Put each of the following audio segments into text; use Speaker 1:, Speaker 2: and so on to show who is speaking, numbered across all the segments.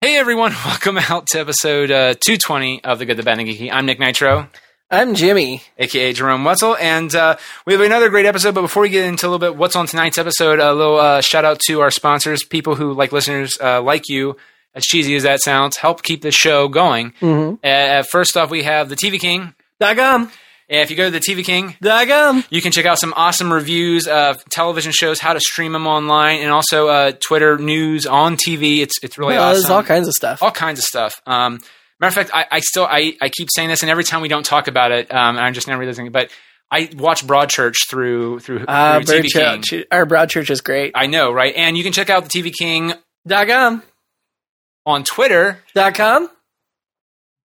Speaker 1: Hey everyone, welcome out to episode uh, 220 of The Good, The Bad, and the Geeky. I'm Nick Nitro,
Speaker 2: I'm Jimmy.
Speaker 1: aka Jerome Wetzel, and uh, we have another great episode. But before we get into a little bit what's on tonight's episode, a little uh, shout out to our sponsors, people who like listeners uh, like you, as cheesy as that sounds, help keep this show going. Uh, first off, we have The TV King.
Speaker 2: Dagum.
Speaker 1: And if you go to The TV King,
Speaker 2: Dagum.
Speaker 1: you can check out some awesome reviews of television shows, how to stream them online, and also uh, Twitter news on TV. It's it's really
Speaker 2: Well,
Speaker 1: awesome
Speaker 2: There's all kinds of stuff.
Speaker 1: all kinds of stuff. Um, matter of fact, I, I still I, I keep saying this, and every time we don't talk about it, um, I'm just never realizing. it, But I watch Broadchurch through through,
Speaker 2: Uh,
Speaker 1: through
Speaker 2: Broad
Speaker 1: TV King.
Speaker 2: Church, our Broad Church is great.
Speaker 1: I know, right? And you can check out the TV King
Speaker 2: Dagum.
Speaker 1: on Twitter.
Speaker 2: Dot com.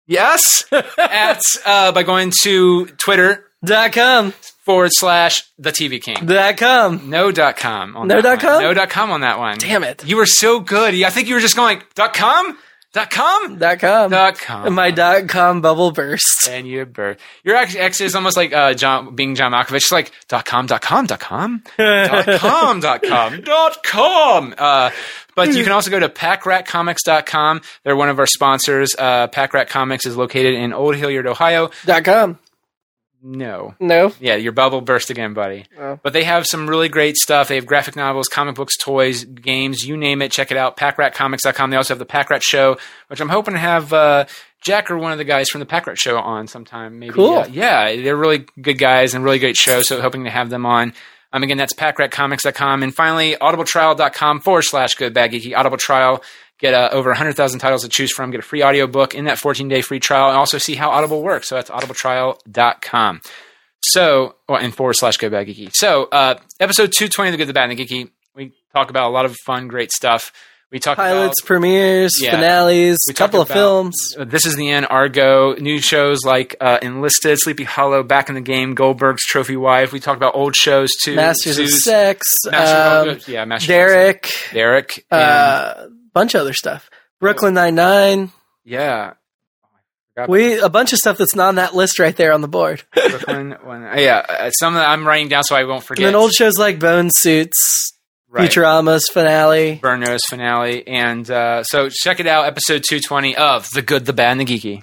Speaker 1: Yes, at uh, by going to Twitter
Speaker 2: Dot com.
Speaker 1: forward slash the TV King.
Speaker 2: Dot com.
Speaker 1: No dot com. On
Speaker 2: No
Speaker 1: that
Speaker 2: dot
Speaker 1: one.
Speaker 2: com?
Speaker 1: No dot com on that one.
Speaker 2: Damn it.
Speaker 1: You were so good. I think you were just going dot com dot com
Speaker 2: Dot com.
Speaker 1: dot com.
Speaker 2: My dot com bubble burst.
Speaker 1: and you birth. Your ex, ex is almost like uh, John, being John Malkovich. It's like dot com, dot com, dot com, dot com, dot com, dot com. Uh, but you can also go to packratcomics.com. They're one of our sponsors. Uh, Pack Rat Comics is located in Old Hilliard, Ohio.
Speaker 2: Dot com.
Speaker 1: No.
Speaker 2: No.
Speaker 1: Yeah, your bubble burst again, buddy.
Speaker 2: Oh.
Speaker 1: But they have some really great stuff. They have graphic novels, comic books, toys, games, you name it. Check it out. PackRatComics.com. They also have the Pack Rat Show, which I'm hoping to have uh, Jack or one of the guys from the Pack Rat Show on sometime. Maybe.
Speaker 2: Cool.
Speaker 1: Uh, yeah, they're really good guys and really great show. So hoping to have them on. Um, again, that's PackRatComics.com. And finally, audibletrial.com forward slash good bad geeky. Audible trial. Get uh, over 100,000 titles to choose from. Get a free audiobook in that 14 day free trial and also see how Audible works. So that's audibletrial.com. So, well, and forward slash go bad geeky. So, uh, episode 220 of The Good, the Bad, and the Geeky, we talk about a lot of fun, great stuff. We talk
Speaker 2: Pilots, premieres,
Speaker 1: Yeah.
Speaker 2: finales,
Speaker 1: We talk
Speaker 2: couple of
Speaker 1: about-
Speaker 2: films.
Speaker 1: about uh, This is the End, Argo, new shows like uh, Enlisted, Sleepy Hollow, Back in the Game, Goldberg's Trophy Wife. We talk about old shows too.
Speaker 2: Masters of
Speaker 1: Zeus,
Speaker 2: Sex.
Speaker 1: Master-
Speaker 2: um,
Speaker 1: oh, yeah, Master
Speaker 2: Derek.
Speaker 1: Derek. and-
Speaker 2: Uh, bunch of other stuff. Brooklyn Nine Nine.
Speaker 1: yeah.
Speaker 2: We a bunch of stuff that's not on that list right there on the board.
Speaker 1: Brooklyn, one, uh, yeah. uh, Some that I'm writing down so I won't
Speaker 2: And
Speaker 1: forget.
Speaker 2: then old shows like Bone Suits,
Speaker 1: Right.
Speaker 2: Futurama's finale.
Speaker 1: Burn Notice finale. And uh, so check it out, episode 220 of The Good, the Bad, and the Geeky.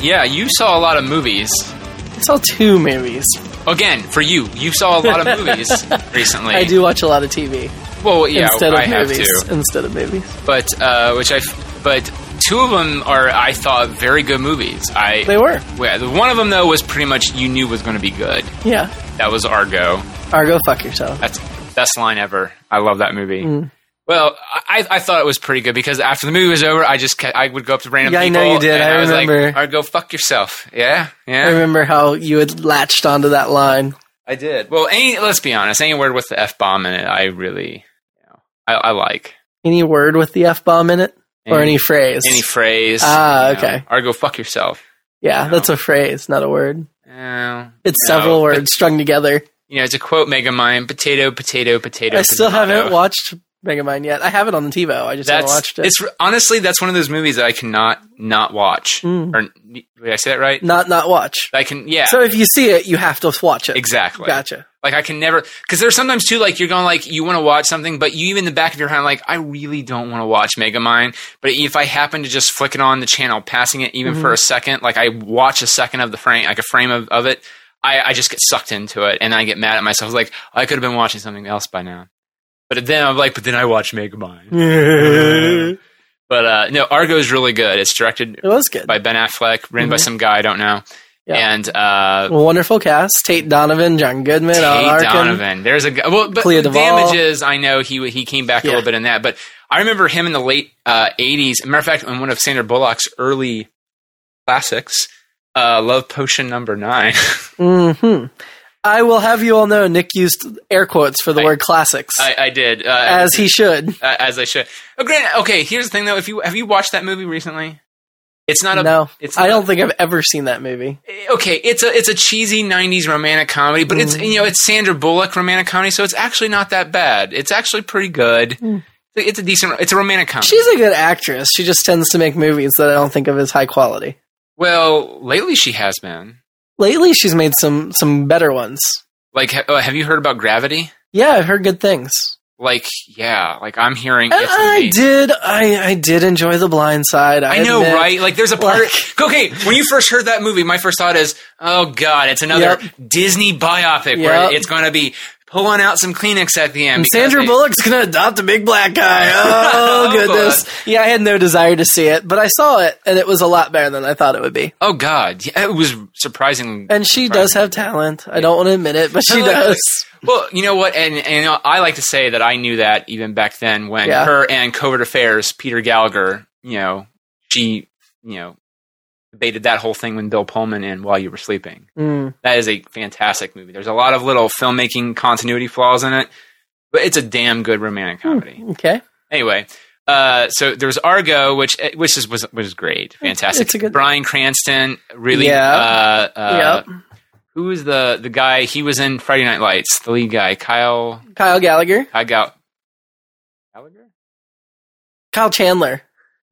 Speaker 1: yeah, you saw a lot of movies.
Speaker 2: I saw two movies.
Speaker 1: Again, for you, you saw a lot of movies recently.
Speaker 2: I do watch a lot of TV
Speaker 1: Well, yeah,
Speaker 2: instead of
Speaker 1: I have
Speaker 2: movies.
Speaker 1: to.
Speaker 2: Instead of movies,
Speaker 1: But uh, which I, f- but two of them are I thought very good movies. I
Speaker 2: they were.
Speaker 1: yeah, the one of them though was pretty much you knew was going to be good.
Speaker 2: Yeah.
Speaker 1: That was Argo.
Speaker 2: Argo, fuck yourself.
Speaker 1: That's best line ever. I love that movie.
Speaker 2: Mm.
Speaker 1: Well, I, I thought it was pretty good because after the movie was over, I just ca- I would go up to random
Speaker 2: Yeah, I
Speaker 1: people.
Speaker 2: know you did.
Speaker 1: And
Speaker 2: I
Speaker 1: was like,
Speaker 2: remember.
Speaker 1: Argo, fuck yourself. Yeah,
Speaker 2: I
Speaker 1: yeah,
Speaker 2: remember how you had latched onto that line.
Speaker 1: I did. Well, any let's be honest, any word with the f bomb in it, I really, you know, I, I like.
Speaker 2: Any word with the f bomb in it, or
Speaker 1: Any-
Speaker 2: any phrase?
Speaker 1: any phrase.
Speaker 2: Ah,
Speaker 1: you know,
Speaker 2: okay.
Speaker 1: Or go fuck yourself.
Speaker 2: yeah, that's a phrase, not a word.
Speaker 1: Oh,
Speaker 2: It's
Speaker 1: No.
Speaker 2: several words strung together.
Speaker 1: you know, to quote Megamind, potato, potato, potato.
Speaker 2: I still
Speaker 1: potato.
Speaker 2: haven't watched Mega Mind yet. I have it on the TiVo. I just haven't
Speaker 1: That's
Speaker 2: watched it.
Speaker 1: it's honestly that's one of those movies that I cannot not watch. Or did I say that right?
Speaker 2: not not watch.
Speaker 1: I can yeah.
Speaker 2: Mm. So if you see it, you have to watch it.
Speaker 1: exactly.
Speaker 2: Gotcha.
Speaker 1: Like I can never because there's sometimes too like you're going like you want to watch something, but you even in the back of your hand like I really don't want to watch Megamind, but if I happen to just flick it on the channel, passing it even for a second, like I watch a second of the frame, like a frame of, of it, I, I just get sucked into it and I get mad at myself. Like I could have been watching something else by now, but then I'm like, but then I watch
Speaker 2: Mm.
Speaker 1: Megamind.
Speaker 2: it
Speaker 1: But uh, no, Argo's really good. It's directed
Speaker 2: was good.
Speaker 1: by Ben Affleck, written by
Speaker 2: Mhm.
Speaker 1: some guy I don't know,
Speaker 2: Yeah.
Speaker 1: and uh,
Speaker 2: Wonderful cast: Tate Donovan, John Goodman, Al
Speaker 1: Tate
Speaker 2: Arkin.
Speaker 1: Donovan. There's a guy. Well, but
Speaker 2: Clea
Speaker 1: the
Speaker 2: Duvall.
Speaker 1: damages. I know he he came back a
Speaker 2: Yeah.
Speaker 1: little bit in that, but I remember him in the late uh, '80s. Matter of fact, in one of Sandra Bullock's early classics, uh, Love Potion Number Nine.
Speaker 2: hmm I will have you all know Nick used air quotes for the
Speaker 1: I-
Speaker 2: word classics,
Speaker 1: I, I did uh,
Speaker 2: as he should.
Speaker 1: uh, as I should. Oh, granted, okay. Here's the thing, though. If you have you watched that movie recently, it's not a.
Speaker 2: No,
Speaker 1: it's
Speaker 2: I
Speaker 1: not-
Speaker 2: don't think I've ever seen that movie.
Speaker 1: okay, it's a it's a cheesy '90s romantic comedy, but it's
Speaker 2: Mm.
Speaker 1: you know it's Sandra Bullock romantic comedy, so it's actually not that bad. It's actually pretty good.
Speaker 2: Mm.
Speaker 1: It's a decent. It's a romantic comedy.
Speaker 2: She's a good actress. She just tends to make movies that I don't think of as high quality.
Speaker 1: well, lately she has been.
Speaker 2: Lately, she's made some some better ones.
Speaker 1: Like, ha- uh, have you heard about Gravity?
Speaker 2: Yeah, I've heard good things.
Speaker 1: Like, yeah. Like, I'm hearing.
Speaker 2: And
Speaker 1: it's
Speaker 2: Uh, I
Speaker 1: amazing.
Speaker 2: did. I, I did enjoy The Blind Side. I,
Speaker 1: I know,
Speaker 2: admit.
Speaker 1: right? Like, there's a part. okay, when you first heard that movie, my first thought is, oh god, it's another Disney biopic where
Speaker 2: Yep.
Speaker 1: it's going to be pulling out some Kleenex at the end.
Speaker 2: And
Speaker 1: because
Speaker 2: Sandra
Speaker 1: they-
Speaker 2: Bullock's gonna adopt a big black guy. Oh
Speaker 1: Oh,
Speaker 2: goodness! Yeah, I had no desire to see it, but I saw it, and it was a lot better than I thought it would be.
Speaker 1: Oh god, yeah, it was surprising.
Speaker 2: And she does have talent. I don't want to admit it, but she
Speaker 1: Totally.
Speaker 2: does.
Speaker 1: Well, you know what, and and I like to say that I knew that even back then when
Speaker 2: Yeah.
Speaker 1: her and Covert Affairs, Peter Gallagher, you know, she, you know, debated that whole thing when Bill Pullman in While You Were Sleeping.
Speaker 2: Mm.
Speaker 1: That is a fantastic movie. There's a lot of little filmmaking continuity flaws in it, but it's a damn good romantic
Speaker 2: Hmm.
Speaker 1: comedy.
Speaker 2: Okay.
Speaker 1: Anyway. Uh, so there was Argo, which eh, which is was was great, fantastic.
Speaker 2: It's a good-
Speaker 1: Brian Cranston, really.
Speaker 2: Yeah.
Speaker 1: Uh, uh,
Speaker 2: yep.
Speaker 1: Who is the the guy? He was in Friday Night Lights, the lead guy, Kyle.
Speaker 2: Kyle Gallagher,
Speaker 1: I got Gallagher.
Speaker 2: Kyle Chandler.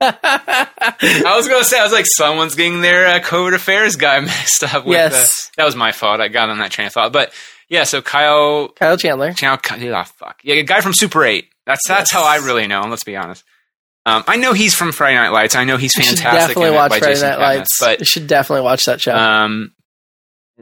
Speaker 1: I was gonna say, I was like, someone's getting their uh, COVID affairs guy messed up. With
Speaker 2: Yes.
Speaker 1: the- that was my fault. I got on that train of thought, but yeah. So Kyle,
Speaker 2: Kyle Chandler.
Speaker 1: Chow, Kyle, oh, fuck, yeah, a guy from Super Eight. That's that's
Speaker 2: Yes.
Speaker 1: how I really know him. Let's be honest. Um, I know he's from Friday Night Lights. I know he's
Speaker 2: You should
Speaker 1: fantastic.
Speaker 2: definitely
Speaker 1: in it
Speaker 2: watch
Speaker 1: by
Speaker 2: Friday
Speaker 1: Jason
Speaker 2: Night
Speaker 1: Katniss,
Speaker 2: Lights. You should definitely watch that show.
Speaker 1: But um,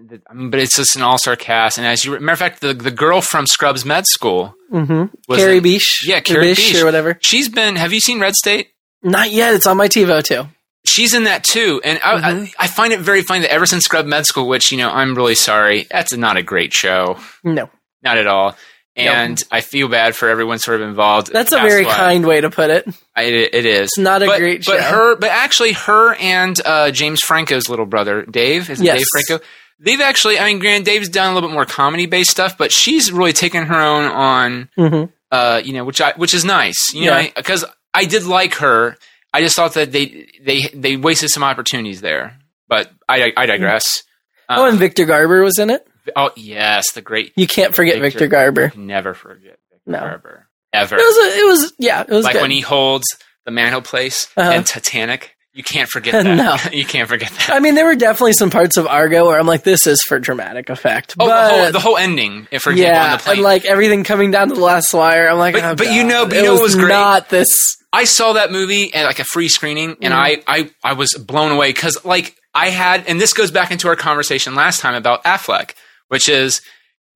Speaker 1: th- I mean, but it's just an all star cast. And as you matter of fact, the the girl from Scrubs Med School,
Speaker 2: mm-hmm.
Speaker 1: was
Speaker 2: Carrie
Speaker 1: it-
Speaker 2: Beesh.
Speaker 1: Yeah,
Speaker 2: or
Speaker 1: Carrie Beesh.
Speaker 2: or whatever.
Speaker 1: she's been. Have you seen Red State?
Speaker 2: Not yet. It's on my TiVo too.
Speaker 1: she's in that too. And I,
Speaker 2: Mhm.
Speaker 1: I, I find it very funny that ever since Scrub Med School, which, you know, I'm really sorry, that's not a great show.
Speaker 2: No,
Speaker 1: Not at all. And I feel bad for everyone sort of involved.
Speaker 2: that's a very
Speaker 1: why.
Speaker 2: kind way to put it.
Speaker 1: I, it is.
Speaker 2: It's not a
Speaker 1: but,
Speaker 2: great
Speaker 1: but
Speaker 2: show.
Speaker 1: her, but actually, her and uh, James Franco's little brother, Dave, is it
Speaker 2: Yes.
Speaker 1: Dave Franco? They've actually, I mean, Grand Dave's done a little bit more comedy based stuff, but she's really taken her own on
Speaker 2: Mhm.
Speaker 1: uh, you know, which I which is nice, you
Speaker 2: Yeah.
Speaker 1: know, because I did like her. I just thought that they they they wasted some opportunities there, but I I digress. Uh,
Speaker 2: oh, and Victor Garber was in it.
Speaker 1: Oh yes, the great
Speaker 2: You can't forget
Speaker 1: Victor-
Speaker 2: Victor, Garber.
Speaker 1: never forget Victor
Speaker 2: No.
Speaker 1: Garber ever.
Speaker 2: It was. A, it was. Yeah, it was
Speaker 1: Like
Speaker 2: good.
Speaker 1: when he holds the mantle place
Speaker 2: Uh-huh.
Speaker 1: and Titanic, you can't forget that.
Speaker 2: No.
Speaker 1: you can't forget that.
Speaker 2: I mean, there were definitely some parts of Argo where I'm like, this is for dramatic effect.
Speaker 1: Oh,
Speaker 2: but
Speaker 1: the, whole, the whole ending, if for example, on
Speaker 2: yeah,
Speaker 1: the plane.
Speaker 2: and like everything coming down to the last wire, I'm like,
Speaker 1: But-
Speaker 2: oh,
Speaker 1: but you
Speaker 2: God,
Speaker 1: know- but you know what was great?
Speaker 2: not this.
Speaker 1: I saw that movie at like a free screening, and
Speaker 2: Mm-hmm.
Speaker 1: I, I I was blown away because like I had, and this goes back into our conversation last time about Affleck, which is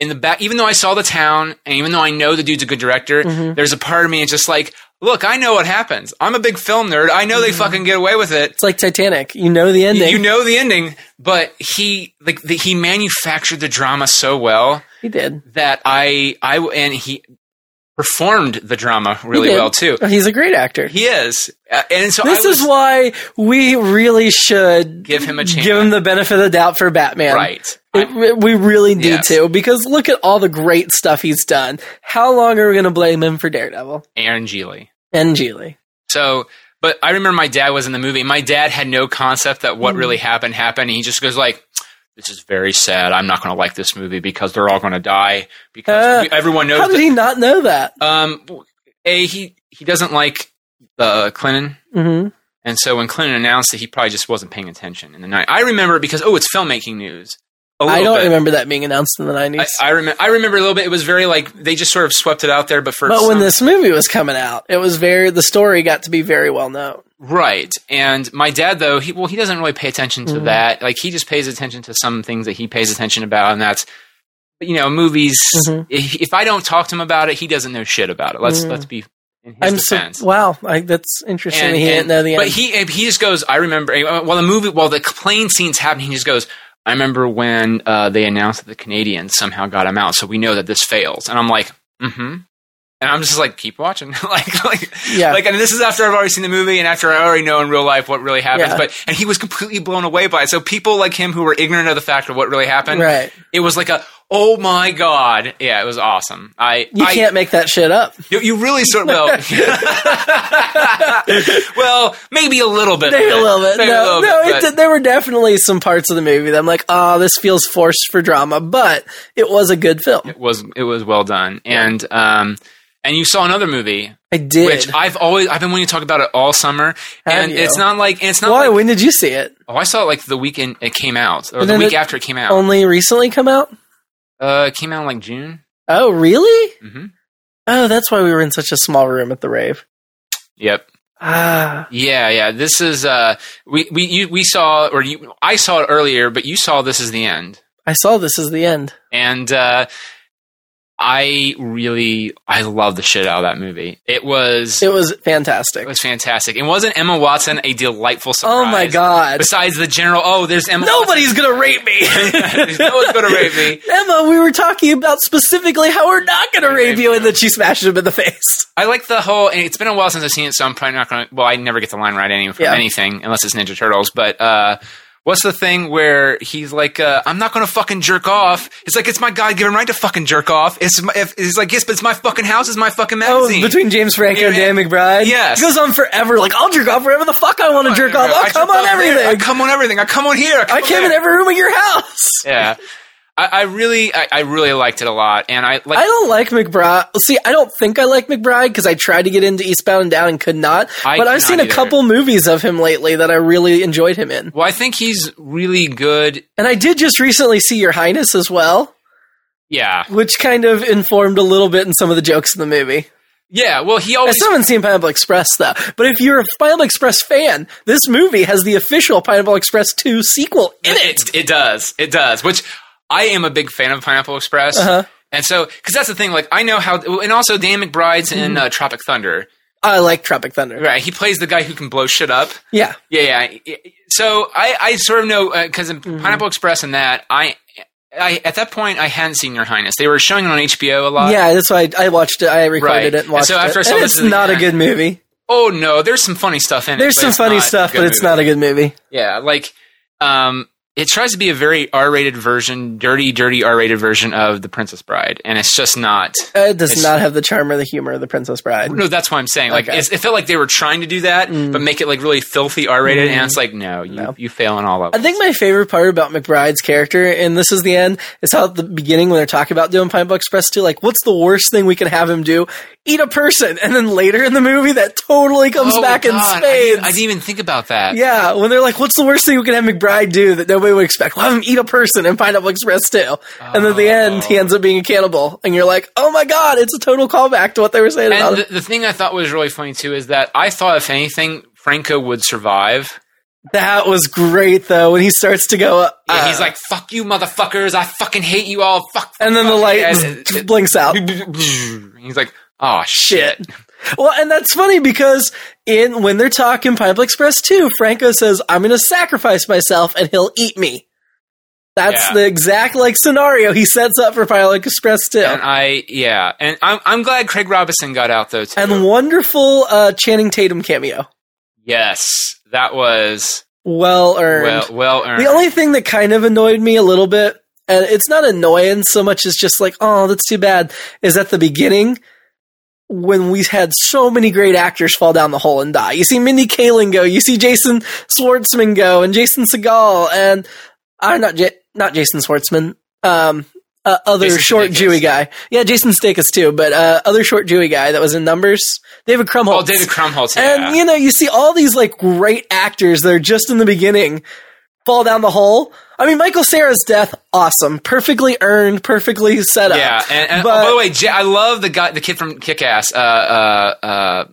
Speaker 1: in the back. Even though I saw the town, and even though I know the dude's a good director,
Speaker 2: Mm-hmm.
Speaker 1: there's a part of me that's just like, look, I know what happens. I'm a big film nerd. I know they
Speaker 2: Mm-hmm.
Speaker 1: fucking get away with it.
Speaker 2: It's like Titanic. You know the ending.
Speaker 1: You know the ending, but he like the, he manufactured the drama so well
Speaker 2: he did
Speaker 1: that I I and he performed the drama
Speaker 2: He
Speaker 1: really
Speaker 2: did. Oh,
Speaker 1: well too.
Speaker 2: He's a great actor.
Speaker 1: He is, Uh, and so
Speaker 2: this
Speaker 1: I was,
Speaker 2: is why we really should
Speaker 1: Give him a chance.
Speaker 2: Give him the benefit of the doubt for Batman.
Speaker 1: Right.
Speaker 2: It, we- we really need
Speaker 1: Yes.
Speaker 2: to because look at all the great stuff he's done. How long are we going to blame him for Daredevil
Speaker 1: Aaron Geely.
Speaker 2: and Geely?
Speaker 1: So, but I remember my dad was in the movie. My dad had no concept that
Speaker 2: Mm-hmm.
Speaker 1: what really happened happened. He just goes like, "This is very sad. I'm not going to like this movie because they're all going to die because
Speaker 2: Uh,
Speaker 1: we- everyone
Speaker 2: How
Speaker 1: knows."
Speaker 2: did
Speaker 1: That,
Speaker 2: he not know that?
Speaker 1: um, A he he doesn't like the Clinton,
Speaker 2: Mm-hmm.
Speaker 1: and so when Clinton announced it, he probably just wasn't paying attention in the night. I remember because oh, it's filmmaking news. A
Speaker 2: I
Speaker 1: little
Speaker 2: don't
Speaker 1: bit.
Speaker 2: remember that being announced in the
Speaker 1: I,
Speaker 2: nineties.
Speaker 1: I remember. I remember a little bit. It was very like they just sort of swept it out there, but for
Speaker 2: But when
Speaker 1: some-
Speaker 2: this movie was coming out, it was very the story got to be very well known.
Speaker 1: Right. And my dad though, he well, he doesn't really pay attention to
Speaker 2: Mhm.
Speaker 1: that. Like he just pays attention to some things that he pays attention about and that's you know, movies
Speaker 2: Mhm.
Speaker 1: if, if I don't talk to him about it, he doesn't know shit about it. Let's
Speaker 2: Mhm.
Speaker 1: let's be in his
Speaker 2: I'm so,
Speaker 1: defense.
Speaker 2: wow, I, that's interesting.
Speaker 1: And-
Speaker 2: he
Speaker 1: and-
Speaker 2: didn't know the
Speaker 1: but
Speaker 2: end.
Speaker 1: he he just goes, I remember uh, while the movie while the plane scene's happening, he just goes, I remember when uh, they announced that the Canadians somehow got him out, so we know that this fails. And I'm like, mm-hmm. And I'm just like, keep watching. like, like,
Speaker 2: yeah,
Speaker 1: like, and this is after I've already seen the movie and after I already know in real life what really happens.
Speaker 2: Yeah.
Speaker 1: But and he was completely blown away by it. So people like him who were ignorant of the fact of what really happened,
Speaker 2: right.
Speaker 1: it was like a oh my god, yeah, it was awesome. I
Speaker 2: You
Speaker 1: I,
Speaker 2: can't make that shit up.
Speaker 1: you, you really sort of well, well, maybe a little bit,
Speaker 2: Maybe a little bit.
Speaker 1: Maybe a
Speaker 2: no,
Speaker 1: little
Speaker 2: no
Speaker 1: bit,
Speaker 2: it,
Speaker 1: but-
Speaker 2: did- there were definitely some parts of the movie that I'm like, oh, this feels forced for drama, but it was a good film.
Speaker 1: it was it was well done and um. And you saw another movie,
Speaker 2: I did.
Speaker 1: which I've always I've been wanting to talk about it all summer,
Speaker 2: Have
Speaker 1: and
Speaker 2: you?
Speaker 1: it's not like and it's not
Speaker 2: Why?
Speaker 1: like
Speaker 2: when did you see it?
Speaker 1: oh I saw it like the weekend it came out or
Speaker 2: But
Speaker 1: the
Speaker 2: then
Speaker 1: week
Speaker 2: it-
Speaker 1: after it came out.
Speaker 2: Only recently come out?
Speaker 1: Uh, it came out in, like June.
Speaker 2: Oh, really?
Speaker 1: Mm-hmm.
Speaker 2: Oh, that's why we were in such a small room at the rave.
Speaker 1: Yep.
Speaker 2: Ah,
Speaker 1: Yeah, yeah. This is uh, we we you, we saw or you I saw it earlier, but you saw this is the end,
Speaker 2: I saw this as the end.
Speaker 1: and uh, I really I love the shit out of that movie. It was
Speaker 2: It
Speaker 1: it,
Speaker 2: was fantastic.
Speaker 1: was fantastic. And wasn't Emma Watson a delightful
Speaker 2: oh
Speaker 1: surprise?
Speaker 2: my god!
Speaker 1: Besides the general, oh, there's Emma.
Speaker 2: Nobody's gonna rape me.
Speaker 1: Watson. no one's gonna rape me.
Speaker 2: Emma, we were talking about specifically how we're not gonna rape you, and then she smashes him in the face.
Speaker 1: I like the whole. And it's been a while since I've seen it, so I'm probably not going to. Well, I never get the line right any, from
Speaker 2: Yeah.
Speaker 1: anything unless it's Ninja Turtles. But uh, what's the thing where he's like, uh, "I'm not going to fucking jerk off." It's like it's my God given right to fucking jerk off. It's my, if, it's like yes, but it's my fucking house. It's my fucking
Speaker 2: Oh,
Speaker 1: magazine.
Speaker 2: between James Franco and Dan McBride.
Speaker 1: Yes. Oh
Speaker 2: It goes on forever. Like, I'll jerk off wherever the fuck I want to jerk off.
Speaker 1: I
Speaker 2: I'll come
Speaker 1: jerk
Speaker 2: on
Speaker 1: off there. I
Speaker 2: everything.
Speaker 1: come on everything. I come on here. come
Speaker 2: I
Speaker 1: on
Speaker 2: came in
Speaker 1: there.
Speaker 2: every room at your house.
Speaker 1: Yeah, I, I really, I, I really liked it a lot, and I like.
Speaker 2: I don't like McBride. See, I don't think I like McBride because I tried to get into Eastbound and Down and could not.
Speaker 1: I
Speaker 2: but
Speaker 1: could
Speaker 2: I've
Speaker 1: not
Speaker 2: seen a
Speaker 1: either.
Speaker 2: couple movies of him lately that I really enjoyed him in.
Speaker 1: well, I think he's really good.
Speaker 2: And I did just recently see Your Highness as well,
Speaker 1: Yeah,
Speaker 2: which kind of informed a little bit in some of the jokes in the movie.
Speaker 1: yeah. Well, he
Speaker 2: I
Speaker 1: always
Speaker 2: still haven't seen Pineapple Express though. But if you're a Pineapple Express fan, this movie has the official Pineapple Express 2 sequel in it.
Speaker 1: It, it does. It does. Which I am a big fan of Pineapple Express.
Speaker 2: Uh-huh.
Speaker 1: And so, because that's the thing, like I know how, and also Dan McBride's
Speaker 2: Mm-hmm.
Speaker 1: in uh, Tropic Thunder,
Speaker 2: I like Tropic Thunder.
Speaker 1: right? He plays the guy who can blow shit up.
Speaker 2: Yeah.
Speaker 1: Yeah, yeah. So I, I sort of know because in
Speaker 2: Mm-hmm.
Speaker 1: Pineapple Express and that I, I at that point I hadn't seen Your Highness. They were showing it on HBO a lot.
Speaker 2: Yeah, that's why I, I watched it. I recorded
Speaker 1: Right.
Speaker 2: it and
Speaker 1: And
Speaker 2: watched
Speaker 1: so after I
Speaker 2: it.
Speaker 1: saw
Speaker 2: And
Speaker 1: this
Speaker 2: it's
Speaker 1: at the
Speaker 2: not a
Speaker 1: end-
Speaker 2: good movie.
Speaker 1: Oh no, there's some funny stuff in it.
Speaker 2: There's
Speaker 1: but
Speaker 2: some
Speaker 1: it's
Speaker 2: funny
Speaker 1: not a
Speaker 2: stuff,
Speaker 1: good
Speaker 2: but it's
Speaker 1: movie.
Speaker 2: not a good movie.
Speaker 1: Yeah, like um, it tries to be a very R-rated version, dirty, dirty R-rated version of The Princess Bride, and it's just not.
Speaker 2: Uh, It does
Speaker 1: It's-
Speaker 2: not have the charm or the humor of The Princess Bride.
Speaker 1: No, that's why I'm saying. Like,
Speaker 2: Okay. Mm.
Speaker 1: it's, it felt like they were trying to do that, but make it like really filthy R-rated, and it's like, no, you
Speaker 2: No.
Speaker 1: you fail in all of
Speaker 2: I
Speaker 1: them.
Speaker 2: think my favorite part about McBride's character, and this is the end, is how at the beginning when they're talking about doing Pineapple Express 2, like, what's the worst thing we can have him do? Eat a person. And then later in the movie, that totally comes back in
Speaker 1: Oh, I
Speaker 2: spades.
Speaker 1: didn't, I didn't even think about that.
Speaker 2: yeah, when they're like, what's the worst thing we can have McBride do that nobody would expect? We'll have him eat a person in Pineapple Express 2. And then at
Speaker 1: Oh.
Speaker 2: the end, he ends up being a cannibal. And you're like, oh my god, it's a total callback to what they were saying about
Speaker 1: And
Speaker 2: him.
Speaker 1: the, the thing I thought was really funny too is that I thought if anything, Franco would survive.
Speaker 2: That was great, though, when he starts to go uh, up.
Speaker 1: Yeah, he's like, "Fuck you, motherfuckers! I fucking hate you all." Fuck.
Speaker 2: and then the light
Speaker 1: Yeah,
Speaker 2: z-
Speaker 1: it-
Speaker 2: blinks out.
Speaker 1: He's like, "Oh shit."
Speaker 2: Shit. Well, and that's funny because in when they're talking Pineapple Express 2, Franco says, "I'm going to sacrifice myself and he'll eat me." That's
Speaker 1: Yeah.
Speaker 2: the exact like scenario he sets up for Pineapple Express 2.
Speaker 1: And
Speaker 2: And,
Speaker 1: I, yeah, and I'm I'm glad Craig Robinson got out though too.
Speaker 2: wonderful uh, Channing Tatum cameo.
Speaker 1: yes, that was
Speaker 2: Well earned.
Speaker 1: well well earned.
Speaker 2: The only thing that kind of annoyed me a little bit, and it's not annoyance so much as just like, oh, that's too bad, is at the beginning when we had so many great actors fall down the hole and die. You see Mindy Kaling go, you see Jason Schwartzman uh, go, and Jason Segal, and I'm not J- not Jason Schwartzman. Um, uh, other
Speaker 1: Jason
Speaker 2: short
Speaker 1: Sudeikis.
Speaker 2: Jewy guy. Yeah, Jason Stathis too, but uh, other short Jewy guy that was in Numbers, David Krumholtz.
Speaker 1: Oh, David Krumholtz. Yeah.
Speaker 2: And you know, you see all these like great actors that are just in the beginning fall down the hole. I mean, Michael Sarah's death, awesome, perfectly earned, perfectly set up.
Speaker 1: yeah. And, and
Speaker 2: but-
Speaker 1: by the way, J- I love the guy, the kid from Kick Ass, uh, uh, uh,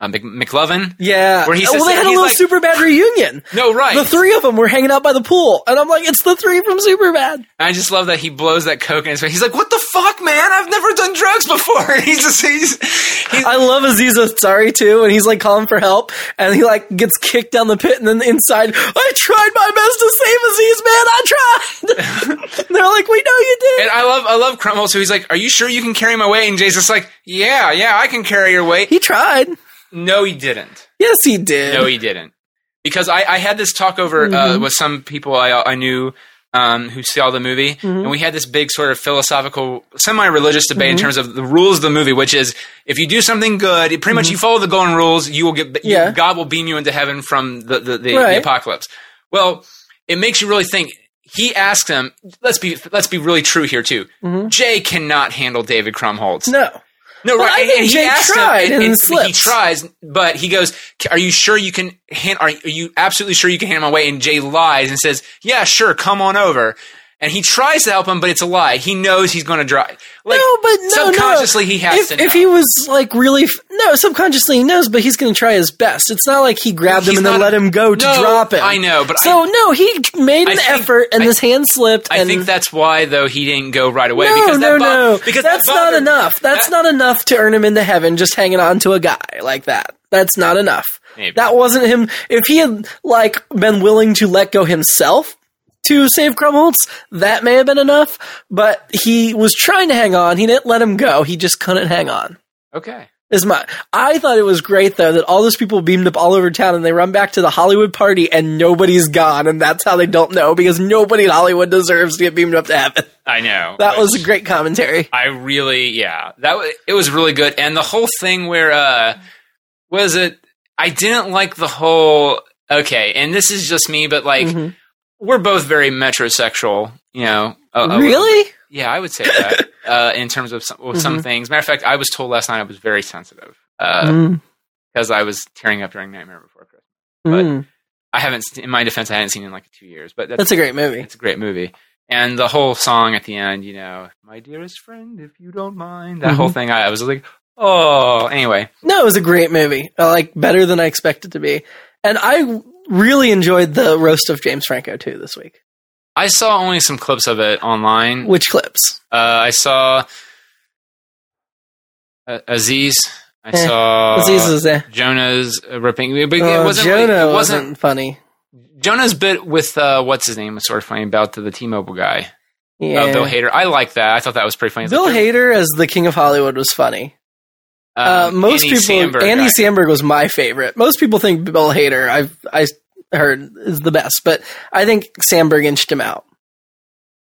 Speaker 1: uh, Mc- McLovin.
Speaker 2: yeah. Oh,
Speaker 1: Where he
Speaker 2: well,
Speaker 1: sits
Speaker 2: they
Speaker 1: there
Speaker 2: had
Speaker 1: and
Speaker 2: a
Speaker 1: he's
Speaker 2: little
Speaker 1: like-
Speaker 2: super Superbad reunion.
Speaker 1: No, right.
Speaker 2: The three of them were hanging out by the pool, and I'm like, it's the three from Superbad.
Speaker 1: And I just love that he blows that coke in his face. He's like, "What the fuck, man? I've never done drugs before." he's just he's, he's
Speaker 2: I love Aziz Ansari too, and he's like calling for help, and he like gets kicked down the pit, and then inside, I tried my best to save Aziz, man, I tried. and they're like, we know you did.
Speaker 1: and I love I love Crumble. So he's like, "Are you sure you can carry my weight?" And Jason's like, "Yeah, yeah, I can carry your weight."
Speaker 2: he tried.
Speaker 1: No, he didn't.
Speaker 2: Yes, he did. Mm-hmm.
Speaker 1: No, he didn't. Because I, I had this talk over uh, with some people I, I knew um, who saw the movie,
Speaker 2: Mm-hmm.
Speaker 1: and we had this big sort of philosophical, semi-religious debate
Speaker 2: Mm-hmm.
Speaker 1: in terms of the rules of the movie, which is if you do something good, pretty much you follow the golden rules, you will get you-
Speaker 2: Mm-hmm. Yeah.
Speaker 1: God will beam you into heaven from the the, the,
Speaker 2: Right.
Speaker 1: the apocalypse. Well, it makes you really think. He asked him, "Let's be let's be really true here too.
Speaker 2: Mm-hmm.
Speaker 1: Jay cannot handle David Crumholtz.
Speaker 2: no.
Speaker 1: No,
Speaker 2: Well,
Speaker 1: right.
Speaker 2: I
Speaker 1: and-
Speaker 2: think
Speaker 1: and he
Speaker 2: Jay
Speaker 1: asked him,
Speaker 2: tried and it
Speaker 1: he
Speaker 2: slipped.
Speaker 1: tries, but he goes, "C- "Are you sure you can? Hand, are, are you absolutely sure you can hand him away?" And Jay lies and says, "Yeah, sure, come on over." And he tries to help him, but it's a lie. He knows he's going to drive. Like,
Speaker 2: no, but no,
Speaker 1: subconsciously
Speaker 2: no.
Speaker 1: he has
Speaker 2: if,
Speaker 1: to. Know.
Speaker 2: If he was like really, f- no, subconsciously he knows, but he's going to try his best. It's not like he grabbed
Speaker 1: He's
Speaker 2: him and then
Speaker 1: not-
Speaker 2: let him go to
Speaker 1: No,
Speaker 2: drop him.
Speaker 1: I know, but
Speaker 2: so no, he made
Speaker 1: I
Speaker 2: an
Speaker 1: think-
Speaker 2: effort, and
Speaker 1: I-
Speaker 2: his hand slipped.
Speaker 1: I
Speaker 2: and
Speaker 1: think that's why though he didn't go right away
Speaker 2: no,
Speaker 1: because
Speaker 2: no,
Speaker 1: that bo-
Speaker 2: no,
Speaker 1: because
Speaker 2: that's
Speaker 1: that
Speaker 2: not
Speaker 1: bothered-
Speaker 2: enough. That's
Speaker 1: that-
Speaker 2: not enough to earn him into heaven. Just hanging on to a guy like that. That's not enough.
Speaker 1: Maybe.
Speaker 2: That wasn't him. If he had like been willing to let go himself to save Crumholtz, that may have been enough. But he was trying to hang on. He didn't let him go. He just couldn't hang on.
Speaker 1: Okay.
Speaker 2: Is my I thought it was great though that all those people beamed up all over town and they run back to the Hollywood party and nobody's gone and that's how they don't know because nobody in Hollywood deserves to get beamed up to heaven.
Speaker 1: I know
Speaker 2: That was
Speaker 1: which-
Speaker 2: a great commentary.
Speaker 1: I really, yeah, that was, it was really good. And the whole thing where, uh, was it, I didn't like the whole, okay, and this is just me, but like,
Speaker 2: Mhm.
Speaker 1: we're both very metrosexual, you know. uh, uh,
Speaker 2: really?
Speaker 1: Yeah, I would say that, uh, in terms of some, with some things. Matter of fact, I was told last night I was very sensitive, because
Speaker 2: Mm,
Speaker 1: I was tearing up during Nightmare Before Christmas.
Speaker 2: mm.
Speaker 1: I haven't, in my defense, I hadn't seen it in like two years, but that's,
Speaker 2: That's a great movie.
Speaker 1: it's a great movie. And the whole song at the end, you know, my dearest friend, if you don't mind, that whole
Speaker 2: Mm-hmm.
Speaker 1: thing, I, I was like, oh, anyway.
Speaker 2: No, it was a great movie. Uh, Like better than I expected to be. And I really enjoyed the roast of James Franco too this week.
Speaker 1: I saw only some clips of it online. Uh,
Speaker 2: Which clips?
Speaker 1: I saw uh, Aziz. I
Speaker 2: Eh,
Speaker 1: saw
Speaker 2: Aziz was there.
Speaker 1: Jonah's uh, ripping. But
Speaker 2: Oh,
Speaker 1: Uh, it wasn't, really-
Speaker 2: Jonah
Speaker 1: it
Speaker 2: wasn't,
Speaker 1: wasn't.
Speaker 2: funny.
Speaker 1: Jonah's bit with uh, what's his name was sort of funny about the, the T-Mobile guy,
Speaker 2: Yeah.
Speaker 1: uh, Bill Hader. I like that. I thought that was pretty funny.
Speaker 2: Bill Hader as the King of Hollywood was funny.
Speaker 1: Um,
Speaker 2: Uh, most
Speaker 1: Andy
Speaker 2: people,
Speaker 1: Samberg
Speaker 2: Andy
Speaker 1: guy.
Speaker 2: Samberg was my favorite. Most people think Bill Hader, I've I heard, is the best, but I think Samberg inched him out.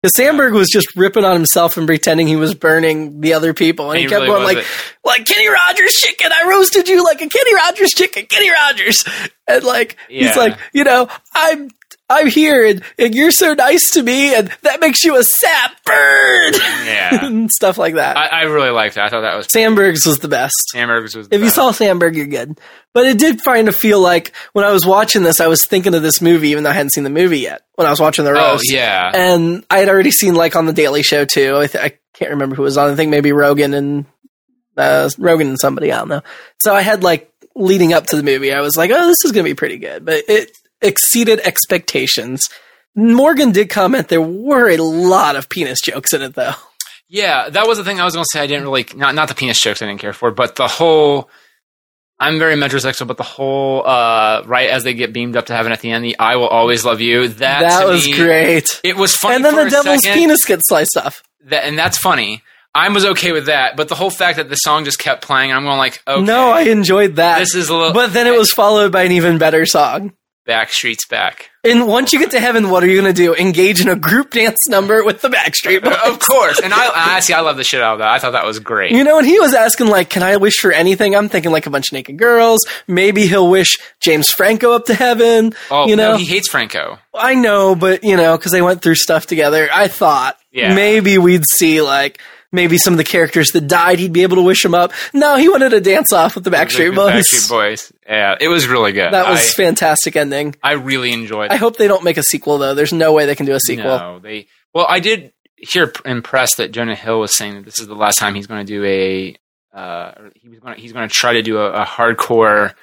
Speaker 2: Because Samberg was just ripping on himself and pretending he was burning the other people, and
Speaker 1: He
Speaker 2: he, kept
Speaker 1: really
Speaker 2: going
Speaker 1: was
Speaker 2: like,
Speaker 1: it.
Speaker 2: "Like Kenny Rogers chicken, I roasted you like a Kenny Rogers chicken, Kenny Rogers," and like
Speaker 1: Yeah.
Speaker 2: he's like, you know, I'm. I'm here, and, and you're so nice to me, and that makes you a sap bird,
Speaker 1: Yeah,
Speaker 2: and stuff like that.
Speaker 1: I, I really liked that. I thought that was
Speaker 2: Sandberg's was the best.
Speaker 1: Samberg's was. the
Speaker 2: If you
Speaker 1: best.
Speaker 2: saw Sandberg, you're good. But it did kind of feel like when I was watching this, I was thinking of this movie, even though I hadn't seen the movie yet. When I was watching the
Speaker 1: oh
Speaker 2: roast,
Speaker 1: yeah,
Speaker 2: and I had already seen like on the Daily Show too. I, th- I can't remember who was on. I think maybe Rogan and uh, Rogan and somebody. I don't know. So I had like leading up to the movie, I was like, oh, this is going to be pretty good. But it exceeded expectations. Morgan did comment there were a lot of penis jokes in it, though.
Speaker 1: Yeah, that was the thing I was going to say. I didn't really not not the penis jokes I didn't care for, but the whole. I'm very metrosexual, but the whole uh, right as they get beamed up to heaven at the end, the "I will always love you." That
Speaker 2: That
Speaker 1: to
Speaker 2: was
Speaker 1: me-
Speaker 2: great.
Speaker 1: It was funny,
Speaker 2: And then
Speaker 1: for
Speaker 2: the
Speaker 1: a
Speaker 2: devil's
Speaker 1: second,
Speaker 2: penis gets sliced off.
Speaker 1: that- and that's funny. I was okay with that, but the whole fact that the song just kept playing, I'm going like, okay,
Speaker 2: No, I enjoyed that.
Speaker 1: this is a little.
Speaker 2: but then it was followed by an even better song.
Speaker 1: Backstreet's back.
Speaker 2: And once you get to heaven, what are you going to do? Engage in a group dance number with the Backstreet Boys.
Speaker 1: of course, and I, I see. I love the shit out of that. I thought that was great.
Speaker 2: You know, and he was asking, like, can I wish for anything? I'm thinking, like, a bunch of naked girls. Maybe he'll wish James Franco up to heaven.
Speaker 1: oh,
Speaker 2: you know,
Speaker 1: no, he hates Franco.
Speaker 2: I know, but, you know, because they went through stuff together. I thought,
Speaker 1: Yeah.
Speaker 2: maybe we'd see like maybe some of the characters that died. He'd be able to wish them up. No, he wanted to dance off with the Backstreet
Speaker 1: Like the
Speaker 2: Boys.
Speaker 1: Backstreet Boys. Yeah, it was really good.
Speaker 2: That was
Speaker 1: I,
Speaker 2: fantastic ending.
Speaker 1: I really enjoyed.
Speaker 2: I hope they don't make a sequel though. There's no way they can do a sequel.
Speaker 1: No, they. Well, I did hear p- impressed that Jonah Hill was saying that this is the last time he's going to do a. Uh, or he was going. He's going to try to do a, a hardcore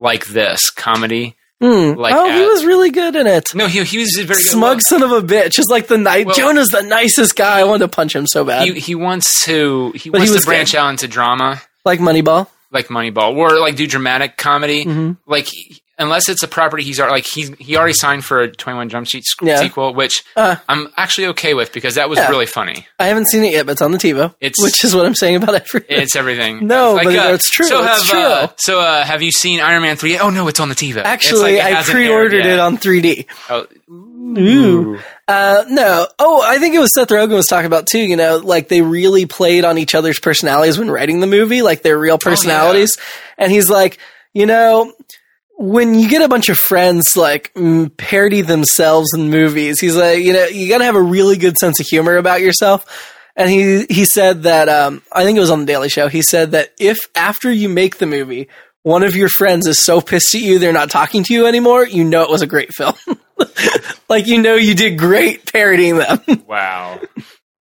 Speaker 1: like this comedy.
Speaker 2: Hmm.
Speaker 1: Like
Speaker 2: oh, he
Speaker 1: as-
Speaker 2: was really good in it.
Speaker 1: No, he he was very good.
Speaker 2: Smug son of a bitch is like the night.
Speaker 1: Well-
Speaker 2: Jonah's the nicest guy. I wanted to punch him so bad.
Speaker 1: Well, He he wants to. He
Speaker 2: But
Speaker 1: wants
Speaker 2: he was
Speaker 1: to branch out into drama,
Speaker 2: like Moneyball.
Speaker 1: like Moneyball, or like do dramatic comedy.
Speaker 2: Mm-hmm.
Speaker 1: Like he- unless it's a property he's al- like he's he already signed for a Twenty One Jump Street squ-
Speaker 2: Yeah.
Speaker 1: sequel, which
Speaker 2: Uh.
Speaker 1: I'm actually okay with because that was
Speaker 2: Yeah.
Speaker 1: really funny.
Speaker 2: I haven't seen it yet, but it's on the TiVo,
Speaker 1: It's-
Speaker 2: which is what I'm saying about everything.
Speaker 1: It's everything.
Speaker 2: No,
Speaker 1: It's
Speaker 2: but it's true.
Speaker 1: So have
Speaker 2: It's true.
Speaker 1: Uh, so uh, have you seen Iron Man three? Oh no, it's on the TiVo. It's
Speaker 2: Actually,
Speaker 1: like it
Speaker 2: I
Speaker 1: hasn't aired
Speaker 2: pre-ordered
Speaker 1: yet.
Speaker 2: it on 3D.
Speaker 1: Oh,
Speaker 2: Ooh. Uh, no. Oh, I think it was Seth Rogen was talking about too. You know, like they really played on each other's personalities when writing the movie, like their real personalities. And he's like, you know, when you get a bunch of friends like mm, parody themselves in movies, he's like, you know, you gotta have a really good sense of humor about yourself. And he he said that um, I think it was on the Daily Show. He said that if after you make the movie. One of your friends is so pissed at you they're not talking to you anymore. You know it was a great film. like you know you did great parodying them.
Speaker 1: wow.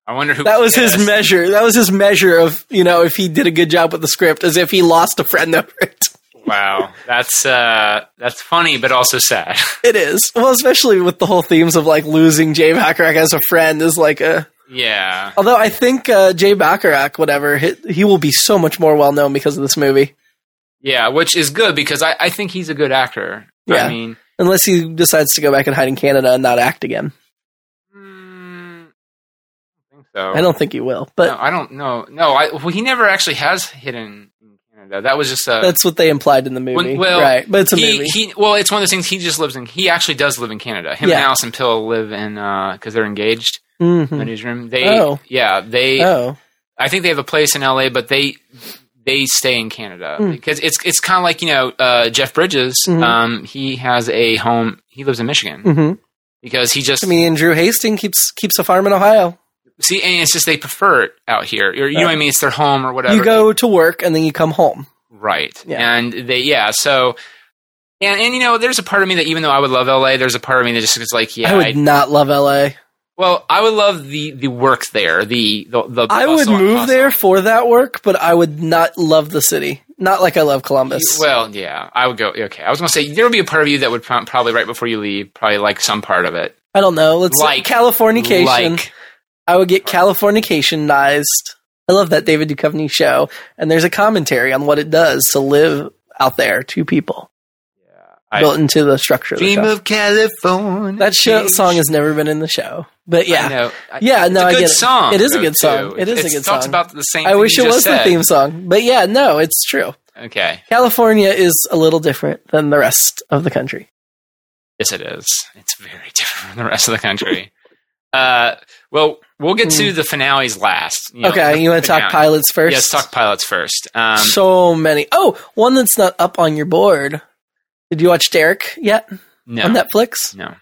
Speaker 1: I wonder who
Speaker 2: that was
Speaker 1: yes.
Speaker 2: his measure. That was his measure of, you know, if he did a good job with the script as if he lost a friend over it.
Speaker 1: Wow, that's uh, that's funny, but also sad.
Speaker 2: It is. Well, especially with the whole themes of like losing Jay Bacharach as a friend is like a
Speaker 1: yeah,
Speaker 2: although I think uh, Jay Bacharach whatever he, he will be so much more well known because of this movie.
Speaker 1: yeah, which is good because I, I think he's a good actor.
Speaker 2: Yeah.
Speaker 1: I mean,
Speaker 2: Unless he decides to go back and hide in Canada and not act again.
Speaker 1: mm, I don't think so.
Speaker 2: I don't think he will, but
Speaker 1: No, I don't know. No, I, well, he never actually has hidden in Canada. That was just a.
Speaker 2: that's what they implied in the movie.
Speaker 1: well,
Speaker 2: right. But it's a
Speaker 1: he,
Speaker 2: movie.
Speaker 1: he well, it's one of those things. He just lives in. He actually does live in Canada. Him and
Speaker 2: Yeah.
Speaker 1: Allison Pill live in because they're engaged. in The
Speaker 2: Mhm.
Speaker 1: newsroom. They
Speaker 2: Oh.
Speaker 1: yeah. They
Speaker 2: Oh.
Speaker 1: I think they have a place in L.A., but they they stay in Canada
Speaker 2: Hmm.
Speaker 1: because it's it's kind of like you know uh, Jeff Bridges.
Speaker 2: Mhm.
Speaker 1: Um, he has a home. He lives in Michigan
Speaker 2: Mhm.
Speaker 1: because he just
Speaker 2: I mean, Drew Hastings keeps keeps a farm in Ohio.
Speaker 1: see. And it's just they prefer it out here. Or, you know what I mean? It's their home or whatever.
Speaker 2: You go to work and then you come home.
Speaker 1: Right.
Speaker 2: Yeah.
Speaker 1: And they, yeah. So, and, and you know, there's a part of me that even though I would love LA, there's a part of me that just is like, yeah,
Speaker 2: I would
Speaker 1: I-
Speaker 2: not love LA.
Speaker 1: well, I would love the, the work there. The, the, the
Speaker 2: I would
Speaker 1: hustle and
Speaker 2: move
Speaker 1: bustle.
Speaker 2: there for that work, but I would not love the city. Not like I love Columbus.
Speaker 1: Well, yeah, I would go. Okay. I was going to say, there would be a part of you that would pro- probably right before you leave, probably like some part of it.
Speaker 2: I don't know. Let's
Speaker 1: like-
Speaker 2: Californication.
Speaker 1: Like,
Speaker 2: I would get Californicationized. I love that David Duchovny show, and there's a commentary on what it does to live out there. Two people
Speaker 1: I-
Speaker 2: built into the structure of the
Speaker 1: dream
Speaker 2: show.
Speaker 1: of California.
Speaker 2: that show, song has never been in the show, but
Speaker 1: I
Speaker 2: yeah,
Speaker 1: know. I-
Speaker 2: yeah, no, I
Speaker 1: it's a good
Speaker 2: get it.
Speaker 1: song.
Speaker 2: It is a
Speaker 1: though,
Speaker 2: good song.
Speaker 1: too.
Speaker 2: It is a
Speaker 1: It
Speaker 2: good
Speaker 1: talks
Speaker 2: song.
Speaker 1: about the same.
Speaker 2: I
Speaker 1: thing
Speaker 2: wish
Speaker 1: you
Speaker 2: it
Speaker 1: just
Speaker 2: was
Speaker 1: said.
Speaker 2: the theme song, but yeah, no, it's true.
Speaker 1: Okay.
Speaker 2: California is a little different than the rest of the country.
Speaker 1: Yes, it is. It's very different from the rest of the country. uh, well, we'll get to the finales last. you know,
Speaker 2: Hmm. okay,
Speaker 1: the
Speaker 2: you want to talk
Speaker 1: finale.
Speaker 2: pilots first?
Speaker 1: Yes, talk pilots first. Um,
Speaker 2: so many. Oh, one that's not up on your board. Did you watch Derek yet
Speaker 1: no,
Speaker 2: on Netflix?
Speaker 1: no.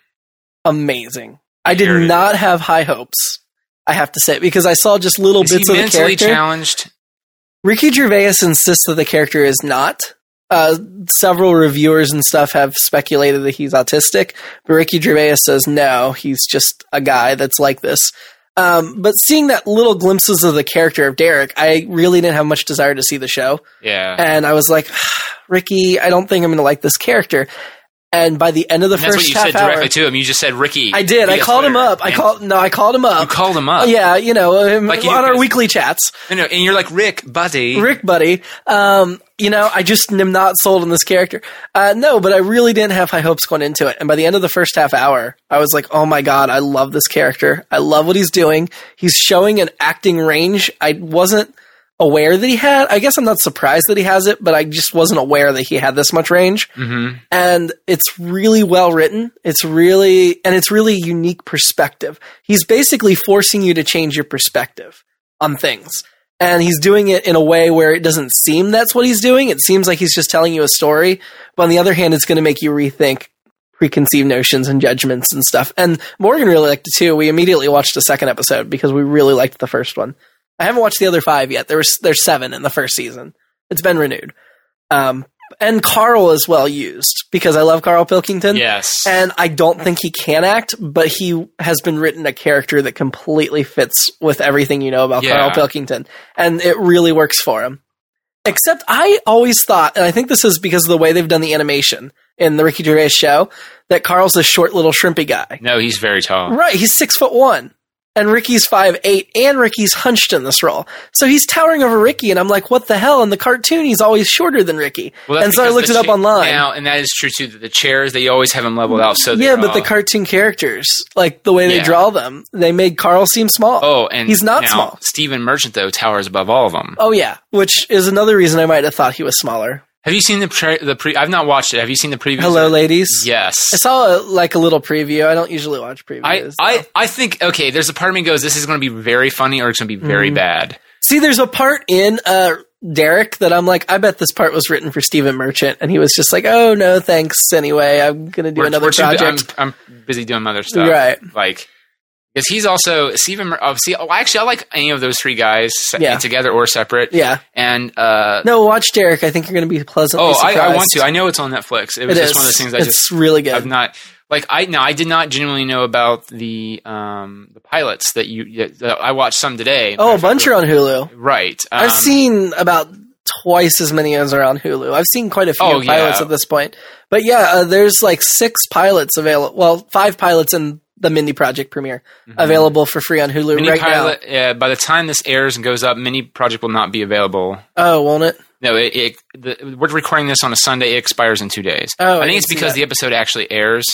Speaker 2: Amazing. I
Speaker 1: hear it.
Speaker 2: did not have high hopes. I have to say because I saw just little
Speaker 1: Is
Speaker 2: bits
Speaker 1: he
Speaker 2: of the
Speaker 1: mentally
Speaker 2: character.
Speaker 1: challenged?
Speaker 2: Ricky Gervais insists that the character is not. Uh, several reviewers and stuff have speculated that he's autistic, but Ricky Gervais says no, he's just a guy that's like this. Um, but seeing that little glimpses of the character of Derek, I really didn't have much desire to see the show,
Speaker 1: Yeah.
Speaker 2: and I was like, Ricky, I don't think I'm going to like this character. And by the end of the
Speaker 1: And that's
Speaker 2: first
Speaker 1: what you
Speaker 2: half
Speaker 1: said
Speaker 2: hour,
Speaker 1: directly to him. You just said Ricky.
Speaker 2: I did.
Speaker 1: be
Speaker 2: I
Speaker 1: a
Speaker 2: called him
Speaker 1: player.
Speaker 2: up. I
Speaker 1: And
Speaker 2: called no, I called him
Speaker 1: You
Speaker 2: up.
Speaker 1: called him up.
Speaker 2: yeah, you know, him-
Speaker 1: Like you
Speaker 2: on our
Speaker 1: guys-
Speaker 2: weekly chats.
Speaker 1: I know, and you're like Rick, buddy.
Speaker 2: Rick buddy. Um, you know, I just am not sold on this character. Uh, no, but I really didn't have high hopes going into it. And by the end of the first half hour, I was like, oh my God, I love this character. I love what he's doing. He's showing an acting range I wasn't aware that he had. I guess I'm not surprised that he has it, but I just wasn't aware that he had this much range.
Speaker 1: Mm-hmm.
Speaker 2: And it's really well written. It's really, and it's really unique perspective. He's basically forcing you to change your perspective on things. And he's doing it in a way where it doesn't seem that's what he's doing. It seems like he's just telling you a story. But on the other hand, it's going to make you rethink preconceived notions and judgments and stuff. And Morgan really liked it too. We immediately watched the second episode because we really liked the first one. I haven't watched the other five yet. There was there's seven in the first season. It's been renewed. Um, and Carl is well used because I love Carl Pilkington.
Speaker 1: Yes.
Speaker 2: And I don't think he can act, but he has been written a character that completely fits with everything you know about
Speaker 1: Yeah.
Speaker 2: Carl Pilkington. And it really works for him. Except I always thought, and I think this is because of the way they've done the animation in the Ricky Gervais show, that Carl's a short little shrimpy guy.
Speaker 1: no, he's very tall.
Speaker 2: Right, he's six foot one. And Ricky's five eight, and Ricky's hunched in this role. So he's towering over Ricky, and I'm like, what the hell? In the cartoon, he's always shorter than Ricky.
Speaker 1: Well, that's
Speaker 2: and so I
Speaker 1: because
Speaker 2: looked
Speaker 1: the
Speaker 2: it up
Speaker 1: cha-
Speaker 2: online.
Speaker 1: Now, and that is true too. That the chairs they always have them leveled out. So
Speaker 2: yeah,
Speaker 1: they're
Speaker 2: but the
Speaker 1: all-
Speaker 2: cartoon characters, like the way they
Speaker 1: Yeah.
Speaker 2: draw them, they made Carl seem small.
Speaker 1: oh, and
Speaker 2: he's not
Speaker 1: now,
Speaker 2: small.
Speaker 1: Stephen Merchant though towers above all of them.
Speaker 2: Oh yeah, which is another reason I might have thought he was smaller.
Speaker 1: Have you seen the pre- the pre? I've not watched it. Have you seen the previews?
Speaker 2: Hello, ladies.
Speaker 1: Yes.
Speaker 2: I saw a, like a little preview. I don't usually watch
Speaker 1: I,
Speaker 2: previews.
Speaker 1: I, I think okay. There's a part of me goes, this is going to be very funny, or it's going to be
Speaker 2: Mm-hmm.
Speaker 1: very bad.
Speaker 2: see. There's a part in uh, Derek that I'm like, I bet this part was written for Stephen Merchant, and he was just like, Oh no, thanks. Anyway, I'm gonna do
Speaker 1: We're-
Speaker 2: another
Speaker 1: we're too-
Speaker 2: project.
Speaker 1: I'm, I'm busy doing other stuff,
Speaker 2: Right.
Speaker 1: Like because he's also Stephen. Mer- Oh, see, oh, actually, I like any of those three guys se-
Speaker 2: Yeah.
Speaker 1: together or separate.
Speaker 2: yeah.
Speaker 1: And uh,
Speaker 2: No, watch Derek. I think you're gonna be pleasantly
Speaker 1: oh, I,
Speaker 2: surprised.
Speaker 1: I want to. I know it's on Netflix. It was
Speaker 2: It
Speaker 1: just
Speaker 2: is.
Speaker 1: one of those things I
Speaker 2: It's
Speaker 1: just
Speaker 2: really good.
Speaker 1: I've not like I no I did not genuinely know about the um the pilots that you that I watched some today.
Speaker 2: oh, a bunch are on Hulu.
Speaker 1: right. um,
Speaker 2: I've seen about twice as many as are on Hulu. I've seen quite a few
Speaker 1: Oh,
Speaker 2: pilots
Speaker 1: yeah.
Speaker 2: at this point. But yeah, uh, there's like six pilots available. Well, five pilots in the Mindy Project premiere available for free on Hulu
Speaker 1: Mini
Speaker 2: right
Speaker 1: Mm-hmm. pilot. Uh, by the time this airs and goes up, Mini Project will not be available.
Speaker 2: now. Oh, won't it?
Speaker 1: No, it, it the, we're recording this on a Sunday. It expires in two days.
Speaker 2: Oh, I
Speaker 1: I think
Speaker 2: didn't
Speaker 1: it's
Speaker 2: see
Speaker 1: because
Speaker 2: that.
Speaker 1: the episode actually airs.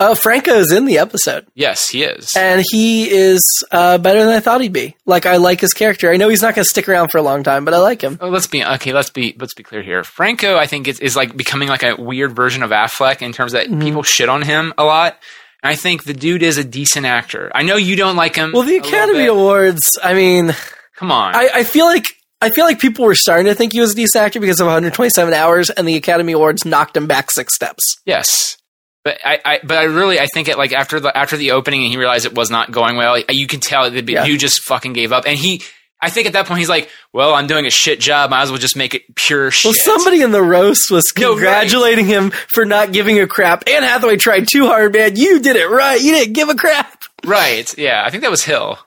Speaker 2: Oh, Franco's in the episode,
Speaker 1: Yes, he is.
Speaker 2: and he is uh, better than I thought he'd be. Like, I like his character. I know he's not going to stick around for a long time, but I like him.
Speaker 1: Oh, let's be okay. Let's be let's be clear here. Franco, I think, is, is like becoming like a weird version of Affleck in terms that
Speaker 2: Mm-hmm.
Speaker 1: people shit on him a lot. And I think the dude is a decent actor. I know you don't like him.
Speaker 2: Well, the
Speaker 1: a little
Speaker 2: Academy
Speaker 1: bit.
Speaker 2: Awards. I mean,
Speaker 1: Come on.
Speaker 2: I, I feel like. I feel like people were starting to think he was a decent actor because of 127 hours, and the Academy Awards knocked him back six steps.
Speaker 1: yes. But I, I, but I really, I think it like after the after the opening, and he realized it was not going well. like, you can tell that the
Speaker 2: Yeah.
Speaker 1: dude just fucking gave up. And he, I think at that point, he's like, "Well, I'm doing a shit job. Might as well just make it pure shit."
Speaker 2: Well, somebody in the roast was
Speaker 1: No, right.
Speaker 2: congratulating him for not giving a crap. Anne Hathaway tried too hard, man. You did it right. You didn't give a crap.
Speaker 1: right? Yeah, I think that was Hill.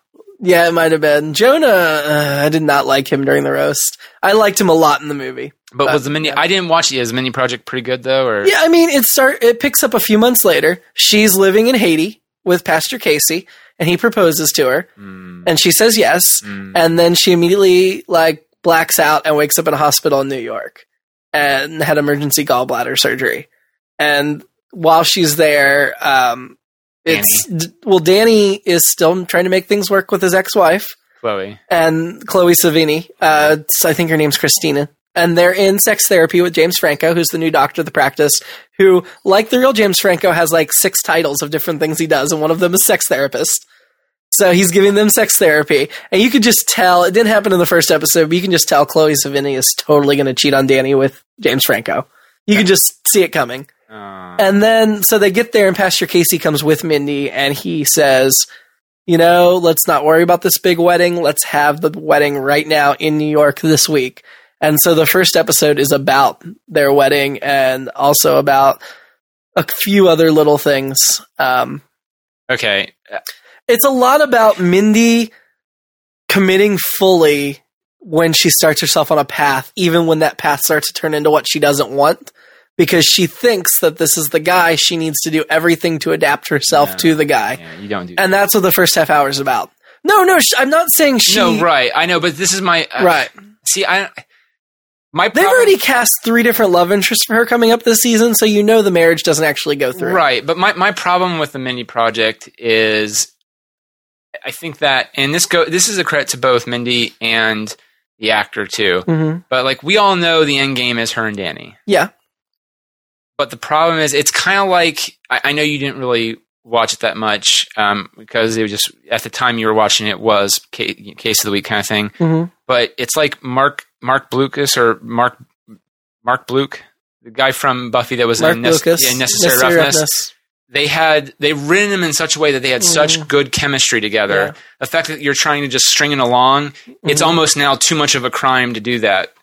Speaker 2: Yeah, it might have been Jonah. Uh, I did not like him during the roast. I liked him a lot in the movie.
Speaker 1: But
Speaker 2: Uh,
Speaker 1: was the mini? I didn't watch it. Is the mini project pretty good though? Or
Speaker 2: Yeah, I mean, it start it picks up a few months later. She's living in Haiti with Pastor Casey, and he proposes to her,
Speaker 1: Hmm,
Speaker 2: and she says yes,
Speaker 1: hmm.
Speaker 2: and then she immediately like blacks out and wakes up in a hospital in New York and had emergency gallbladder surgery. And while she's there, um, it's d- well, Danny is still trying to make things work with his ex-wife
Speaker 1: Chloe.
Speaker 2: and Chloe Savini. Uh, it's- I think her name's Christina. And they're in sex therapy with James Franco, who's the new doctor of the practice, who, like the real James Franco, has like six titles of different things he does, and one of them is sex therapist. So he's giving them sex therapy. And you could just tell, it didn't happen in the first episode, but you can just tell Chloe Savini is totally going to cheat on Danny with James Franco. You can just see it coming.
Speaker 1: Uh,
Speaker 2: And then, so they get there, and Pastor Casey comes with Mindy, and he says, You know, let's not worry about this big wedding. Let's have the wedding right now in New York this week. And so the first episode is about their wedding and also about a few other little things. Um,
Speaker 1: okay. Uh,
Speaker 2: it's a lot about Mindy committing fully when she starts herself on a path, even when that path starts to turn into what she doesn't want, because she thinks that this is the guy. She needs to do everything to adapt herself
Speaker 1: Yeah.
Speaker 2: to the guy.
Speaker 1: Yeah, you don't do.
Speaker 2: And that's what the first half hour is about. No, no, sh- I'm not saying she.
Speaker 1: no, right. I know, but this is my uh,
Speaker 2: Right.
Speaker 1: See, I my
Speaker 2: They've
Speaker 1: problem-
Speaker 2: already cast three different love interests for her coming up this season, so you know the marriage doesn't actually go through.
Speaker 1: Right, but my, my problem with the mini project is, I think that, and this go this is a credit to both Mindy and the actor too.
Speaker 2: hmm
Speaker 1: But like we all know, the end game is her and Danny.
Speaker 2: Yeah.
Speaker 1: But the problem is, it's kind of like I, I know you didn't really watch it that much um, because it was just at the time you were watching it was ca- case of the week kind of thing.
Speaker 2: hmm
Speaker 1: But it's like Mark Mark Blucas or Mark Mark Bluke, the guy from Buffy that was
Speaker 2: Mark
Speaker 1: in Nec-
Speaker 2: Lucas,
Speaker 1: yeah, Necessary,
Speaker 2: Necessary
Speaker 1: Roughness,
Speaker 2: Roughness.
Speaker 1: they had they written them in such a way that they had such good chemistry together.
Speaker 2: Mm-hmm. Yeah. Mm-hmm.
Speaker 1: The fact that you're trying to just string it along, it's almost now too much of a crime to do that.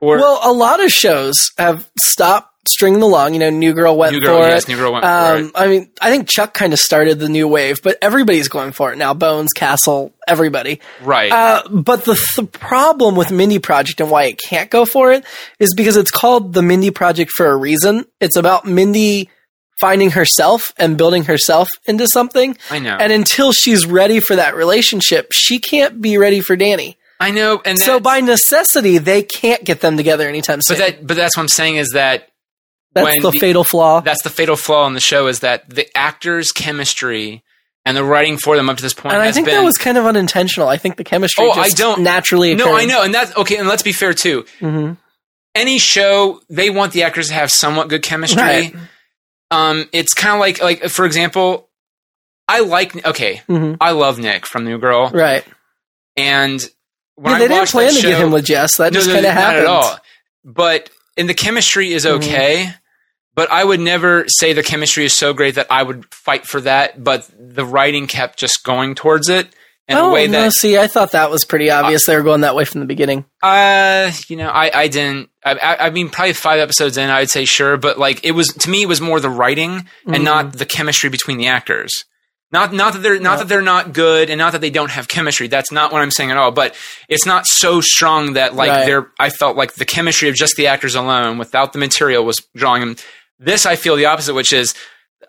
Speaker 1: Or
Speaker 2: Well, a lot of shows have stopped stringing along. You know, New Girl went
Speaker 1: New Girl,
Speaker 2: for
Speaker 1: yes,
Speaker 2: it.
Speaker 1: New Girl went for
Speaker 2: Um,
Speaker 1: it.
Speaker 2: I mean, I think Chuck kind of started the new wave, but everybody's going for it now. Bones, Castle, everybody.
Speaker 1: Right.
Speaker 2: Uh, but the th- problem with Mindy Project and why it can't go for it is because it's called the Mindy Project for a reason. It's about Mindy finding herself and building herself into something.
Speaker 1: I know.
Speaker 2: And until she's ready for that relationship, she can't be ready for Danny.
Speaker 1: I know and
Speaker 2: So
Speaker 1: that-
Speaker 2: by necessity, they can't get them together anytime soon.
Speaker 1: but that but that's what I'm saying is that
Speaker 2: That's
Speaker 1: when
Speaker 2: the,
Speaker 1: the-
Speaker 2: fatal flaw.
Speaker 1: that's the fatal flaw in the show is that the actors' chemistry and the writing for them up to this point
Speaker 2: and I
Speaker 1: has
Speaker 2: think
Speaker 1: been
Speaker 2: that was kind of unintentional. I think the chemistry
Speaker 1: Oh, I
Speaker 2: just
Speaker 1: don't-
Speaker 2: naturally
Speaker 1: no,
Speaker 2: occurred.
Speaker 1: I know, and that's okay. And let's be fair too.
Speaker 2: Mhm.
Speaker 1: Any show, they want the actors to have somewhat good chemistry.
Speaker 2: Right.
Speaker 1: Um, it's kind of like like for example, I like okay,
Speaker 2: Mhm.
Speaker 1: I love Nick from New Girl,
Speaker 2: Right.
Speaker 1: and when
Speaker 2: Yeah,
Speaker 1: I
Speaker 2: they didn't
Speaker 1: watched
Speaker 2: plan
Speaker 1: that
Speaker 2: to
Speaker 1: show,
Speaker 2: get him with Jess. That
Speaker 1: no,
Speaker 2: just
Speaker 1: no,
Speaker 2: kind of
Speaker 1: not
Speaker 2: happened. Mm-hmm.
Speaker 1: at all. But and the chemistry is okay. But I would never say the chemistry is so great that I would fight for that. But the writing kept just going towards it in
Speaker 2: oh,
Speaker 1: a way
Speaker 2: no,
Speaker 1: that
Speaker 2: see, I thought that was pretty obvious. they were going that way from the beginning.
Speaker 1: Uh, you know, I, I didn't. I- I, I mean, probably five episodes in, I'd say sure, but like it was to me, it was more the writing
Speaker 2: Mm-hmm.
Speaker 1: and not the chemistry between the actors. Not not that they're not that they're not good and not that they don't have chemistry. That's not what I'm saying at all. But it's not so strong that like
Speaker 2: Right.
Speaker 1: they're. I felt like the chemistry of just the actors alone, without the material, was drawing them. This I feel the opposite, which is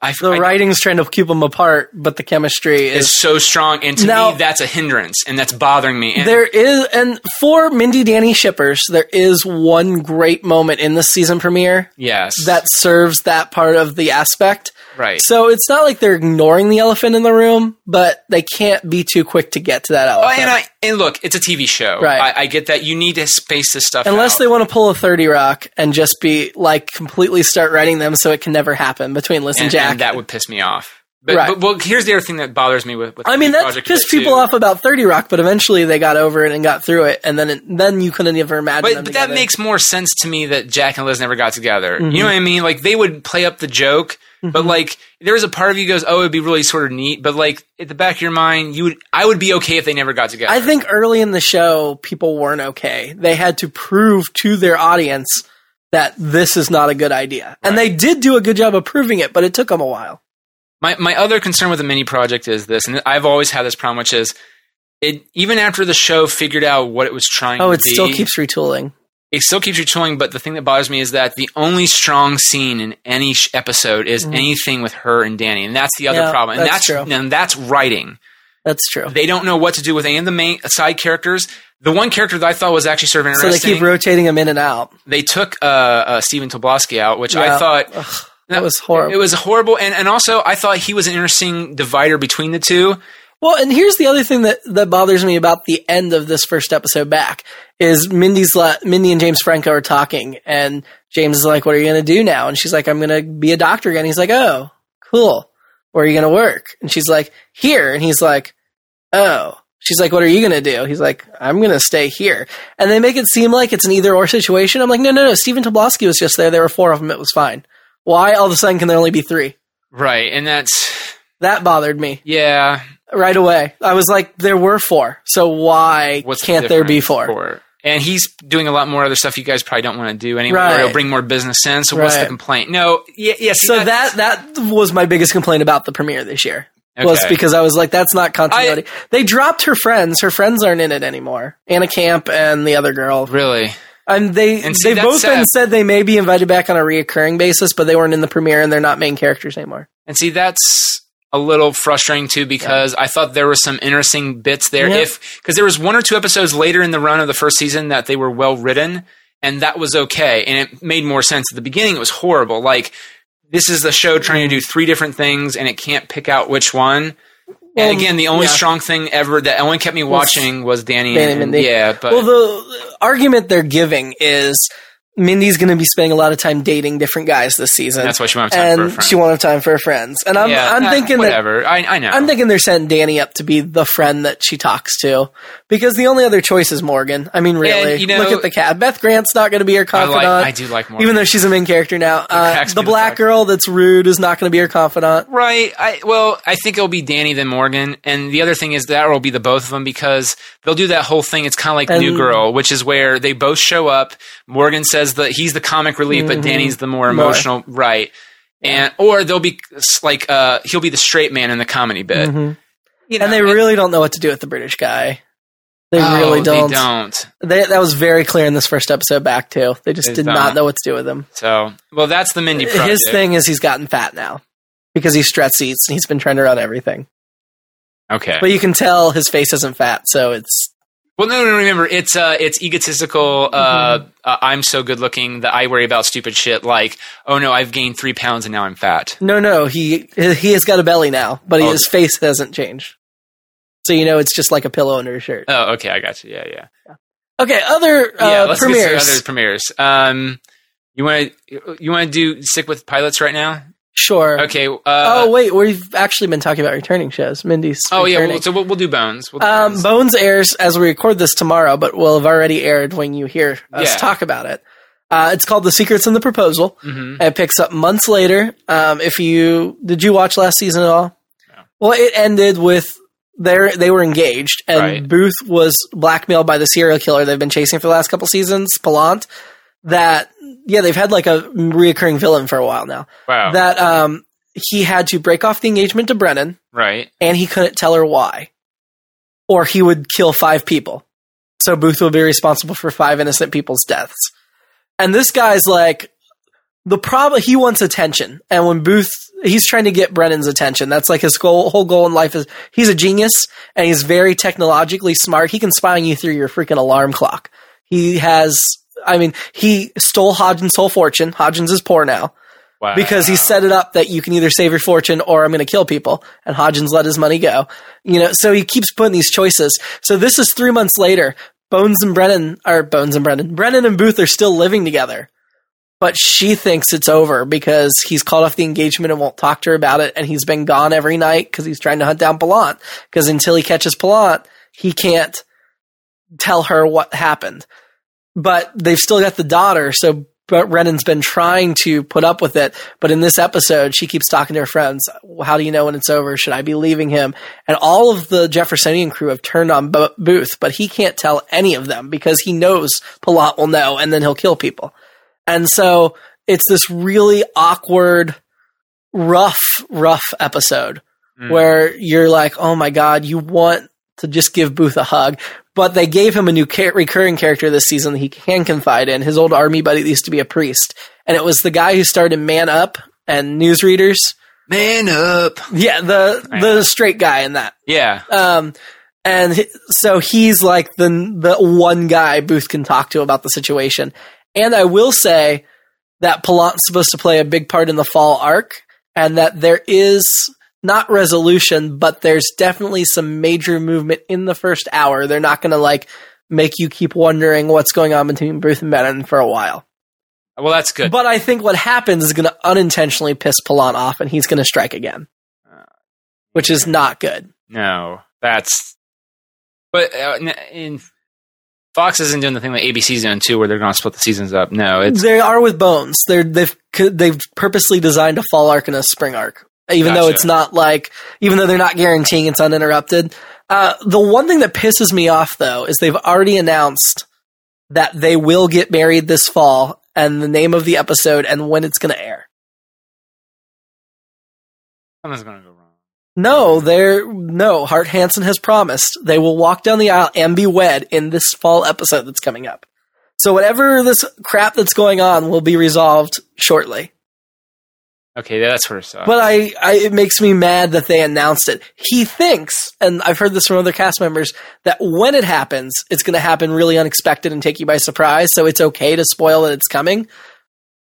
Speaker 1: I
Speaker 2: The
Speaker 1: I-
Speaker 2: writing's trying to keep them apart, but the chemistry
Speaker 1: is
Speaker 2: is.
Speaker 1: so strong, and to
Speaker 2: Now-
Speaker 1: me, that's a hindrance, and that's bothering me. And
Speaker 2: There is, and for Mindy Danny Shippers, there is one great moment in this season premiere
Speaker 1: yes,
Speaker 2: that serves that part of the aspect.
Speaker 1: right.
Speaker 2: So it's not like they're ignoring the elephant in the room, but they can't be too quick to get to that
Speaker 1: Oh,
Speaker 2: elephant.
Speaker 1: and I and look, it's a TV show.
Speaker 2: Right.
Speaker 1: I, I get that. You need to space this stuff.
Speaker 2: Unless
Speaker 1: out.
Speaker 2: they want to pull a 30 rock and just be like completely start writing them so it can never happen between Liz and,
Speaker 1: and,
Speaker 2: Jack.
Speaker 1: and that would piss me off. But,
Speaker 2: Right.
Speaker 1: but well, here's the other thing that bothers me with. with
Speaker 2: I mean,
Speaker 1: the
Speaker 2: that
Speaker 1: project
Speaker 2: pissed
Speaker 1: too.
Speaker 2: people off about 30 Rock, but eventually they got over it and got through it, and then it, then you couldn't ever imagine
Speaker 1: But,
Speaker 2: them
Speaker 1: but that
Speaker 2: together. Mm-hmm.
Speaker 1: makes more sense to me that Jack and Liz never got together. You know what I mean? Like they would play up the joke, but like there was a part of you goes, "Oh, it'd be really sort of neat," but like at the back of your mind, you would. I would be okay if they never got together.
Speaker 2: I think early in the show, people weren't okay. They had to prove to their audience that this is not a good idea. And they did do a good job of proving it, but it took them a while.
Speaker 1: My my other concern with the mini project is this, and I've always had this problem, which is it. Even after the show figured out what it was trying.
Speaker 2: Oh,
Speaker 1: to
Speaker 2: it still
Speaker 1: be,
Speaker 2: keeps retooling.
Speaker 1: it still keeps you chilling, but the thing that bothers me is that the only strong scene in any sh- episode is anything with her and Danny, and that's the other
Speaker 2: Mm-hmm. Yeah,
Speaker 1: problem. And
Speaker 2: that's
Speaker 1: that's,
Speaker 2: true.
Speaker 1: and that's writing.
Speaker 2: That's true.
Speaker 1: They don't know what to do with any of the main uh, side characters. The one character that I thought was actually sort of
Speaker 2: So
Speaker 1: interesting,
Speaker 2: they keep rotating them in and out.
Speaker 1: they took uh, uh, Stephen Tobolsky out, which
Speaker 2: Yeah.
Speaker 1: I thought
Speaker 2: That was horrible.
Speaker 1: it was horrible, and, and also I thought he was an interesting divider between the two.
Speaker 2: Well, and here's the other thing that, that bothers me about the end of this first episode back is Mindy's la- Mindy and James Franco are talking and James is like, "What are you going to do now?" And she's like, "I'm going to be a doctor again." He's like, "Oh, cool. Where are you going to work?" And she's like, "Here." And he's like, "Oh." She's like, "What are you going to do?" He's like, "I'm going to stay here." And they make it seem like it's an either or situation. I'm like, "No, no, no. Stephen Tobolsky was just there. There were four of them. It was fine. Why all of a sudden can there only be three?
Speaker 1: Right, and that's
Speaker 2: That bothered me
Speaker 1: yeah.
Speaker 2: right away. I was like, there were four, so why
Speaker 1: What's the
Speaker 2: can't there be
Speaker 1: difference
Speaker 2: four?
Speaker 1: for- And he's doing a lot more other stuff you guys probably don't want to do anyway.
Speaker 2: Right.
Speaker 1: Or it'll bring more business in. So what's
Speaker 2: Right.
Speaker 1: the complaint? No, yeah, yeah. see,
Speaker 2: So
Speaker 1: that's-
Speaker 2: that that was my biggest complaint about the premiere this year was
Speaker 1: Okay.
Speaker 2: because I was like, that's not continuity. they dropped her friends. Her friends aren't in it anymore. Anna Camp and the other girl.
Speaker 1: really
Speaker 2: And they
Speaker 1: And see,
Speaker 2: they
Speaker 1: that's
Speaker 2: both
Speaker 1: sad.
Speaker 2: been said they may be invited back on a reoccurring basis, but they weren't in the premiere and they're not main characters anymore.
Speaker 1: and see that's a little frustrating too because I thought there were some interesting bits there.
Speaker 2: Yeah.
Speaker 1: If because there was one or two episodes later in the run of the first season that they were well written and that was okay and it made more sense. At the beginning, it was horrible. Like this is the show trying
Speaker 2: Mm-hmm.
Speaker 1: to do three different things and it can't pick out which one.
Speaker 2: Well,
Speaker 1: and again, the only
Speaker 2: yeah.
Speaker 1: strong thing ever that only kept me watching was Danny,
Speaker 2: Danny
Speaker 1: and,
Speaker 2: Mindy.
Speaker 1: yeah, but
Speaker 2: well, the argument they're giving is Mindy's going to be spending a lot of time dating different guys this season.
Speaker 1: That's why she won't have time for her
Speaker 2: and
Speaker 1: friends.
Speaker 2: she won't have time for her friends. And I'm,
Speaker 1: yeah,
Speaker 2: I'm
Speaker 1: uh,
Speaker 2: thinking that
Speaker 1: whatever. I, I know.
Speaker 2: I'm thinking they're setting Danny up to be the friend that she talks to because the only other choice is Morgan. I mean, really,
Speaker 1: you know-
Speaker 2: look at the cat. Beth Grant's not going to be
Speaker 1: I
Speaker 2: her
Speaker 1: like.
Speaker 2: confidant,
Speaker 1: I do like more.
Speaker 2: even though she's a main character now. Uh,
Speaker 1: cracks me
Speaker 2: the
Speaker 1: the
Speaker 2: black
Speaker 1: fuck.
Speaker 2: girl that's rude is not going to be her confidant.
Speaker 1: Right. I well, I think it'll be Danny then Morgan, and the other thing is that will be the both of them because they'll do that whole thing. It's kind of like New
Speaker 2: And-
Speaker 1: Girl, which is where they both show up. Morgan says that he's the comic relief, but Danny's the more
Speaker 2: Mm-hmm. More.
Speaker 1: emotional, right? And or they'll be s- like uh, he'll be the straight man in the comedy bit.
Speaker 2: Mhm.
Speaker 1: You know,
Speaker 2: And they really don't know what to do with the British guy. They
Speaker 1: oh,
Speaker 2: really don't.
Speaker 1: They don't.
Speaker 2: They- that was very clear in this first episode back too. They just
Speaker 1: They
Speaker 2: did
Speaker 1: don't.
Speaker 2: not know what to do with him.
Speaker 1: So well, that's the Mindy project.
Speaker 2: His thing is he's gotten fat now because he stress eats and he's been trying to run everything.
Speaker 1: Okay.
Speaker 2: But you can tell his face isn't fat, so it's
Speaker 1: Well, no, no, no, remember, it's uh, it's egotistical. Uh,
Speaker 2: Mm-hmm.
Speaker 1: uh, I'm so good looking that I worry about stupid shit like, oh no, I've gained three pounds and now I'm fat.
Speaker 2: No, no, he he has got a belly now, but
Speaker 1: Oh.
Speaker 2: his face hasn't changed. So you know it's just like a pillow under a shirt.
Speaker 1: Oh, okay, I got you. Yeah, yeah,
Speaker 2: Okay, other uh,
Speaker 1: yeah. Let's get
Speaker 2: premieres.
Speaker 1: to other premieres. Um, you want to you want to do stick with pilots right now?
Speaker 2: sure.
Speaker 1: Okay. Uh,
Speaker 2: oh
Speaker 1: oh,
Speaker 2: wait, we've actually been talking about returning shows. Mindy's.
Speaker 1: yeah.
Speaker 2: returning.
Speaker 1: Well, so we'll, we'll do Bones. We'll do
Speaker 2: um,
Speaker 1: Bones.
Speaker 2: Bones airs as we record this tomorrow, but will have already aired when you hear us
Speaker 1: Yeah.
Speaker 2: talk about it. Uh, it's called The Secrets in the Proposal.
Speaker 1: Mhm.
Speaker 2: It picks up months later. Um, if you did you watch last season at all? Well, it ended with they they were engaged, and
Speaker 1: Right.
Speaker 2: Booth was blackmailed by the serial killer they've been chasing for the last couple seasons, Palant. That yeah, they've had like a reoccurring villain for a while now.
Speaker 1: Wow.
Speaker 2: That um, he had to break off the engagement to Brennan,
Speaker 1: right.
Speaker 2: and he couldn't tell her why, or he would kill five people. So Booth will be responsible for five innocent people's deaths. And this guy's like the problem. He wants attention, and when Booth, he's trying to get Brennan's attention. That's like his goal, whole goal in life is he's a genius and he's very technologically smart. He can spy on you through your freaking alarm clock. He has. I mean, he stole Hodgins' whole fortune. Hodgins is poor now
Speaker 1: Wow.
Speaker 2: because he set it up that you can either save your fortune or I'm going to kill people. And Hodgins let his money go. You know, so he keeps putting these choices. So this is three months later. Bones and Brennan are Bones and Brennan. Brennan and Booth are still living together, but she thinks it's over because he's called off the engagement and won't talk to her about it. And he's been gone every night because he's trying to hunt down Palant. Because until he catches Palant, he can't tell her what happened. But they've still got the daughter, so but Renan's been trying to put up with it. But in this episode, she keeps talking to her friends. How do you know when it's over? Should I be leaving him? And all of the Jeffersonian crew have turned on Bo- Booth, but he can't tell any of them because he knows Palat will know, and then he'll kill people. And so it's this really awkward, rough, rough episode
Speaker 1: Mm.
Speaker 2: where you're like, oh my god, you want to just give Booth a hug. But they gave him a new ca- recurring character this season that he can confide in. His old army buddy that used to be a priest, and it was the guy who started Man Up and Newsreaders.
Speaker 1: man up.
Speaker 2: Yeah, the
Speaker 1: Right.
Speaker 2: the straight guy in that.
Speaker 1: Yeah.
Speaker 2: Um, and he- so he's like the the one guy Booth can talk to about the situation. And I will say that Pallant's supposed to play a big part in the fall arc, and that there is not resolution, but there's definitely some major movement in the first hour. They're not going to like make you keep wondering what's going on between Booth and Bannon for a while.
Speaker 1: Well, that's good.
Speaker 2: But I think what happens is going to unintentionally piss Pallant off, and he's going to strike again, which is not good.
Speaker 1: No, that's. But uh, n- in Fox isn't doing the thing like ABC's doing too, where they're going to split the seasons up. No, it's
Speaker 2: they are with bones. They're they've they've purposely designed a fall arc and a spring arc, even though
Speaker 1: Gotcha.
Speaker 2: it's not like even though they're not guaranteeing it's uninterrupted. Uh, the one thing that pisses me off though is they've already announced that they will get married this fall and the name of the episode and when it's going to air.
Speaker 1: something's going to go wrong.
Speaker 2: No, they're no. Hart Hansen has promised they will walk down the aisle and be wed in this fall episode that's coming up. So whatever this crap that's going on will be resolved shortly.
Speaker 1: Okay, that's where it sucks.
Speaker 2: But I, I, it makes me mad that they announced it. He thinks, and I've heard this from other cast members, that when it happens, it's going to happen really unexpected and take you by surprise. So it's okay to spoil that it's coming.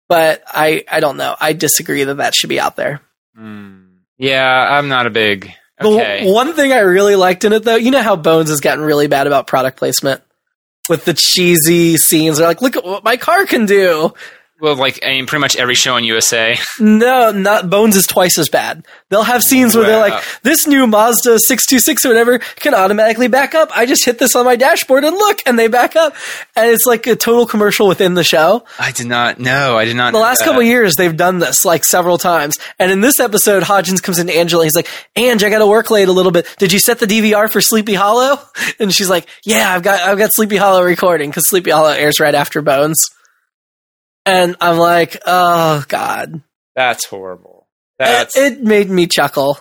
Speaker 2: But I, I don't know. I disagree that that should be out there.
Speaker 1: Mm. yeah, I'm not a big.
Speaker 2: The
Speaker 1: Okay,
Speaker 2: one thing I really liked in it, though, you know how Bones has gotten really bad about product placement. with the cheesy scenes. They're like, look at what my car can do.
Speaker 1: Well, like I mean, pretty much every show in USA.
Speaker 2: No, not Bones is twice as bad. They'll have scenes where they're
Speaker 1: Wow.
Speaker 2: like, this new Mazda 626 or whatever can automatically back up. I just hit this on my dashboard and look, and they back up. And it's like a total commercial within the show.
Speaker 1: I did not know. I did not.
Speaker 2: The last couple years, they've done this like several times. And in this episode, Hodgins comes in to Angela. He's like, Ange, I got to work late a little bit. Did you set the DVR for Sleepy Hollow? And she's like, yeah, I've got, I've got Sleepy Hollow recording because Sleepy Hollow airs right after Bones. And I'm like, oh God.
Speaker 1: That's horrible.
Speaker 2: Uh, It,
Speaker 1: That's.
Speaker 2: it made me chuckle.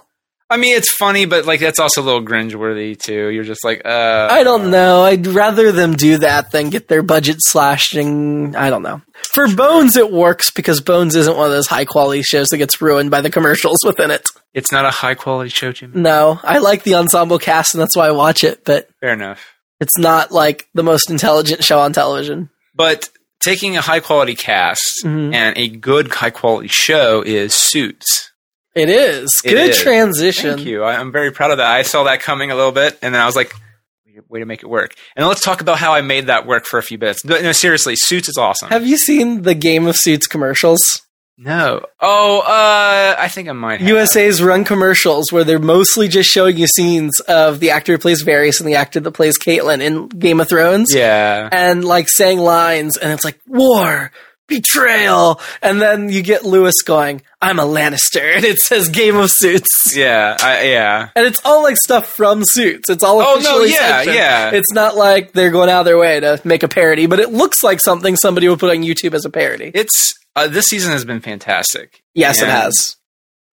Speaker 1: I mean, it's funny, but like that's also a little cringe worthy too. You're just like, uh,
Speaker 2: I don't know. I'd rather them do that than get their budget slashed. And I don't know. For Bones, it works because Bones isn't one of those high quality shows that gets ruined by the commercials within it.
Speaker 1: It's not a high quality show, Jimmy.
Speaker 2: No, I like the ensemble cast, and that's why I watch it. But
Speaker 1: Fair enough.
Speaker 2: it's not like the most intelligent show on television.
Speaker 1: But taking a high quality cast
Speaker 2: Mhm.
Speaker 1: and a good high quality show is Suits.
Speaker 2: It is
Speaker 1: It
Speaker 2: good
Speaker 1: is.
Speaker 2: transition.
Speaker 1: Thank you. I, I'm very proud of that. I saw that coming a little bit, and then I was like, way to make it work. And let's talk about how I made that work for a few minutes. No, no, seriously, Suits is awesome.
Speaker 2: Have you seen the Game of Suits commercials?
Speaker 1: no. Oh, uh, I think I might have.
Speaker 2: USA's run commercials where they're mostly just showing you scenes of the actor who plays Varys and the actor that plays Caitlyn in Game of Thrones.
Speaker 1: Yeah.
Speaker 2: And like saying lines, and it's like war, betrayal, and then you get Lewis going, "I'm a Lannister," and it says Game of Suits,
Speaker 1: Yeah. I, yeah.
Speaker 2: and it's all like stuff from Suits. It's all
Speaker 1: Oh, no,
Speaker 2: officially
Speaker 1: yeah,
Speaker 2: sanctioned.
Speaker 1: yeah.
Speaker 2: It's not like they're going out of their way to make a parody, but it looks like something somebody would put on YouTube as a parody.
Speaker 1: It's uh, this season has been fantastic.
Speaker 2: yes, it
Speaker 1: And,
Speaker 2: has.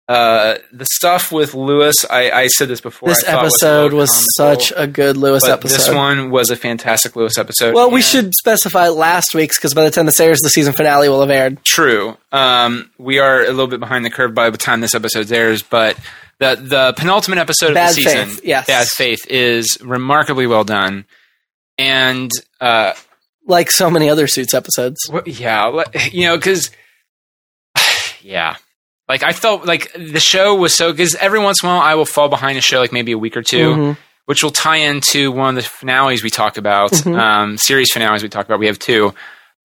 Speaker 1: Uh, the stuff with Lewis, I, I said this before.
Speaker 2: This
Speaker 1: I thought a
Speaker 2: episode
Speaker 1: little
Speaker 2: was
Speaker 1: comical,
Speaker 2: such a good Lewis
Speaker 1: but
Speaker 2: episode.
Speaker 1: This one was a fantastic Lewis episode.
Speaker 2: Well, we
Speaker 1: and-
Speaker 2: should specify last week's because by the time this airs, the season finale will have aired.
Speaker 1: True. Um, we are a little bit behind the curve by the time this episode airs, but the the penultimate episode
Speaker 2: Bad
Speaker 1: of the season,
Speaker 2: Faith, yes.
Speaker 1: Bad Faith, is remarkably well done. And uh,
Speaker 2: Like so many other Suits episodes.
Speaker 1: wh- yeah, le- you know, because yeah, like I felt like the show was so because every once in a while I will fall behind a show like maybe a week or 2
Speaker 2: Mhm.
Speaker 1: which will tie into one of the finales we talk about,
Speaker 2: Mhm.
Speaker 1: um, series finales we talk about. We have two,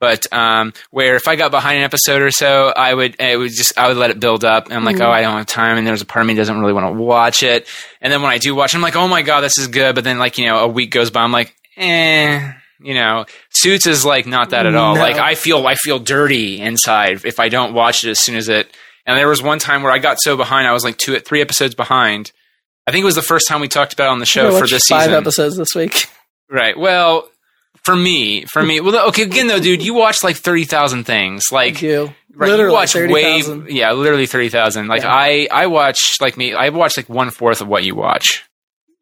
Speaker 1: but um, where if I got behind an episode or so, I would it would just I would let it build up. And I'm like,
Speaker 2: Mhm.
Speaker 1: oh, I don't have time, and there's a part of me that doesn't really want to watch it. And then when I do watch, it, I'm like, oh my god, this is good. But then like you know, a week goes by, I'm like, eh. You know, Suits is like not that at all.
Speaker 2: No.
Speaker 1: Like I feel I feel dirty inside if I don't watch it as soon as it. And there was one time where I got so behind, I was like two three episodes behind. I think it was the first time we talked about it on the
Speaker 2: I
Speaker 1: show for
Speaker 2: watched
Speaker 1: this
Speaker 2: five
Speaker 1: season.
Speaker 2: episodes this week.
Speaker 1: Right. Well, for me, for me, well, okay, again though, dude, you watch like thirty thousand things. Like,
Speaker 2: Thank you.
Speaker 1: right,
Speaker 2: Literally
Speaker 1: you watch
Speaker 2: 30,000.
Speaker 1: way, yeah, literally thirty thousand. Like,
Speaker 2: Yeah.
Speaker 1: I, I watch like me, I watch like one fourth of what you watch,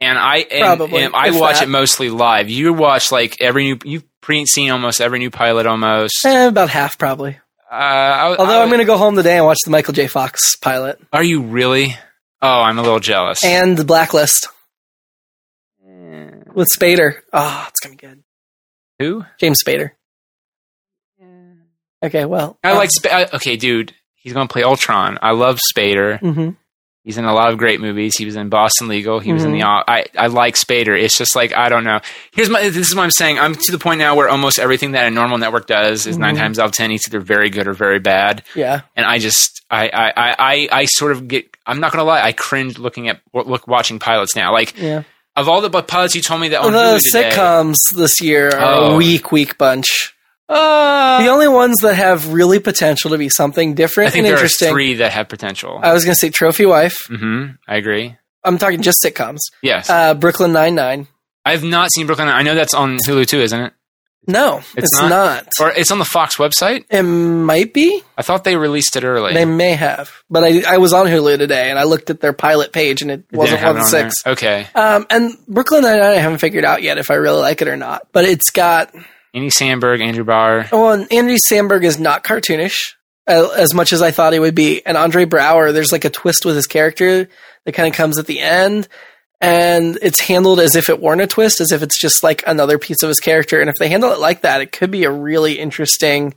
Speaker 1: and I, and,
Speaker 2: Probably,
Speaker 1: and I
Speaker 2: if
Speaker 1: watch
Speaker 2: that.
Speaker 1: it mostly live. You watch like every new, you've pre seen almost every new pilot almost.
Speaker 2: Eh, about half probably.
Speaker 1: Uh, I,
Speaker 2: Although
Speaker 1: I-
Speaker 2: I'm going to go home today and watch the Michael J. Fox pilot
Speaker 1: are you really? Oh, I'm a little jealous.
Speaker 2: and the Blacklist with Spader. Ah, it's going to be good.
Speaker 1: Who?
Speaker 2: James Spader. Okay, well,
Speaker 1: I like. Sp- I, okay, dude, he's gonna play Ultron. I love Spader.
Speaker 2: hmm
Speaker 1: He's in a lot of great movies. He was in Boston Legal. He was in the.
Speaker 2: Mm-hmm.
Speaker 1: I I like Spader. It's just like I don't know. Here's my. This is what I'm saying. I'm to the point now where almost everything that a normal network does is nine
Speaker 2: Mhm.
Speaker 1: times out of ten, it's either very good or very bad.
Speaker 2: Yeah,
Speaker 1: And I just I I I I, I sort of get. I'm not gonna lie. I cringe looking at look watching pilots now. Like
Speaker 2: yeah.
Speaker 1: of all the bu- pilots you told me that on
Speaker 2: Oh,
Speaker 1: Hulu
Speaker 2: the
Speaker 1: today,
Speaker 2: sitcoms this year are
Speaker 1: Oh.
Speaker 2: a weak, weak bunch.
Speaker 1: uh,
Speaker 2: the only ones that have really potential to be something different
Speaker 1: I think
Speaker 2: and
Speaker 1: there are
Speaker 2: interesting. Uh,
Speaker 1: three that have potential.
Speaker 2: I was going to say Trophy Wife.
Speaker 1: mm-hmm. I agree.
Speaker 2: I'm talking just sitcoms.
Speaker 1: Yes,
Speaker 2: Uh, Brooklyn Nine Nine.
Speaker 1: I've not seen Brooklyn. Nine- I know that's on Hulu too, isn't it?
Speaker 2: No,
Speaker 1: It's
Speaker 2: it's,
Speaker 1: not?
Speaker 2: not.
Speaker 1: Or it's on the Fox website.
Speaker 2: It might be.
Speaker 1: I thought they released it early.
Speaker 2: They may have, but I I was on Hulu today and I looked at their pilot page and it
Speaker 1: They
Speaker 2: wasn't
Speaker 1: didn't have
Speaker 2: one
Speaker 1: it on
Speaker 2: six.
Speaker 1: there. Okay.
Speaker 2: Um, and Brooklyn Nine Nine, I haven't figured out yet if I really like it or not. But it's got
Speaker 1: Andy Sandberg, Andrew Bauer.
Speaker 2: well, and Andy Samberg is not cartoonish uh, as much as I thought he would be, and Andre Brower, there's like a twist with his character that kind of comes at the end, and it's handled as if it weren't a twist, as if it's just like another piece of his character. And if they handle it like that, it could be a really interesting,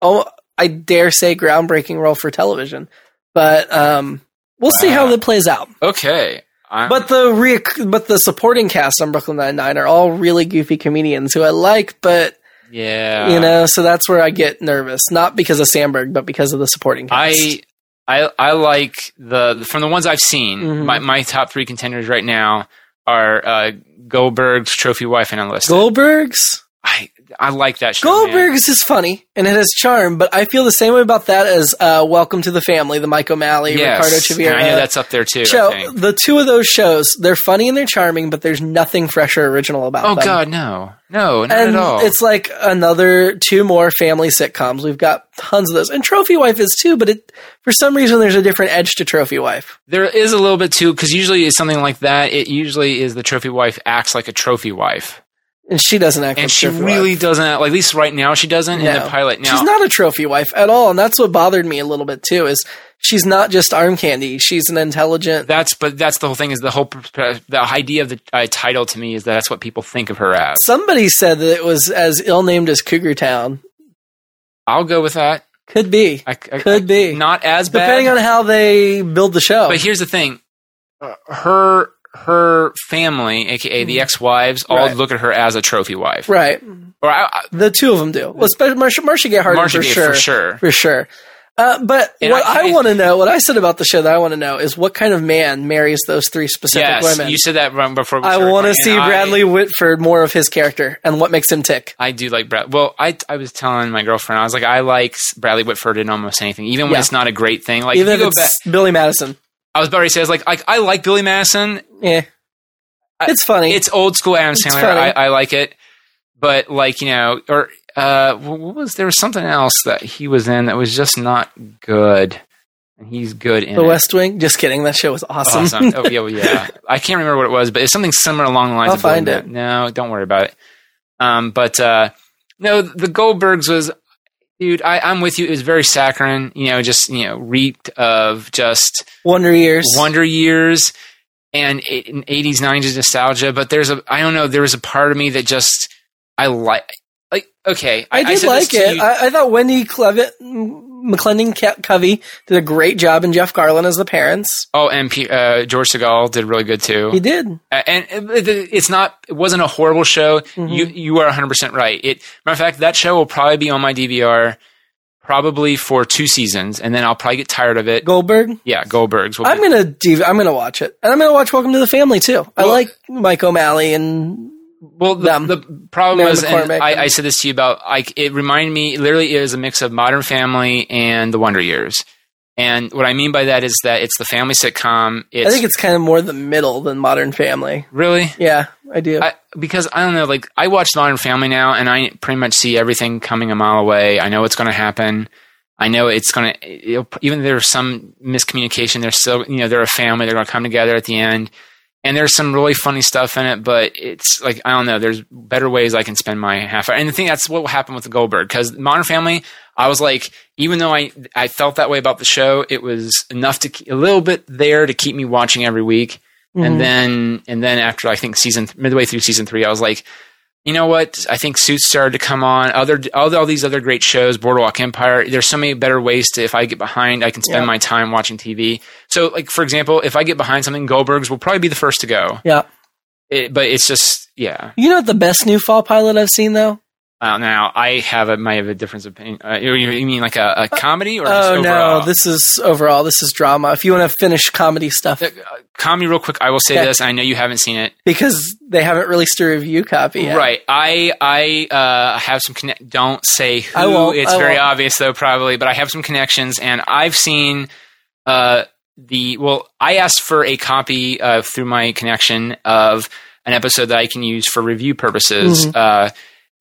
Speaker 2: oh, I dare say, groundbreaking role for television. But um, we'll see how
Speaker 1: Wow.
Speaker 2: that plays out.
Speaker 1: Okay. I'm,
Speaker 2: But the re- but the supporting cast on Brooklyn Nine Nine are all really goofy comedians who I like, but
Speaker 1: yeah,
Speaker 2: you know, so that's where I get nervous. Not because of Sandberg, but because of the supporting cast.
Speaker 1: I I I like the from the ones I've seen.
Speaker 2: Mhm.
Speaker 1: My my top three contenders right now are uh, Goldberg's trophy wife and enlist.
Speaker 2: Goldberg's
Speaker 1: I I like that show. man.
Speaker 2: Goldberg's is funny and it has charm, but I feel the same way about that as uh, Welcome to the Family, the Mike O'Malley, Ricardo
Speaker 1: Yes, and
Speaker 2: Chaviera.
Speaker 1: I know that's up there too. I
Speaker 2: show
Speaker 1: think.
Speaker 2: the two of those shows they're funny and they're charming but there's nothing fresh or original about
Speaker 1: Oh
Speaker 2: them
Speaker 1: God, no, no, not
Speaker 2: and
Speaker 1: at all.
Speaker 2: it's like another two more family sitcoms we've got tons of those and trophy wife is too but it for some reason there's a different edge to trophy wife
Speaker 1: there is a little bit too because usually it's something like that. It usually is the trophy wife acts like a trophy wife,
Speaker 2: and she doesn't act
Speaker 1: and
Speaker 2: like
Speaker 1: she
Speaker 2: trophy
Speaker 1: really
Speaker 2: wife.
Speaker 1: doesn't. Like, at least right now, she doesn't in
Speaker 2: No.
Speaker 1: the pilot. Now
Speaker 2: she's not a trophy wife at all and that's what bothered me a little bit too is she's not just arm candy she's an intelligent
Speaker 1: That's but that's the whole thing is the whole per- the idea of the uh, title to me is that that's what people think of her as.
Speaker 2: somebody said that it was as ill-named as cougar town
Speaker 1: I'll go with that.
Speaker 2: could be
Speaker 1: I, I-
Speaker 2: could be
Speaker 1: not as bad.
Speaker 2: depending on how they build the show
Speaker 1: but here's the thing: Uh, her her family, aka the ex wives, all
Speaker 2: Mm-hmm. Right.
Speaker 1: look at her as a trophy wife.
Speaker 2: right
Speaker 1: Or I, I,
Speaker 2: The two of them do. Well, especially Marsha, Marsha Gay Harden
Speaker 1: Marcia
Speaker 2: for,
Speaker 1: Gay,
Speaker 2: sure,
Speaker 1: for sure.
Speaker 2: for sure. Uh, but
Speaker 1: And
Speaker 2: what
Speaker 1: I
Speaker 2: I,
Speaker 1: kinda-
Speaker 2: want to know, what I said about the show that I want to know is what kind of man marries those three specific
Speaker 1: Yes,
Speaker 2: women.
Speaker 1: you said that right before. We
Speaker 2: I
Speaker 1: started
Speaker 2: want to
Speaker 1: recording,
Speaker 2: see
Speaker 1: and I-
Speaker 2: Bradley Whitford more of his character and what makes him tick.
Speaker 1: I do like Brad. Well, I I was telling my girlfriend I was like I like Bradley Whitford in almost anything, even when
Speaker 2: Yeah.
Speaker 1: it's not a great thing. Like
Speaker 2: Even
Speaker 1: if
Speaker 2: if
Speaker 1: you go
Speaker 2: it's
Speaker 1: back,
Speaker 2: Billy Madison.
Speaker 1: I was about to say I was like like I like Billy Madison
Speaker 2: Yeah.
Speaker 1: I-
Speaker 2: it's funny.
Speaker 1: it's old school Adam
Speaker 2: It's
Speaker 1: Sandler.
Speaker 2: funny.
Speaker 1: I, I like it, but like you know, or uh, wh- what was there was something else that he was in that was just not good, and he's good in
Speaker 2: the
Speaker 1: it.
Speaker 2: West Wing. Just kidding. That show was awesome.
Speaker 1: Awesome. oh yeah, well, yeah. I can't remember what it was, but it's something similar along the lines.
Speaker 2: I'll
Speaker 1: of Billy
Speaker 2: find
Speaker 1: Ma-
Speaker 2: it.
Speaker 1: No, don't worry about it. Um, but uh, no, the Goldbergs was, dude. I, I'm with you. It was very saccharine. You know, just you know, reeked of just
Speaker 2: Wonder Years.
Speaker 1: Wonder Years and eight- and 80s, 90s nostalgia. But there's a, I don't know, there was a part of me that just, I like, like, okay.
Speaker 2: I did
Speaker 1: said this
Speaker 2: like
Speaker 1: to
Speaker 2: it.
Speaker 1: you-
Speaker 2: I, I thought Wendy Clevitt, McClendon Co- Covey did a great job, and Jeff Garland as the parents.
Speaker 1: oh, and P, uh, George Segal did really good
Speaker 2: He
Speaker 1: too.
Speaker 2: did.
Speaker 1: Uh, and it, it- it's not, it wasn't a horrible show.
Speaker 2: Mhm.
Speaker 1: You, you are 100% right. It, matter of fact, that show will probably be on my DVR probably for two seasons and then I'll probably get tired of it.
Speaker 2: Goldberg.
Speaker 1: yeah, Goldberg's. Will
Speaker 2: I'm
Speaker 1: be,
Speaker 2: gonna div- I'm gonna watch it, and I'm gonna watch Welcome to the Family too. I
Speaker 1: Well-
Speaker 2: like Mike O'Malley, and
Speaker 1: well,
Speaker 2: them.
Speaker 1: the, the problem
Speaker 2: Mary
Speaker 1: was, and
Speaker 2: McCormick and-
Speaker 1: I, I said this to you about, like, it reminded me, it literally is a mix of Modern Family and The Wonder Years. And what I mean by that is that it's the family sitcom. It's,
Speaker 2: I think it's kind of more the middle than Modern Family.
Speaker 1: really,
Speaker 2: Yeah, I do.
Speaker 1: I, because I don't know, like, I watch Modern Family now and I pretty much see everything coming a mile away. I know what's going to happen. I know it's going to, even if there's some miscommunication, they're still, you know, they're a family. They're going to come together at the end. and there's some really funny stuff in it, but it's like I don't know. There's better ways I can spend my half hour, and the thing that's what happened with the Goldberg because Modern Family. I was like, even though I I felt that way about the show, it was enough to ke- a little bit there to keep me watching every week,
Speaker 2: Mhm.
Speaker 1: and then and then after I think season midway through season three, I was like. You know what? I think Suits started to come on. Other, all, all these other great shows, Boardwalk Empire. There's so many better ways to. If I get behind, I can spend
Speaker 2: Yeah.
Speaker 1: my time watching TV. So, like for example, if I get behind something, Goldberg's will probably be the first to go.
Speaker 2: yeah,
Speaker 1: It, but it's just, yeah.
Speaker 2: you know what the best new fall pilot I've seen though?
Speaker 1: Uh, now I have a might have a difference of opinion. Uh, you, you mean like a, a comedy or just
Speaker 2: oh no,
Speaker 1: overall?
Speaker 2: this is overall. This is drama. If you want to finish comedy stuff,
Speaker 1: Uh, comedy real quick. I will say
Speaker 2: Okay.
Speaker 1: this. I know you haven't seen it,
Speaker 2: because they haven't released a review copy yet.
Speaker 1: right? I I uh, have some connect. Don't say who.
Speaker 2: I won't,
Speaker 1: It's
Speaker 2: I
Speaker 1: very
Speaker 2: won't.
Speaker 1: obvious though, probably. But I have some connections, and I've seen uh, the. Well, I asked for a copy uh, through my connection of an episode that I can use for review purposes.
Speaker 2: Mm-hmm.
Speaker 1: Uh,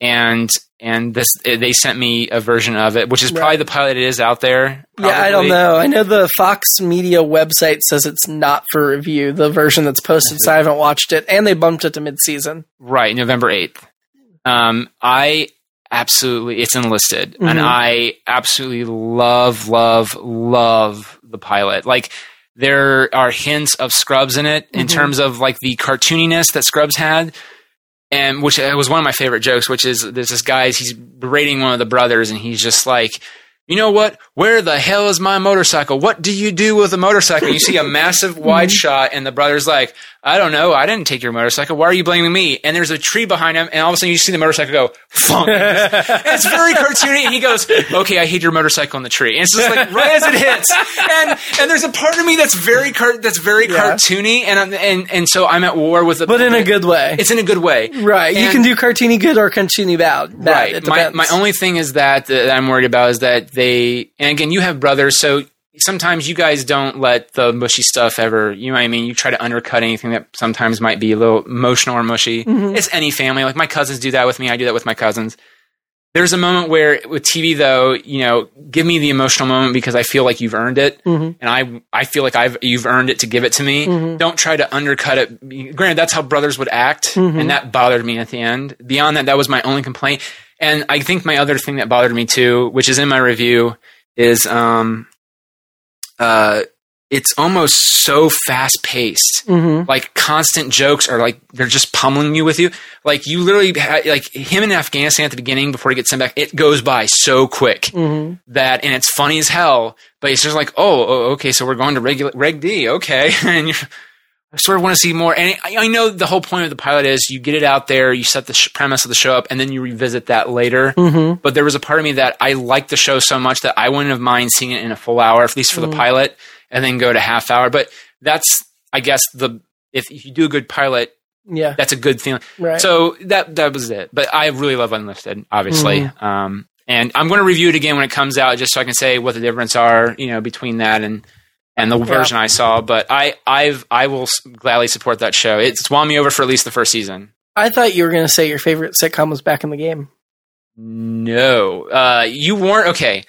Speaker 1: and and this they sent me a version of it, which is probably
Speaker 2: Right.
Speaker 1: the pilot it is out there.
Speaker 2: Yeah, I don't
Speaker 1: probably.
Speaker 2: know. I know the Fox Media website says it's not for review, the version that's posted, so I haven't watched it. And they bumped it to mid-season.
Speaker 1: Right, November eighth. Um, I absolutely it's enlisted, and
Speaker 2: Mhm.
Speaker 1: I absolutely love, love, love the pilot. Like there are hints of Scrubs in it in
Speaker 2: Mhm.
Speaker 1: terms of like the cartooniness that Scrubs had. And which uh, was one of my favorite jokes, which is there's this guy's he's berating one of the brothers, and he's just like, you know what? Where the hell is my motorcycle? What do you do with a motorcycle? You see a massive
Speaker 2: Mm-hmm.
Speaker 1: wide shot, and the brother's like, I don't know. I didn't take your motorcycle. Why are you blaming me? And there's a tree behind him, and all of a sudden you see the motorcycle go, funk. And just- and it's very cartoony, and he goes, Okay, I hid your motorcycle in the tree. And it's just like right as it hits. And and there's a part of me that's very car- that's very
Speaker 2: Yeah.
Speaker 1: cartoony, and, I'm, and and so I'm at war with the.
Speaker 2: but in a good way.
Speaker 1: It's in a good way.
Speaker 2: right. You
Speaker 1: And-
Speaker 2: can do cartini good or cartini bad. bad. It
Speaker 1: my,
Speaker 2: depends.
Speaker 1: my only thing is that uh, that I'm worried about is that they, and again, you have brothers, so sometimes you guys don't let the mushy stuff ever, you know what I mean? You try to undercut anything that sometimes might be a little emotional or mushy.
Speaker 2: Mm-hmm.
Speaker 1: It's any family. Like my cousins do that with me. I do that with my cousins. There's a moment where with TV though, you know, give me the emotional moment because I feel like you've earned it, and I I feel like I've you've earned it to give it to me. Don't try to undercut it. Granted, that's how brothers would act, and that bothered me at the end. Beyond that, that was my only complaint. And I think my other thing that bothered me too, which is in my review, is um, uh, it's almost so fast paced
Speaker 2: Mhm.
Speaker 1: like constant jokes are like they're just pummeling you with you. Like you literally ha- like him in Afghanistan at the beginning before he gets sent back. It goes by so quick that and it's funny as hell. But it's just like oh, oh okay, so we're going to regulate Reg D, okay, and you're. I sort of want to see more, and I I know the whole point of the pilot is you get it out there, you set the sh- premise of the show up, and then you revisit that later.
Speaker 2: Mm-hmm.
Speaker 1: But there was a part of me that I liked the show so much that I wouldn't have mind seeing it in a full hour, at least for the pilot, and then go to half hour. But that's, I guess, the if you do a good pilot,
Speaker 2: yeah.
Speaker 1: that's a good thing.
Speaker 2: Right.
Speaker 1: So that that was it. But I really love Unlifted, obviously. Um, and I'm going to review it again when it comes out, just so I can say what the difference are, you know, between that and and the version I saw. But I I've I will s- gladly support that show. It's won me over for at least the first season.
Speaker 2: I thought you were going to say your favorite sitcom was Back in the Game.
Speaker 1: No, uh, you weren't okay.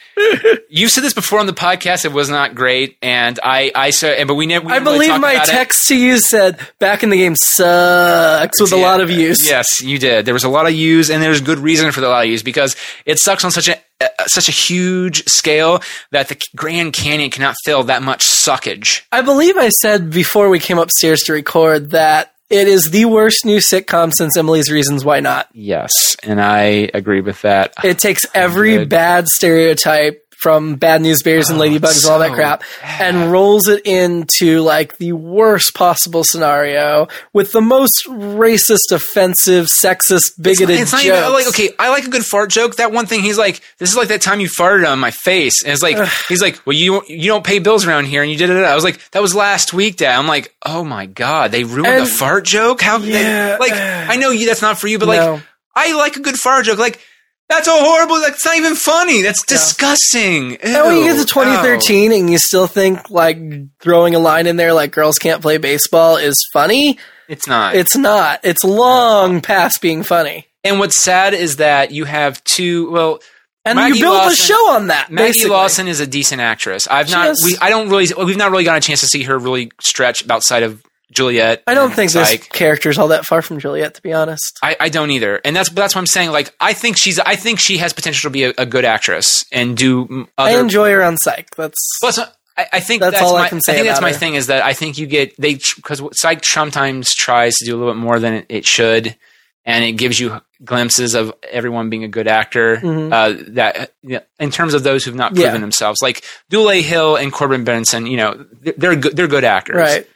Speaker 1: you said this before on the podcast. It was not great, and I I so but we never. we
Speaker 2: I
Speaker 1: didn't really
Speaker 2: believe
Speaker 1: talk
Speaker 2: my
Speaker 1: about it.
Speaker 2: text to you said Back in the Game sucks with a
Speaker 1: Yeah.
Speaker 2: lot of use.
Speaker 1: Yes, you did. There was a lot of use, and there's good reason for the lot of use because it sucks on such a uh, such a huge scale that the Grand Canyon cannot fill that much suckage.
Speaker 2: I believe I said before we came upstairs to record that it is the worst new sitcom since Emily's Reasons Why Not.
Speaker 1: Oh, Yes, and I agree with that.
Speaker 2: It takes every
Speaker 1: Good.
Speaker 2: bad stereotype from Bad News Bears and
Speaker 1: Oh,
Speaker 2: Ladybugs and all that
Speaker 1: so
Speaker 2: crap
Speaker 1: bad.
Speaker 2: and rolls it into like the worst possible scenario with the most racist, offensive, sexist, bigoted
Speaker 1: It's not
Speaker 2: jokes.
Speaker 1: even like okay. I like a good fart joke. That one thing he's like, this is like that time you farted on my face, and it's like he's like, well, you you don't pay bills arown here, and you did it. I was like, that was last week, Dad. I'm like, oh my god, they ruined the
Speaker 2: And-
Speaker 1: fart joke. How they-
Speaker 2: Yeah.
Speaker 1: like I know you that's not for you, but
Speaker 2: No.
Speaker 1: like I like a good fart joke. Like that's a horrible. Like it's not even funny. That's disgusting.
Speaker 2: And when you
Speaker 1: Ew.
Speaker 2: get to 2013 and you still think like throwing a line in there like girls can't play baseball is funny,
Speaker 1: Ow. it's not.
Speaker 2: it's not. It's long past being funny.
Speaker 1: and what's sad is that you have two. Well,
Speaker 2: And
Speaker 1: Maggie
Speaker 2: you build a
Speaker 1: Lawson-
Speaker 2: show on that.
Speaker 1: Maggie
Speaker 2: basically.
Speaker 1: Lawson is a decent actress. I've
Speaker 2: She
Speaker 1: not.
Speaker 2: is.
Speaker 1: We, I don't really. We've not really got a chance to see her really stretch outside of Juliet.
Speaker 2: I don't
Speaker 1: and
Speaker 2: think this
Speaker 1: Psych.
Speaker 2: character's all that far from Juliet, to be honest.
Speaker 1: I, I don't either, and that's that's what I'm saying. Like, I think she's. I think she has potential to be a, a good actress and do mm,
Speaker 2: I
Speaker 1: other.
Speaker 2: enjoy her on Psych. That's
Speaker 1: Plus, I, I think
Speaker 2: That's
Speaker 1: that's,
Speaker 2: all I
Speaker 1: my,
Speaker 2: can say
Speaker 1: think that's
Speaker 2: about
Speaker 1: my
Speaker 2: her.
Speaker 1: thing is that I think you get they because psych sometimes tries to do a little bit more than it, it should, and it gives you glimpses of everyone being a good actor. Uh, that yeah, in terms of those who've not proven
Speaker 2: Mm-hmm. Yeah.
Speaker 1: themselves, like Dule Hill and Corbin Benson, you know, they're, they're good. They're good actors,
Speaker 2: right.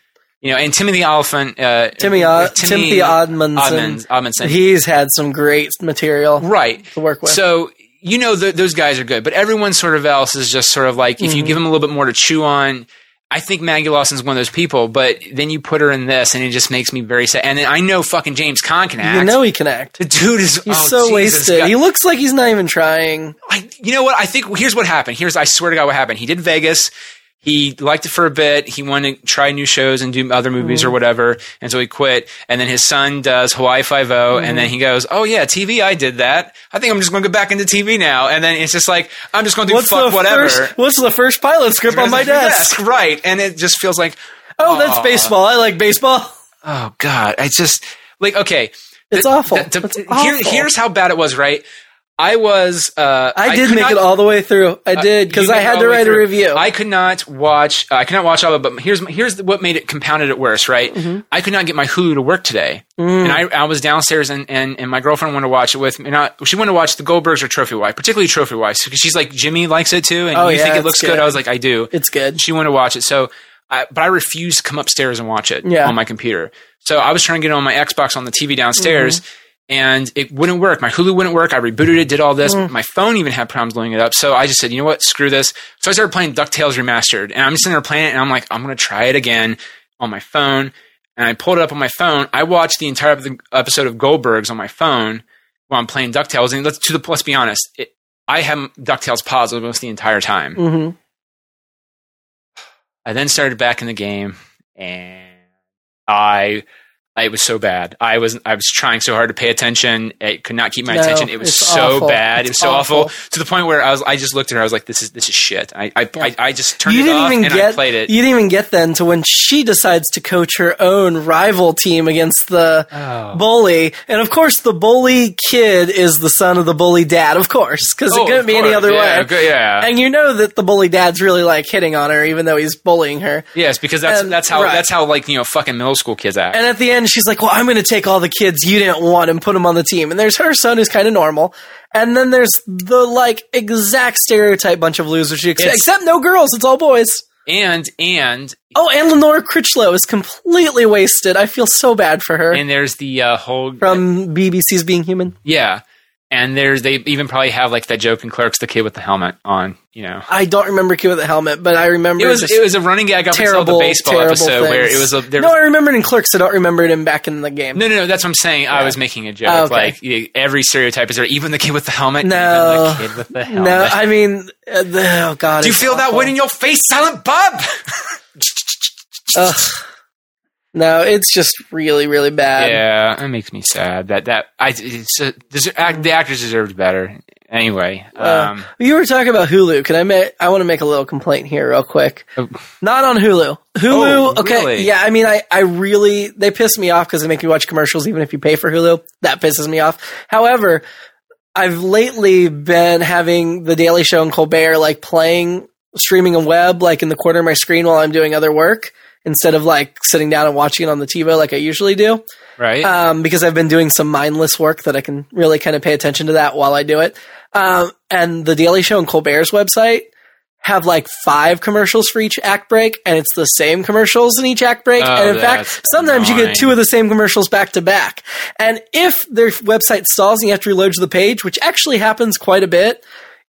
Speaker 1: You know, and Timothy Oliphant, uh,
Speaker 2: Timmy,
Speaker 1: uh,
Speaker 2: uh, Timothy Odmanson.
Speaker 1: Odmans- Odmanson.
Speaker 2: He's had some great material
Speaker 1: right?
Speaker 2: to work with.
Speaker 1: So you know th- those guys are good, but everyone sort of else is just sort of like if you
Speaker 2: Mm-hmm.
Speaker 1: give them a little bit more to chew on. I think Maggie Lawson's one of those people, but then you put her in this, and it just makes me very sad. And then I know fucking James Conn can act.
Speaker 2: you know he can act.
Speaker 1: the dude is
Speaker 2: He's
Speaker 1: oh,
Speaker 2: so
Speaker 1: Jesus
Speaker 2: wasted.
Speaker 1: God.
Speaker 2: He looks like he's not even trying.
Speaker 1: I, you know what? I think here's what happened. Here's I swear to God, what happened. He did Vegas. He liked it for a bit. He wanted to try new shows and do other movies
Speaker 2: Mm-hmm.
Speaker 1: or whatever, and so he quit. And then his son does Hawaii Five O, and
Speaker 2: Mm-hmm.
Speaker 1: then he goes, "Oh yeah, TV. I did that. I think I'm just going to go back into TV now." And then it's just like I'm just going to do
Speaker 2: What's
Speaker 1: fuck
Speaker 2: the
Speaker 1: whatever
Speaker 2: first? What's the first pilot script on my desk?
Speaker 1: right? And it just feels like,
Speaker 2: Oh, that's
Speaker 1: Aw.
Speaker 2: baseball. I like baseball.
Speaker 1: oh god, I just like okay.
Speaker 2: It's awful.
Speaker 1: Th- th-
Speaker 2: It's
Speaker 1: here-
Speaker 2: awful.
Speaker 1: here's how bad it was, right? I was. Uh,
Speaker 2: I did
Speaker 1: could
Speaker 2: make
Speaker 1: not-
Speaker 2: it all the way through. I
Speaker 1: uh,
Speaker 2: did because
Speaker 1: you
Speaker 2: I
Speaker 1: made it
Speaker 2: had
Speaker 1: all
Speaker 2: to
Speaker 1: the way
Speaker 2: write a
Speaker 1: through.
Speaker 2: review.
Speaker 1: I could not watch. Uh, I could not watch all of it. But here's here's what made it compounded it worse. Right,
Speaker 2: Mm-hmm.
Speaker 1: I could not get my Hulu to work today,
Speaker 2: Mm.
Speaker 1: and I, I was downstairs, and, and and my girlfriend wanted to watch it with me. And I, she wanted to watch the Goldbergs or Trophy Wife, particularly Trophy Wife, because she's like Jimmy likes it too, and
Speaker 2: Oh,
Speaker 1: you
Speaker 2: yeah,
Speaker 1: think it
Speaker 2: it's
Speaker 1: looks good.
Speaker 2: good.
Speaker 1: I was like, I do.
Speaker 2: it's good.
Speaker 1: She wanted to watch it, so I, but I refused to come upstairs and watch it
Speaker 2: Yeah.
Speaker 1: on my computer. So I was trying to get it on my Xbox on the TV downstairs, and it wouldn't work. My Hulu wouldn't work. I rebooted it, did all this. My phone even had problems loading it up. So I just said, you know what, screw this. So I started playing Ducktales Remastered, and I'm sitting there playing it, and I'm like, I'm gonna try it again on my phone. And I pulled it up on my phone. I watched the entire ep- episode of Goldbergs on my phone while I'm playing Ducktales. And let's to the let's be honest, it, I have Ducktales paused almost the entire time.
Speaker 2: hmm
Speaker 1: I then started back in the game, and I, I was so bad. I was I was trying so hard to pay attention. It could not keep my
Speaker 2: No,
Speaker 1: attention. It was
Speaker 2: it's
Speaker 1: so
Speaker 2: awful.
Speaker 1: bad.
Speaker 2: It's
Speaker 1: it was so awful.
Speaker 2: awful.
Speaker 1: to the point where I was. I just looked at her. I was like, "This is this is shit." I I,
Speaker 2: Yeah.
Speaker 1: I, I just turned
Speaker 2: You
Speaker 1: it off
Speaker 2: didn't even
Speaker 1: and I
Speaker 2: get.
Speaker 1: played it.
Speaker 2: You didn't even get then to when she decides to coach her own rival team against the
Speaker 1: Oh.
Speaker 2: bully, and of course the bully kid is the son of the bully dad, of course, because
Speaker 1: Oh,
Speaker 2: it couldn't
Speaker 1: of
Speaker 2: be any
Speaker 1: course.
Speaker 2: other
Speaker 1: yeah,
Speaker 2: way.
Speaker 1: good- yeah.
Speaker 2: And you know that the bully dad's really like hitting on her, even though he's bullying her.
Speaker 1: yes, because that's
Speaker 2: and-
Speaker 1: that's how
Speaker 2: right.
Speaker 1: that's how like you know fucking middle school kids act.
Speaker 2: And at the end, she's like, "Well, I'm going to take all the kids you didn't want and put them on the team." And there's her son who's kind of normal, and then there's the like exact stereotype bunch of losers you expect,
Speaker 1: It's-
Speaker 2: except no girls, it's all boys.
Speaker 1: And and
Speaker 2: Oh, and Lenora Critchlow is completely wasted. I feel so bad for her
Speaker 1: and there's the uh, whole
Speaker 2: from BBC's Being Human.
Speaker 1: yeah. And there's they even probably have like that joke in Clerks, the kid with the helmet on, you know.
Speaker 2: I don't remember Kid with the Helmet, but I remember
Speaker 1: It was
Speaker 2: just
Speaker 1: it was a running gag up until the
Speaker 2: terrible,
Speaker 1: baseball
Speaker 2: terrible
Speaker 1: episode where it was
Speaker 2: things.
Speaker 1: a there
Speaker 2: no,
Speaker 1: was,
Speaker 2: I remember it in Clerks. I don't remember it in back in the game.
Speaker 1: no, no, no, that's what I'm saying. I was making a joke.
Speaker 2: Oh, okay.
Speaker 1: Like you- every stereotype is there, even the kid with the helmet.
Speaker 2: No.
Speaker 1: even the kid with the
Speaker 2: No,
Speaker 1: helmet.
Speaker 2: I mean, uh, the, oh god,
Speaker 1: Do you
Speaker 2: it's
Speaker 1: feel that
Speaker 2: awful.
Speaker 1: wind in your face, Silent Bob?
Speaker 2: Ugh. No, it's just really, really bad.
Speaker 1: yeah, it makes me sad. That that I it's a, deser- act- the actors deserved better. Anyway,
Speaker 2: Uh,
Speaker 1: um,
Speaker 2: You were talking about Hulu. Can I make? I want to make a little complaint here, real quick.
Speaker 1: Oh.
Speaker 2: Not on Hulu.
Speaker 1: Oh,
Speaker 2: Hulu. okay.
Speaker 1: really?
Speaker 2: Yeah. I mean, I, I really they piss me off because they make me watch commercials even if you pay for Hulu. That pisses me off. However, I've lately been having The Daily Show and Colbert like playing streaming a web like in the corner of my screen while I'm doing other work instead of like sitting down and watching it on the TiVo like I usually do
Speaker 1: right?
Speaker 2: um, because I've been doing some mindless work that I can really kind of pay attention to that while I do it. Um, and the Daily Show and Colbert's website have like five commercials for each act break, and it's the same commercials in each act break.
Speaker 1: Oh,
Speaker 2: and in
Speaker 1: that's
Speaker 2: fact, sometimes you
Speaker 1: annoying.
Speaker 2: get two of the same commercials back to back. And if their website stalls and you have to reload to the page, which actually happens quite a bit,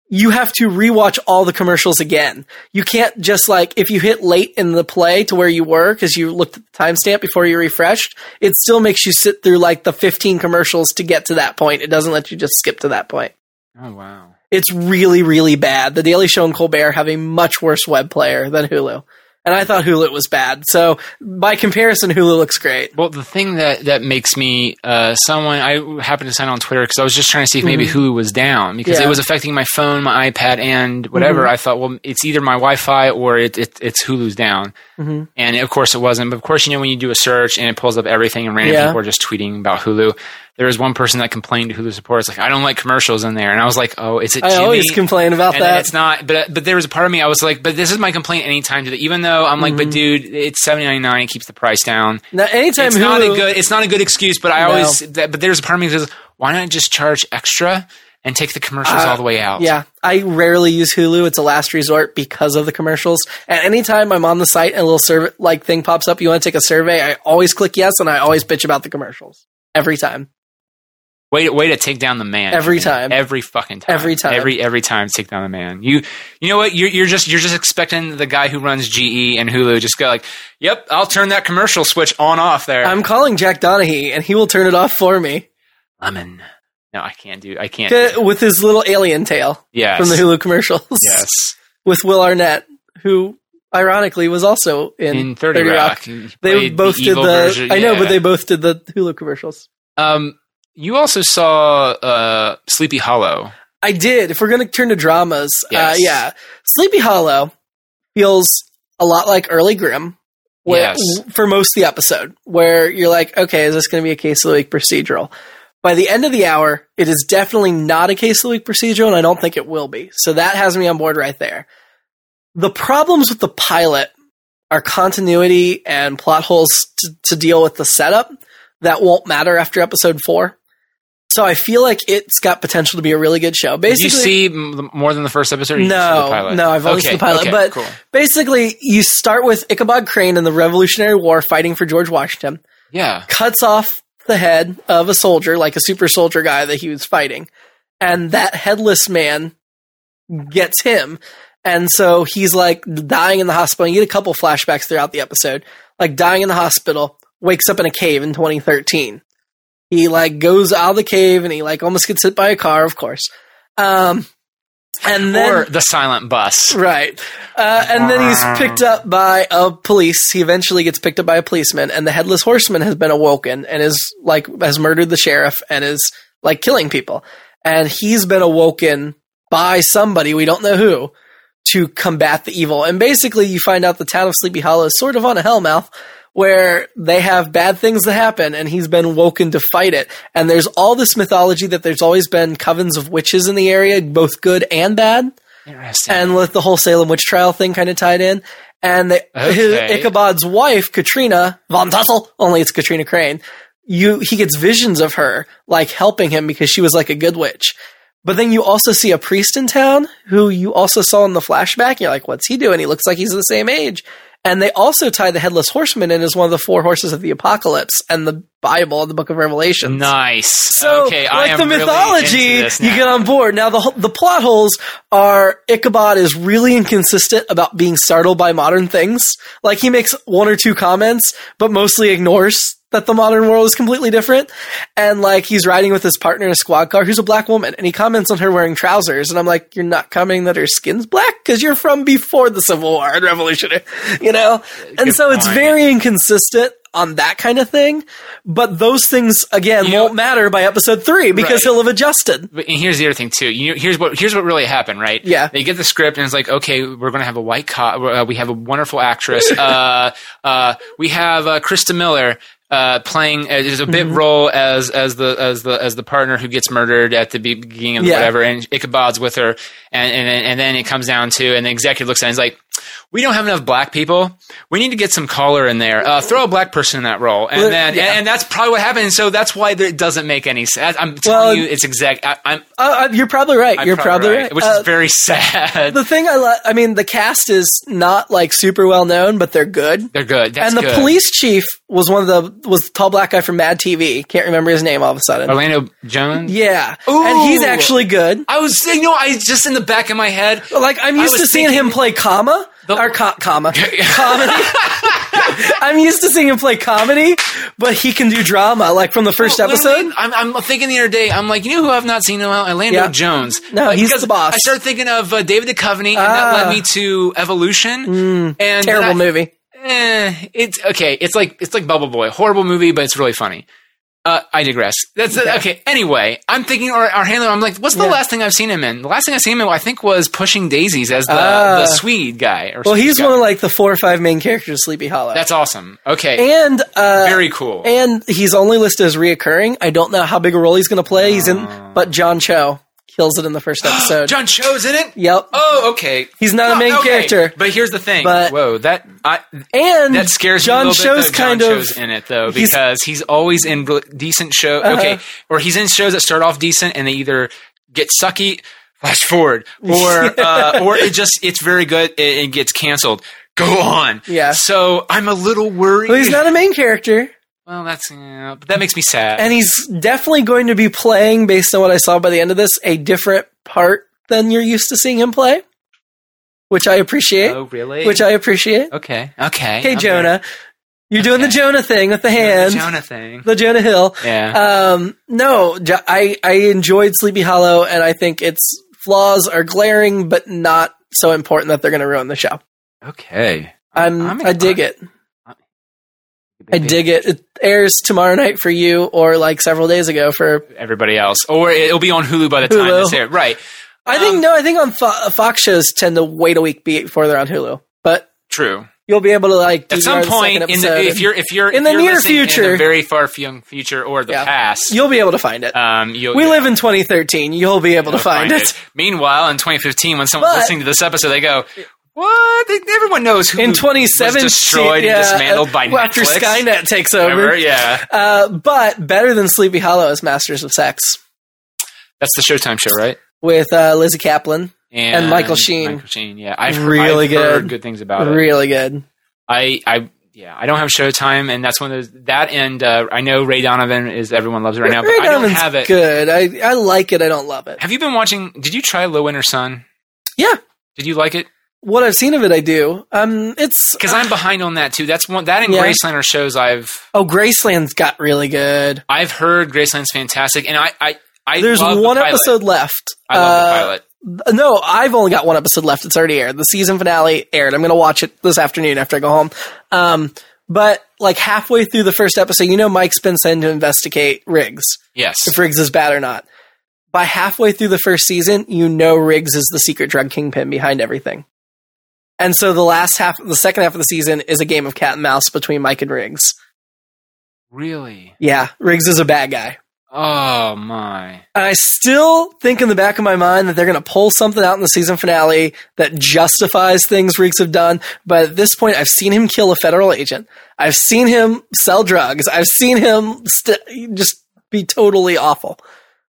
Speaker 2: you have to rewatch all the commercials again. You can't just like if you hit late in the play to where you were because you looked at the timestamp before you refreshed, it still makes you sit through like the 15 commercials to get to that point. It doesn't let you just skip to that point.
Speaker 1: oh wow.
Speaker 2: It's really, really bad. The Daily Show and Colbert have a much worse web player than Hulu. And I thought Hulu was bad. So by comparison, Hulu looks great.
Speaker 1: Well, the thing that that makes me uh, someone I happened to sign on Twitter because I was just trying to see if maybe Hulu was down because
Speaker 2: Mm-hmm. Yeah. Mm-hmm.
Speaker 1: it was affecting my phone, my iPad, and whatever. I thought, well, it's either my Wi-Fi or it, it it's Hulu's down,
Speaker 2: Mhm.
Speaker 1: and of course it wasn't. But of course, you know when you do a search and it pulls up everything, and random
Speaker 2: Yeah.
Speaker 1: people are just tweeting about Hulu. There was one person that complained to Hulu supporters like, I don't like commercials in there, and I was like, oh, is it?
Speaker 2: I
Speaker 1: Jimmy?
Speaker 2: always complain about
Speaker 1: and
Speaker 2: that.
Speaker 1: it's not but but there was a part of me i was like but this is my complaint anytime today even though i'm like
Speaker 2: Mm-hmm.
Speaker 1: but dude it's 7.99 it keeps the price down
Speaker 2: Now, anytime
Speaker 1: it's
Speaker 2: Hulu,
Speaker 1: not a good it's not a good excuse but i
Speaker 2: No.
Speaker 1: always that, but there's a part of me that says why not just charge extra and take the commercials
Speaker 2: Uh,
Speaker 1: all the way out
Speaker 2: Yeah, I rarely use Hulu. It's a last resort because of the commercials. And anytime I'm on the site and a little survey like thing pops up, you want to take a survey, I always click yes and I always bitch about the commercials. Every time.
Speaker 1: way to, way to take down the man
Speaker 2: Every
Speaker 1: Jimmy.
Speaker 2: time.
Speaker 1: every fucking time
Speaker 2: Every time.
Speaker 1: every every time take down the man you you know what you're, you're just you're just expecting the guy who runs ge and hulu just go like yep i'll turn that commercial switch on off there
Speaker 2: I'm calling Jack Donaghy and he will turn it off for me
Speaker 1: lemon no i can't do i can't
Speaker 2: K- with his little alien tail
Speaker 1: yes
Speaker 2: from the Hulu commercials
Speaker 1: yes
Speaker 2: with Will Arnett, who ironically was also in,
Speaker 1: in 30, Rock. he
Speaker 2: They
Speaker 1: played
Speaker 2: both did
Speaker 1: evil
Speaker 2: the
Speaker 1: version-
Speaker 2: I know,
Speaker 1: yeah.
Speaker 2: but they both did the Hulu commercials.
Speaker 1: Um, you also saw uh, Sleepy Hollow.
Speaker 2: I did. If we're going to turn to dramas, uh,
Speaker 1: Yes.
Speaker 2: yeah, Sleepy Hollow feels a lot like early Grimm. Where,
Speaker 1: Yes.
Speaker 2: For most of the episode, where you're like, okay, is this going to be a case of the week procedural? By the end of the hour, it is definitely not a case of the week procedural, and I don't think it will be. So that has me on board right there. The problems with the pilot are continuity and plot holes to, to deal with the setup that won't matter after episode four. So I feel like it's got potential to be a really good show.
Speaker 1: Did you
Speaker 2: Basically,
Speaker 1: see m- more than the first episode? or you just saw the
Speaker 2: no,
Speaker 1: pilot?
Speaker 2: no, I've only
Speaker 1: okay,
Speaker 2: seen the pilot,
Speaker 1: okay,
Speaker 2: but
Speaker 1: cool.
Speaker 2: basically, you start with Ichabod Crane in the Revolutionary War fighting for George Washington
Speaker 1: yeah,
Speaker 2: cuts off the head of a soldier, like a super soldier guy that he was fighting. And that headless man gets him. And so he's like dying in the hospital. And you get a couple flashbacks throughout the episode. Like dying in the hospital, wakes up in a cave in 2013. He like goes out of the cave and he like almost gets hit by a car, of course. Um, and then
Speaker 1: or the silent bus.
Speaker 2: Right. Uh, and then he's picked up by a police. He eventually gets picked up by a policeman, and the headless horseman has been awoken and is like has murdered the sheriff and is like killing people. And he's been awoken by somebody we don't know who to combat the evil. And basically, you find out the town of Sleepy Hollow is sort of on a hellmouth where they have bad things that happen and he's been woken to fight it. And there's all this mythology that there's always been covens of witches in the area, both good and bad
Speaker 1: Interesting.
Speaker 2: and with the whole Salem witch trial thing kind of tied in. And they,
Speaker 1: Okay.
Speaker 2: his, Ichabod's wife, Katrina von Tussle, only it's Katrina Crane. You, he gets visions of her like helping him because she was like a good witch. But then you also see a priest in town who you also saw in the flashback. and You're like, what's he doing? He looks like he's the same age. And they also tie the headless horseman in as one of the four horses of the apocalypse and the Bible and the Book of Revelation.
Speaker 1: nice.
Speaker 2: So,
Speaker 1: okay,
Speaker 2: like
Speaker 1: I am
Speaker 2: the
Speaker 1: really
Speaker 2: mythology,
Speaker 1: into this
Speaker 2: you
Speaker 1: now.
Speaker 2: get on board. Now, the the plot holes are Ichabod is really inconsistent about being startled by modern things. Like he makes one or two comments, but mostly ignores that the modern world is completely different. And like he's riding with his partner in a squad car, who's a black woman, and he comments on her wearing trousers. And I'm like, you're not commenting that her skin's black because you're from before the Civil War and Revolutionary, you know. and
Speaker 1: Uh, Good
Speaker 2: so it's
Speaker 1: point.
Speaker 2: very inconsistent. On that kind of thing, but those things again
Speaker 1: You know-
Speaker 2: won't matter by episode three because
Speaker 1: Right.
Speaker 2: he'll have adjusted.
Speaker 1: But and here's the other thing too. You, here's what here's what really happened, right?
Speaker 2: Yeah.
Speaker 1: They get the script and it's like, okay, we're going to have a white cop. Uh, we have a wonderful actress. uh, uh, we have uh, Krista Miller. Uh, playing uh, there's a
Speaker 2: Mm-hmm.
Speaker 1: bit role as as the as the as the partner who gets murdered at the beginning of
Speaker 2: Yeah.
Speaker 1: whatever, and Ichabod's with her, and and then, and then it comes down to, and the executive looks at it and is like, "We don't have enough black people. We need to get some color in there. Uh, throw a black person in that role." And
Speaker 2: Well,
Speaker 1: then
Speaker 2: yeah.
Speaker 1: and, and that's probably what happened. So that's why there- it doesn't make any sense. I'm
Speaker 2: Well,
Speaker 1: telling you, it's exact. I, I'm
Speaker 2: Uh, uh, you're probably right.
Speaker 1: I'm
Speaker 2: you're probably, right.
Speaker 1: which
Speaker 2: Uh,
Speaker 1: is very sad.
Speaker 2: the thing I li- I mean, the cast is not like super well known, but they're good.
Speaker 1: They're good. That's
Speaker 2: and the
Speaker 1: good.
Speaker 2: police chief was one of the was the tall black guy from Mad TV. Can't remember his name all of a sudden.
Speaker 1: Orlando Jones.
Speaker 2: Yeah, and he's
Speaker 1: Ooh.
Speaker 2: actually good.
Speaker 1: I was, you know, I just in the back of my head.
Speaker 2: Like I'm
Speaker 1: I
Speaker 2: used
Speaker 1: was
Speaker 2: to seeing him play comma
Speaker 1: The-
Speaker 2: or co- comma comedy. I'm used to seeing him play comedy, but he can do drama. Like from the first episode,
Speaker 1: Literally, I'm, I'm thinking the other day. I'm like, you know who I've not seen? in a while? Orlando
Speaker 2: Yeah.
Speaker 1: Jones.
Speaker 2: No,
Speaker 1: Like,
Speaker 2: he's
Speaker 1: because
Speaker 2: the boss.
Speaker 1: I started thinking of uh, David Duchovny, and
Speaker 2: Ah. Mm.
Speaker 1: that led me to Evolution. and then
Speaker 2: terrible
Speaker 1: I-
Speaker 2: movie.
Speaker 1: eh, it's okay. It's like it's like Bubble Boy, horrible movie, but it's really funny. Uh, I digress. That's okay. Anyway, I'm thinking our, our handler. I'm like, what's the
Speaker 2: Yeah.
Speaker 1: last thing I've seen him in? The last thing I seen him in, I think, was Pushing Daisies as the,
Speaker 2: Ah.
Speaker 1: the Swede guy. Or
Speaker 2: Well,
Speaker 1: Swede
Speaker 2: he's
Speaker 1: guy.
Speaker 2: one of like the four or five main characters of Sleepy Hollow.
Speaker 1: That's awesome. Okay,
Speaker 2: and uh,
Speaker 1: very cool.
Speaker 2: And he's only listed as reoccurring. I don't know how big a role he's going to play. He's in, but John Cho kills it in the first episode.
Speaker 1: Oh. John Cho's in it.
Speaker 2: yep.
Speaker 1: Oh, okay.
Speaker 2: He's not a main
Speaker 1: Okay.
Speaker 2: character.
Speaker 1: But here's the thing.
Speaker 2: But-
Speaker 1: Whoa, that I,
Speaker 2: And
Speaker 1: that scares
Speaker 2: John
Speaker 1: me a little bit, though,
Speaker 2: Cho's
Speaker 1: John
Speaker 2: kind
Speaker 1: Cho's
Speaker 2: of
Speaker 1: in it though
Speaker 2: he's- Uh-huh.
Speaker 1: because he's, always in re- decent show. Okay, or he's in shows that start off decent and they either get sucky, flash forward, or uh, or it just it's very good and it gets canceled. Go on.
Speaker 2: Yeah.
Speaker 1: So I'm a little worried.
Speaker 2: well, he's not a main character,
Speaker 1: Well, that's yeah, but that makes me sad.
Speaker 2: and he's definitely going to be playing, based on what I saw by the end of this, a different part than you're used to seeing him play, which I appreciate.
Speaker 1: oh really?
Speaker 2: Which I appreciate.
Speaker 1: okay okay
Speaker 2: Okay, Jonah, you're doing the
Speaker 1: Okay.
Speaker 2: Jonah thing with the
Speaker 1: Jonah
Speaker 2: hand,
Speaker 1: thing.
Speaker 2: the Jonah Hill.
Speaker 1: Yeah.
Speaker 2: Um, no, J- I I enjoyed Sleepy Hollow, and I think its flaws are glaring, but not so important that they're going to ruin the show.
Speaker 1: okay.
Speaker 2: I'm,
Speaker 1: I'm
Speaker 2: I dig it. I dig it. It airs tomorrow night for you, or like several days ago for.
Speaker 1: everybody else, or it'll be on Hulu by the time
Speaker 2: Hulu.
Speaker 1: this air. Right?
Speaker 2: I think uh,
Speaker 1: Um,
Speaker 2: no, I think on Fo- Fox shows tend to wait a week before they're on Hulu, but
Speaker 1: True.
Speaker 2: you'll be able to like
Speaker 1: At some
Speaker 2: DVR the
Speaker 1: point,
Speaker 2: second
Speaker 1: in the,
Speaker 2: episode
Speaker 1: if
Speaker 2: and
Speaker 1: you're if you're
Speaker 2: In
Speaker 1: if
Speaker 2: the
Speaker 1: you're
Speaker 2: near
Speaker 1: listening in
Speaker 2: future.
Speaker 1: the very far fum- future or the
Speaker 2: Yeah.
Speaker 1: past,
Speaker 2: you'll be able to find it.
Speaker 1: um, you'll
Speaker 2: we
Speaker 1: yeah,
Speaker 2: live in 2013. You'll be able
Speaker 1: you'll
Speaker 2: to find, it.
Speaker 1: Meanwhile, in 2015, when someone's
Speaker 2: But-
Speaker 1: listening to this episode, they go, "What? They, everyone knows who
Speaker 2: In
Speaker 1: was
Speaker 2: 2017,
Speaker 1: destroyed
Speaker 2: yeah,
Speaker 1: and dismantled by
Speaker 2: well, after
Speaker 1: Netflix."
Speaker 2: Skynet takes over.
Speaker 1: Remember? Yeah,
Speaker 2: Uh, but better than Sleepy Hollow is Masters of Sex
Speaker 1: that's the Showtime show, right?
Speaker 2: with uh, Lizzie Kaplan. And Michael Sheen.
Speaker 1: Michael Sheen, yeah, I've, really
Speaker 2: Really
Speaker 1: I've heard
Speaker 2: good.
Speaker 1: good things about it.
Speaker 2: really good.
Speaker 1: I, I, yeah, I don't have Showtime, and that's one of those, that. And uh, I know Ray Donovan is everyone loves it right now, but
Speaker 2: Ray
Speaker 1: I don't
Speaker 2: Donovan's
Speaker 1: have it.
Speaker 2: Good. I, I like it. I don't love it.
Speaker 1: Have you been watching? Did you try Low Winter Sun?
Speaker 2: Yeah.
Speaker 1: Did you like it?
Speaker 2: What I've seen of it, I do. Um, it's
Speaker 1: Because I'm behind on that too. That's one that and
Speaker 2: Yeah.
Speaker 1: Graceland are shows I've
Speaker 2: oh, Graceland's got really good.
Speaker 1: I've heard Graceland's fantastic, and I I, I
Speaker 2: There's
Speaker 1: love the
Speaker 2: one
Speaker 1: pilot.
Speaker 2: episode left.
Speaker 1: I love
Speaker 2: Uh,
Speaker 1: the pilot.
Speaker 2: No, I've only got one episode left. It's already aired. The season finale aired. I'm going to watch it this afternoon after I go home. Um, but like halfway through the first episode, you know Mike's been sent to investigate Riggs
Speaker 1: Yes,
Speaker 2: if Riggs is bad or not. By halfway through the first season, you know Riggs is the secret drug kingpin behind everything. And so the last half, the second half of the season is a game of cat and mouse between Mike and Riggs.
Speaker 1: really.
Speaker 2: Yeah, Riggs is a bad guy.
Speaker 1: Oh my!
Speaker 2: I still think in the back of my mind that they're going to pull something out in the season finale that justifies things Reeks have done. But at this point, I've seen him kill a federal agent. I've seen him sell drugs. I've seen him st- just be totally awful.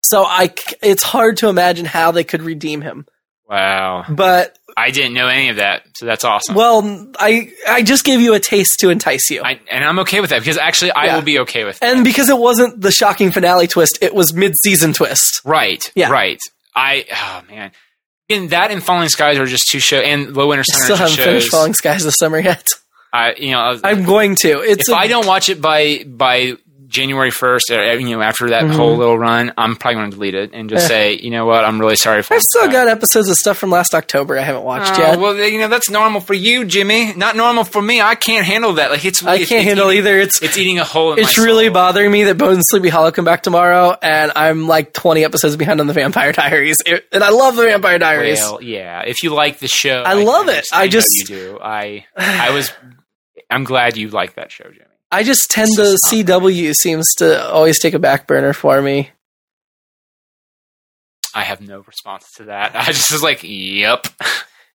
Speaker 2: So I, c- it's hard to imagine how they could redeem him.
Speaker 1: Wow,
Speaker 2: But
Speaker 1: I didn't know any of that, so that's awesome.
Speaker 2: well, I, I just gave you a taste to entice you.
Speaker 1: I, and I'm okay with that because actually I
Speaker 2: Yeah.
Speaker 1: will be okay with that.
Speaker 2: and because it wasn't the shocking finale twist, it was mid-season twist.
Speaker 1: Right.
Speaker 2: Yeah.
Speaker 1: Right. I oh man. And that and Falling Skies are just two shows, and Low Winter
Speaker 2: I
Speaker 1: Sun
Speaker 2: still
Speaker 1: are just
Speaker 2: haven't
Speaker 1: shows.
Speaker 2: finished Falling Skies this summer yet.
Speaker 1: I you know I was-
Speaker 2: I'm going to. It's
Speaker 1: if
Speaker 2: a-
Speaker 1: I don't watch it by by January first, or you know after that
Speaker 2: Mhm.
Speaker 1: whole little run, I'm probably going to delete it and just
Speaker 2: Eh.
Speaker 1: say, you know what, I'm really sorry. for
Speaker 2: I've still got episodes of stuff from last October I haven't watched
Speaker 1: Oh,
Speaker 2: yet.
Speaker 1: well, you know that's normal for you, Jimmy. Not normal for me. I can't handle that. Like it's
Speaker 2: I
Speaker 1: it's-
Speaker 2: can't
Speaker 1: it's
Speaker 2: handle
Speaker 1: eating,
Speaker 2: either. It's
Speaker 1: It's eating a hole. In my
Speaker 2: it's really
Speaker 1: soul.
Speaker 2: bothering me that Bone and Sleepy Hollow come back tomorrow, and I'm like 20 episodes behind on the Vampire Diaries, It- and I love the Vampire Diaries.
Speaker 1: Well, yeah. If you like the show,
Speaker 2: I love
Speaker 1: can
Speaker 2: it. I
Speaker 1: understand
Speaker 2: just-
Speaker 1: how you do. I I was. I'm glad you like that show, Jimmy.
Speaker 2: I just tend
Speaker 1: It's
Speaker 2: to
Speaker 1: just not
Speaker 2: CW seems to always take a back burner for me.
Speaker 1: I have no response to that. I just was like, yep.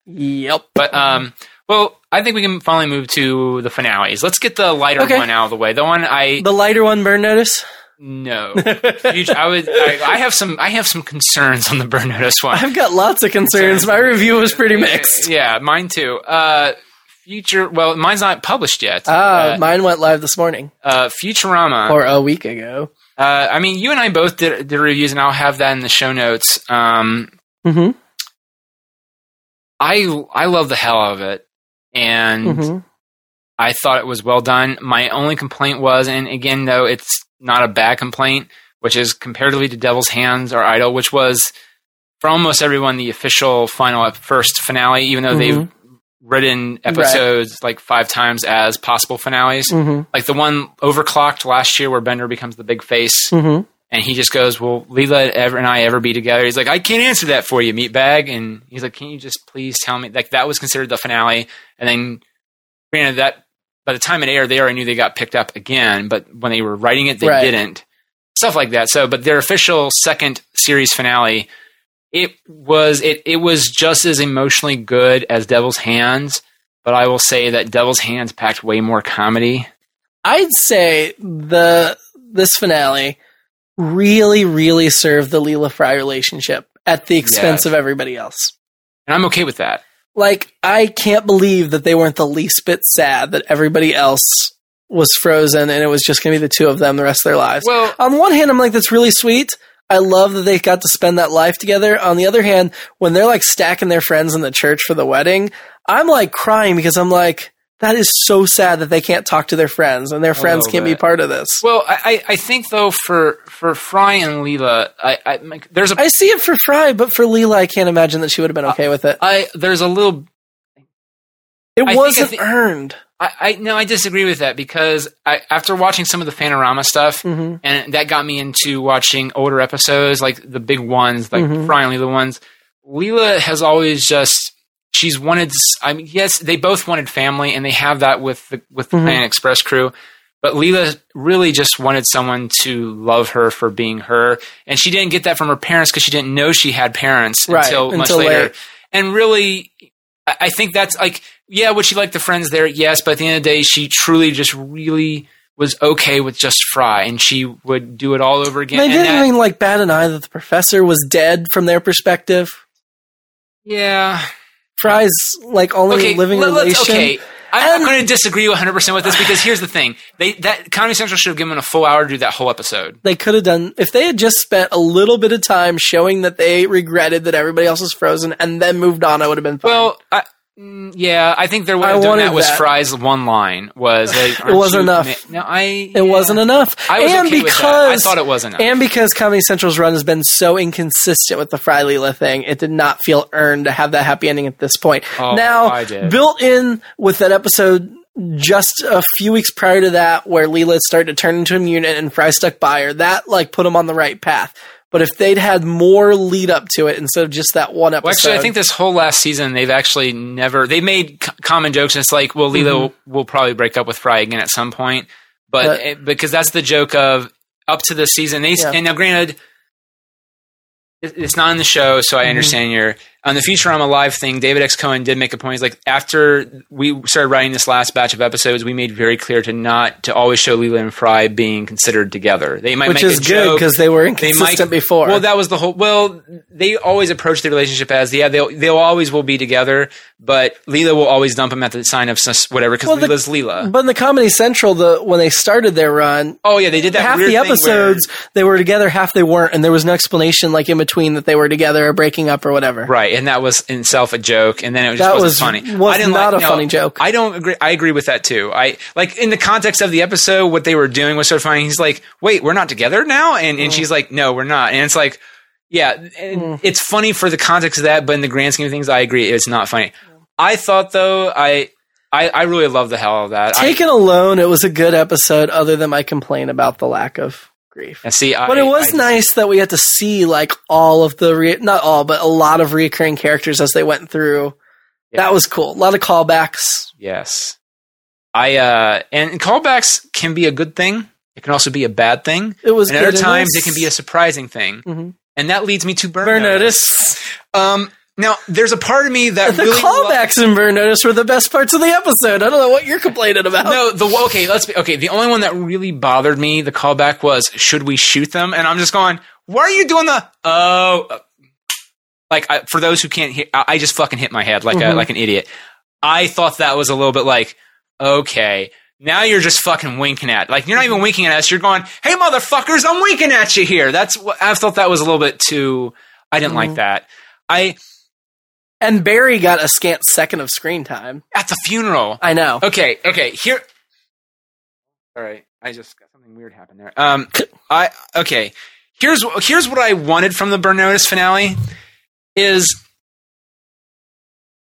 Speaker 2: Yep.
Speaker 1: But um, well, I think we can finally move to the finales. Let's get the lighter
Speaker 2: Okay.
Speaker 1: one out of the way. The one I
Speaker 2: The lighter one, Burn Notice.
Speaker 1: no. Huge- I would. I, I have some. I have some concerns on the burn notice one.
Speaker 2: I've got lots of concerns. My review was pretty mixed.
Speaker 1: Yeah, mine too. Uh, future. Well, mine's not published yet.
Speaker 2: Ah,
Speaker 1: uh,
Speaker 2: mine went live this morning
Speaker 1: uh, Futurama.
Speaker 2: or a week ago.
Speaker 1: uh, I mean, you and I both did, did reviews, and I'll have that in the show notes. Um,
Speaker 2: hmm
Speaker 1: I I love the hell out of it, and
Speaker 2: hmm
Speaker 1: I thought it was well done. My only complaint was, and again, though, it's not a bad complaint, which is comparatively to Devil's Hands or Idol, which was for almost everyone the official final ep- first finale, even though they've written episodes like five times as possible finales.
Speaker 2: hmm
Speaker 1: Like the one overclocked last year where Bender becomes the big face
Speaker 2: hmm
Speaker 1: and he just goes, Will Leela ever and I ever be together? He's like, I can't answer that for you, meatbag. And he's like, Can you just please tell me? Like, that was considered the finale. And then, granted, that by the time it aired, they already knew they got picked up again, but when they were writing it, they
Speaker 2: Right.
Speaker 1: didn't. Stuff like that. So, but their official second series finale, it was it it was just as emotionally good as Devil's Hands, but I will say that Devil's Hands packed way more comedy.
Speaker 2: I'd say the this finale really, really served the Leela Fry relationship at the expense
Speaker 1: Yes.
Speaker 2: of everybody else.
Speaker 1: And I'm okay with that.
Speaker 2: Like, I can't believe that they weren't the least bit sad that everybody else was frozen and it was just going to be the two of them the rest of their lives.
Speaker 1: Well,
Speaker 2: On the one hand, I'm like, that's really sweet. I love that they got to spend that life together. On the other hand, when they're like stacking their friends in the church for the wedding, I'm like crying because I'm like, that is so sad that they can't talk to their friends and their friends
Speaker 1: little
Speaker 2: can't be
Speaker 1: bit.
Speaker 2: part of this.
Speaker 1: Well, I, I I think though for for Fry and Leela, I, I my- there's a
Speaker 2: I see it for Fry, but for Leela, I can't imagine that she would have been okay with it.
Speaker 1: I there's a little
Speaker 2: It
Speaker 1: think- I
Speaker 2: wasn't
Speaker 1: think-
Speaker 2: earned.
Speaker 1: I, I no I disagree with that because I after watching some of the Panorama stuff
Speaker 2: hmm
Speaker 1: and that got me into watching older episodes like the big ones like
Speaker 2: Mhm.
Speaker 1: Fry and Leela ones. Leela has always just she's wanted. s- I mean, yes, they both wanted family, and they have that with the with the
Speaker 2: Mhm.
Speaker 1: Pan Express crew. But Leela really just wanted someone to love her for being her, and she didn't get that from her parents because she didn't know she had parents
Speaker 2: Right,
Speaker 1: until much
Speaker 2: until
Speaker 1: later.
Speaker 2: late.
Speaker 1: And really, I I think that's like, yeah, would she like the friends there? Yes, but at the end of the day, she truly just really was okay with just Fry, and she would do it all over again.
Speaker 2: And I
Speaker 1: And
Speaker 2: didn't
Speaker 1: that-
Speaker 2: even like bat an eye that the professor was dead from their perspective.
Speaker 1: yeah,
Speaker 2: Fry's like only living
Speaker 1: let- let's-
Speaker 2: relation.
Speaker 1: Okay, I'm
Speaker 2: And-
Speaker 1: not going to disagree 100 percent with this because here's the thing: they that Comedy Central should have given them a full hour to do that whole episode.
Speaker 2: They could have done if they had just spent a little bit of time showing that they regretted that everybody else was frozen and then moved on. I would have been fine.
Speaker 1: Well, I, mm, yeah, I think there
Speaker 2: I
Speaker 1: was
Speaker 2: wanted
Speaker 1: that was
Speaker 2: that.
Speaker 1: Fry's one line was like aren't
Speaker 2: wasn't
Speaker 1: you
Speaker 2: enough.
Speaker 1: ma- no, I it
Speaker 2: it wasn't enough.
Speaker 1: I was
Speaker 2: and
Speaker 1: okay with
Speaker 2: because
Speaker 1: that. I thought it was enough.
Speaker 2: and because Comedy Central's run has been so inconsistent with the Fry Leela thing, it did not feel earned to have that happy ending at this point.
Speaker 1: Oh,
Speaker 2: now,
Speaker 1: I did.
Speaker 2: built in with that episode just a few weeks prior to that, where Leela started to turn into a mutant and Fry stuck by her, that like put him on the right path. But if they'd had more lead up to it instead of just that one episode,
Speaker 1: Well, actually, I think this whole last season they've actually never they made c- common jokes, and it's like, well, Lilo will, will probably break up with Fry again at some point, but
Speaker 2: Mm-hmm. But-
Speaker 1: it- because that's the joke of up to the season. They, s
Speaker 2: Yeah.
Speaker 1: And now, granted, it- it's not in the show, so I
Speaker 2: Mm-hmm.
Speaker 1: understand your on the Futurama live thing. David X. Cohen did make a point. He's like, after we started writing this last batch of episodes, we made very clear to not to always show Lilo and Fry being considered together. They might
Speaker 2: which
Speaker 1: make
Speaker 2: is
Speaker 1: a
Speaker 2: good
Speaker 1: joke
Speaker 2: because they were
Speaker 1: they might-
Speaker 2: inconsistent before.
Speaker 1: Well, that was the whole. Well, they always approach the relationship as yeah, they'll they'll always will be together, but Leela will always dump him at the sign of sus- whatever because
Speaker 2: the-
Speaker 1: Leela's Leela.
Speaker 2: but in the Comedy Central, the when they started their run,
Speaker 1: oh yeah, they did that
Speaker 2: half
Speaker 1: weird
Speaker 2: the
Speaker 1: thing where-
Speaker 2: episodes they were together, half they weren't, and there was no explanation like in between that they were together or breaking up or whatever.
Speaker 1: Right, and that was in itself a joke, and then it just
Speaker 2: That
Speaker 1: wasn't
Speaker 2: was-
Speaker 1: funny.
Speaker 2: was
Speaker 1: I didn't
Speaker 2: not
Speaker 1: like,
Speaker 2: a
Speaker 1: no,
Speaker 2: funny joke.
Speaker 1: I don't agree. I agree with that too. I like in the context of the episode, what they were doing was so funny. He's like, "Wait, we're not together now," and
Speaker 2: Mm.
Speaker 1: and she's like, "No, we're not," and it's like. Yeah, and it's funny for the context of that, but in the grand scheme of things, I agree it's not funny. I thought though, I I, I really love the hell out of that. I,
Speaker 2: Taken alone, it was a good episode. Other than my complaint about the lack of grief,
Speaker 1: and see, I,
Speaker 2: but it was
Speaker 1: I-
Speaker 2: nice that we had to see like all of the re- not all, but a lot of reoccurring characters as they went through.
Speaker 1: Yeah.
Speaker 2: That was cool. A lot of callbacks.
Speaker 1: Yes, I uh, and callbacks can be a good thing. It can also be a bad thing.
Speaker 2: It was.
Speaker 1: And
Speaker 2: good
Speaker 1: other
Speaker 2: in
Speaker 1: times,
Speaker 2: this.
Speaker 1: it can be a surprising thing.
Speaker 2: Mhm.
Speaker 1: And that leads me to burn,
Speaker 2: burn
Speaker 1: notice.
Speaker 2: notice.
Speaker 1: Um, now, there's a part of me that
Speaker 2: The
Speaker 1: really
Speaker 2: callbacks in burn notice were the best parts of the episode. I don't know what you're complaining about.
Speaker 1: No, the okay. Let's be okay. The only one that really bothered me, the callback was, should we shoot them? And I'm just going, why are you doing the? Oh, uh," like I, for those who can't hear, I, I just fucking hit my head like a
Speaker 2: Mhm.
Speaker 1: like an idiot. I thought that was a little bit like, okay, now you're just fucking winking at. Like you're not even winking at us. You're going, hey motherfuckers, I'm winking at you here. That's what I thought. That was a little bit too. I didn't like that. I
Speaker 2: And Barry got a scant second of screen time.
Speaker 1: at the funeral.
Speaker 2: I know.
Speaker 1: Okay, okay. Here. All right, I just got something weird happened there. Um, I okay. Here's here's what I wanted from the Burn Notice finale is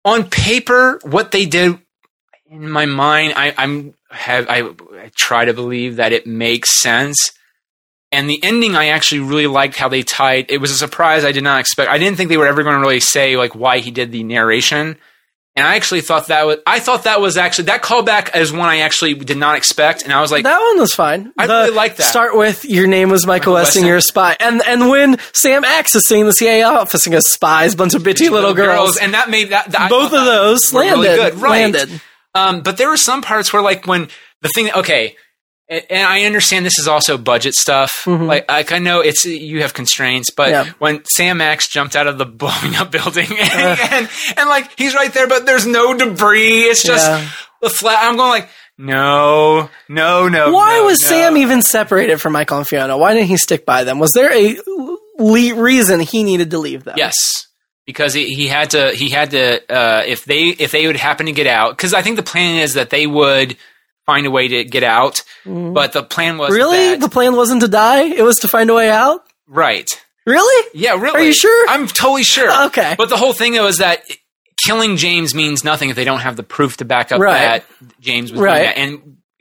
Speaker 1: on paper what they did. In my mind, I, I'm have I, I try to believe that it makes sense. And the ending, I actually really liked how they tied. It was a surprise I did not expect. I didn't think they were ever going to really say like why he did the narration. And I actually thought that was I thought that was actually that callback is one I actually did not expect, and I was like,
Speaker 2: That one was fine.
Speaker 1: I
Speaker 2: The
Speaker 1: really like that.
Speaker 2: Start with your name was Michael,
Speaker 1: Michael
Speaker 2: Weston,
Speaker 1: Weston.
Speaker 2: you're a spy, and and when Sam Axe is seeing the CIA office and goes spies, bunch of bitchy little, girls,
Speaker 1: and that made that, that I
Speaker 2: both
Speaker 1: thought
Speaker 2: of
Speaker 1: that
Speaker 2: those
Speaker 1: were
Speaker 2: landed,
Speaker 1: really good, right?
Speaker 2: landed.
Speaker 1: Um, but there were some parts where, like, when the thing, okay, a- and I understand this is also budget stuff. Like, like, I know it's you have constraints, but
Speaker 2: Mm-hmm. Yeah.
Speaker 1: when Sam Max jumped out of the blowing up building, and, and like he's right there, but there's no debris. It's just
Speaker 2: Yeah.
Speaker 1: the flat. I'm going like, no, no, no.
Speaker 2: Why
Speaker 1: no,
Speaker 2: was
Speaker 1: no.
Speaker 2: Sam even separated from Michael and Fiona? Why didn't he stick by them? Was there a le- reason he needed to leave them?
Speaker 1: Yes, because he, he had to. He had to. Uh, if they if they would happen to get out, because I think the plan is that they would find a way to get out. But the plan was
Speaker 2: Mm-hmm. Really,
Speaker 1: that-
Speaker 2: the plan wasn't to die; it was to find a way out.
Speaker 1: right?
Speaker 2: Really?
Speaker 1: Yeah, really.
Speaker 2: Are you sure?
Speaker 1: I'm totally sure.
Speaker 2: Okay.
Speaker 1: But the whole thing was that killing James means nothing if they don't have the proof to back up
Speaker 2: Right.
Speaker 1: that James was
Speaker 2: Right.
Speaker 1: doing that. and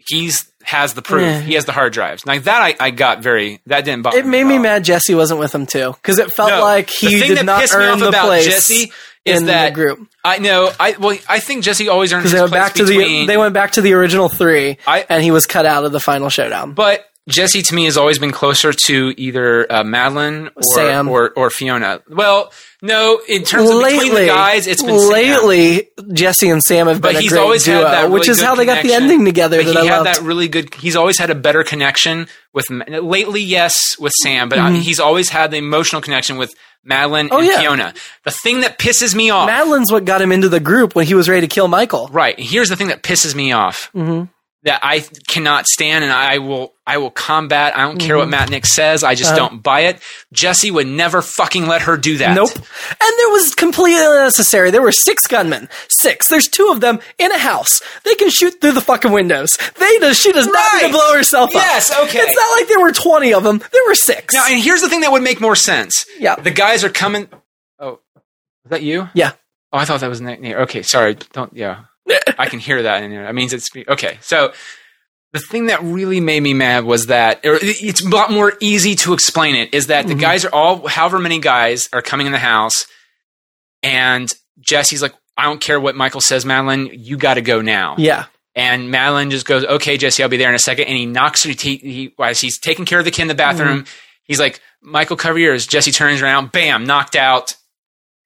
Speaker 1: he's has the proof.
Speaker 2: Yeah.
Speaker 1: He has the hard drives. Like that, I, I got very that didn't bother.
Speaker 2: It made
Speaker 1: at
Speaker 2: me
Speaker 1: all.
Speaker 2: mad. Jesse wasn't with him too, because it felt
Speaker 1: No,
Speaker 2: like
Speaker 1: the
Speaker 2: he
Speaker 1: thing
Speaker 2: did
Speaker 1: that
Speaker 2: not
Speaker 1: pissed me
Speaker 2: earn
Speaker 1: off
Speaker 2: the
Speaker 1: about
Speaker 2: place.
Speaker 1: Jesse Is
Speaker 2: in
Speaker 1: that-
Speaker 2: the group
Speaker 1: I know. I well, I think Jesse always earns
Speaker 2: because
Speaker 1: his
Speaker 2: they
Speaker 1: place
Speaker 2: went back to
Speaker 1: between.
Speaker 2: the they went back to the original three,
Speaker 1: I-
Speaker 2: and he was cut out of the final showdown.
Speaker 1: but Jesse to me has always been closer to either uh, Madeline or,
Speaker 2: Sam.
Speaker 1: or or Fiona. Well, no, in terms of between the guys, it's been Sam.
Speaker 2: lately Jesse and Sam have
Speaker 1: But
Speaker 2: been a
Speaker 1: he's
Speaker 2: great
Speaker 1: always
Speaker 2: duo,
Speaker 1: had that
Speaker 2: which
Speaker 1: really
Speaker 2: is
Speaker 1: good
Speaker 2: how they got the
Speaker 1: connection.
Speaker 2: ending together
Speaker 1: But
Speaker 2: that
Speaker 1: he
Speaker 2: I
Speaker 1: had
Speaker 2: loved.
Speaker 1: that really good. He's always had a better connection with Ma- lately, yes, with Sam, but I- he's always had the emotional connection with Madeline and
Speaker 2: Mm-hmm. Oh, yeah.
Speaker 1: Fiona. The thing that pisses me off,
Speaker 2: Madeline's what got him into the group when he was ready to kill Michael.
Speaker 1: right? Here's the thing that pisses me off
Speaker 2: Mhm.
Speaker 1: that I cannot stand, and I will, I will combat. I don't
Speaker 2: Mm-hmm.
Speaker 1: care what Matt Nick says. I just
Speaker 2: Uh-huh.
Speaker 1: don't buy it. Jesse would never fucking let her do that.
Speaker 2: Nope. And there was completely unnecessary. There were six gunmen. Six. There's two of them in a house. They can shoot through the fucking windows. They does she does not need
Speaker 1: Right.
Speaker 2: to blow herself
Speaker 1: Yes,
Speaker 2: up.
Speaker 1: okay.
Speaker 2: It's not like there were twenty of them. There were six.
Speaker 1: Now, and here's the thing that would make more sense.
Speaker 2: Yeah.
Speaker 1: the guys are coming. Oh, is that you?
Speaker 2: yeah.
Speaker 1: Oh, I thought that was Nick. Nick. Okay, sorry. Don't. Yeah, I can hear that in there. That means it's okay. So the thing that really made me mad was that, or it- it's a lot more easy to explain it. Is that the guys are all, however many guys are coming in the house, and Jesse's like, I don't care what Michael says, Madeline. You got to go now.
Speaker 2: Yeah.
Speaker 1: And Madeline just goes, "Okay, Jesse, I'll be there in a second. And he knocks. He, he as he's taking care of the kid in the bathroom, he's like, "Michael, cover yours." Jesse turns around, bam, knocked out,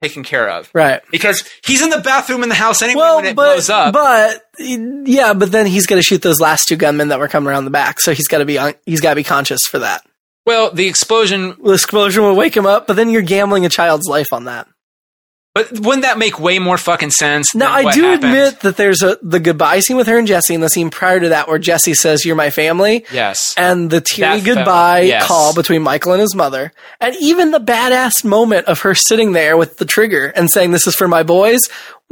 Speaker 1: taken care of.
Speaker 2: Right.
Speaker 1: Because he's in the bathroom in the house anyway
Speaker 2: Well,
Speaker 1: when it
Speaker 2: but
Speaker 1: blows up.
Speaker 2: but yeah, but then he's gonna shoot those last two gunmen that were coming around the back. So he's gotta be on, he's gotta be conscious for that.
Speaker 1: well, the explosion.
Speaker 2: The explosion will wake him up, but then you're gambling a child's life on that.
Speaker 1: But wouldn't that make way more fucking sense?
Speaker 2: Now
Speaker 1: than
Speaker 2: I
Speaker 1: what
Speaker 2: do
Speaker 1: happened?
Speaker 2: admit that there's a the goodbye scene with her and Jesse, and the scene prior to that where Jesse says, "You're my family,"
Speaker 1: Yes.
Speaker 2: and the teary
Speaker 1: That felt-
Speaker 2: goodbye
Speaker 1: yes.
Speaker 2: call between Michael and his mother, and even the badass moment of her sitting there with the trigger and saying, "This is for my boys."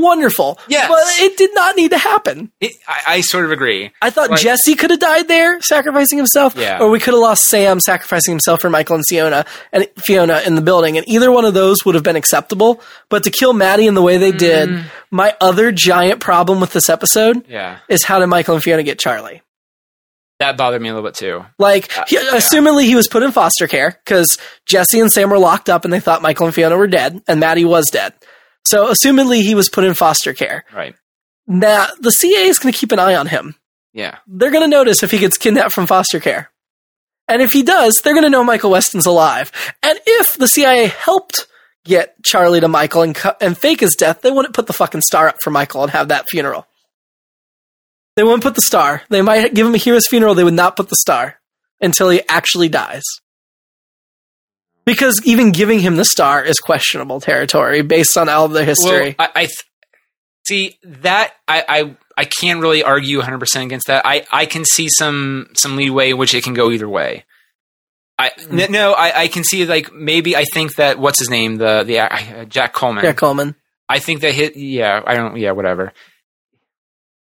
Speaker 2: Wonderful,
Speaker 1: Yes.
Speaker 2: but it did not need to happen.
Speaker 1: It- I, I sort of agree.
Speaker 2: I thought
Speaker 1: Like-
Speaker 2: Jesse could have died there, sacrificing himself,
Speaker 1: Yeah.
Speaker 2: or we could have lost Sam sacrificing himself for Michael and Fiona and Fiona in the building, and either one of those would have been acceptable. But to kill Maddie in the way they
Speaker 1: Mm.
Speaker 2: did, my other giant problem with this episode
Speaker 1: Yeah,
Speaker 2: is how did Michael and Fiona get Charlie?
Speaker 1: that bothered me a little bit too.
Speaker 2: Like,
Speaker 1: Uh,
Speaker 2: he, assumingly he was put in foster care because Jesse and Sam were locked up and they thought Michael and Fiona were dead, and Maddie was dead. So, assumingly he was put in foster care.
Speaker 1: Right.
Speaker 2: Now, the CA is going to keep an eye on him.
Speaker 1: Yeah.
Speaker 2: they're going to notice if he gets kidnapped from foster care. And if he does, they're going to know Michael Weston's alive. And if the CIA helped get Charlie to Michael and, cu- and fake his death, they wouldn't put the fucking star up for Michael and have that funeral. They wouldn't put the star. They might give him a hero's funeral. They would not put the star until he actually dies. Because even giving him the star is questionable territory based on all of the history.
Speaker 1: Well, I, I th- see that I, I I can't really argue 100 percent against that. I I can see some some leeway in which it can go either way. I n- no, I, I can see like maybe I think that what's his name the the uh, Jack Coleman.
Speaker 2: yeah, Coleman.
Speaker 1: I think that hit yeah I don't yeah whatever.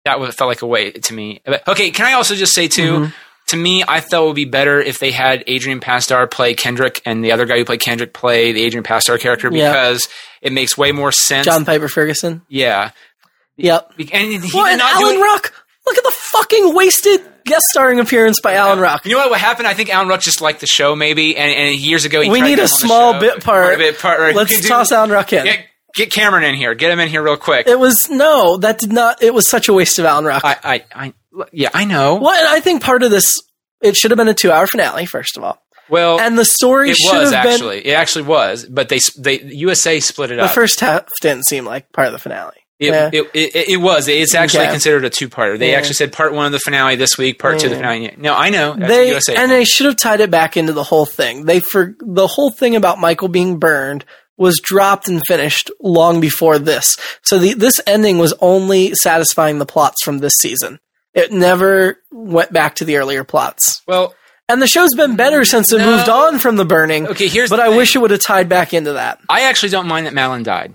Speaker 1: That was, felt like a way to me. But- Okay, can I also just say too?
Speaker 2: Mm-hmm.
Speaker 1: To me, I felt it would be better if they had Adrian Pastar play Kendrick and the other guy who played Kendrick play the Adrian Pastar character
Speaker 2: Yeah.
Speaker 1: because it makes way more sense.
Speaker 2: John Piper Ferguson.
Speaker 1: Yeah,
Speaker 2: Yep.
Speaker 1: Be- and he
Speaker 2: Well,
Speaker 1: did
Speaker 2: and
Speaker 1: not do
Speaker 2: Alan
Speaker 1: it-
Speaker 2: Rock. Look at the fucking wasted guest starring appearance by Alan Rock.
Speaker 1: You know what, what happened? I think Alan Rock just liked the show, maybe. And, and years ago, he
Speaker 2: We
Speaker 1: tried
Speaker 2: need
Speaker 1: to
Speaker 2: a
Speaker 1: come on the
Speaker 2: small
Speaker 1: show.
Speaker 2: bit part.
Speaker 1: A bit part right?
Speaker 2: Let's
Speaker 1: Dude, dude,
Speaker 2: toss Alan Rock in.
Speaker 1: Get, get Cameron in here. Get him in here real quick.
Speaker 2: It was no, that did not. It was such a waste of Alan Rock.
Speaker 1: I, I, I, yeah, I know.
Speaker 2: well, and I think part of this, it should have been a two-hour finale, first of all,
Speaker 1: Well,
Speaker 2: and the story
Speaker 1: it
Speaker 2: should
Speaker 1: was
Speaker 2: have been.
Speaker 1: actually. It actually was, but they s- they USA split it
Speaker 2: The
Speaker 1: up.
Speaker 2: first half didn't seem like part of the finale.
Speaker 1: it,
Speaker 2: yeah.
Speaker 1: it, it, it was. It's actually
Speaker 2: Okay.
Speaker 1: considered a two-parter. They
Speaker 2: Yeah. Mm.
Speaker 1: actually said part one of the finale this week, part two of the finale. No, I know. That's
Speaker 2: they
Speaker 1: USA.
Speaker 2: and they should have tied it back into the whole thing. They for the whole thing about Michael being burned was dropped and finished long before this. So the this ending was only satisfying the plots from this season. It never went back to the earlier plots.
Speaker 1: well,
Speaker 2: And the show's been better since it
Speaker 1: No.
Speaker 2: moved on from the burning.
Speaker 1: Okay, here's
Speaker 2: but
Speaker 1: the
Speaker 2: I
Speaker 1: thing.
Speaker 2: wish it would have tied back into that.
Speaker 1: I actually don't mind that Malin died.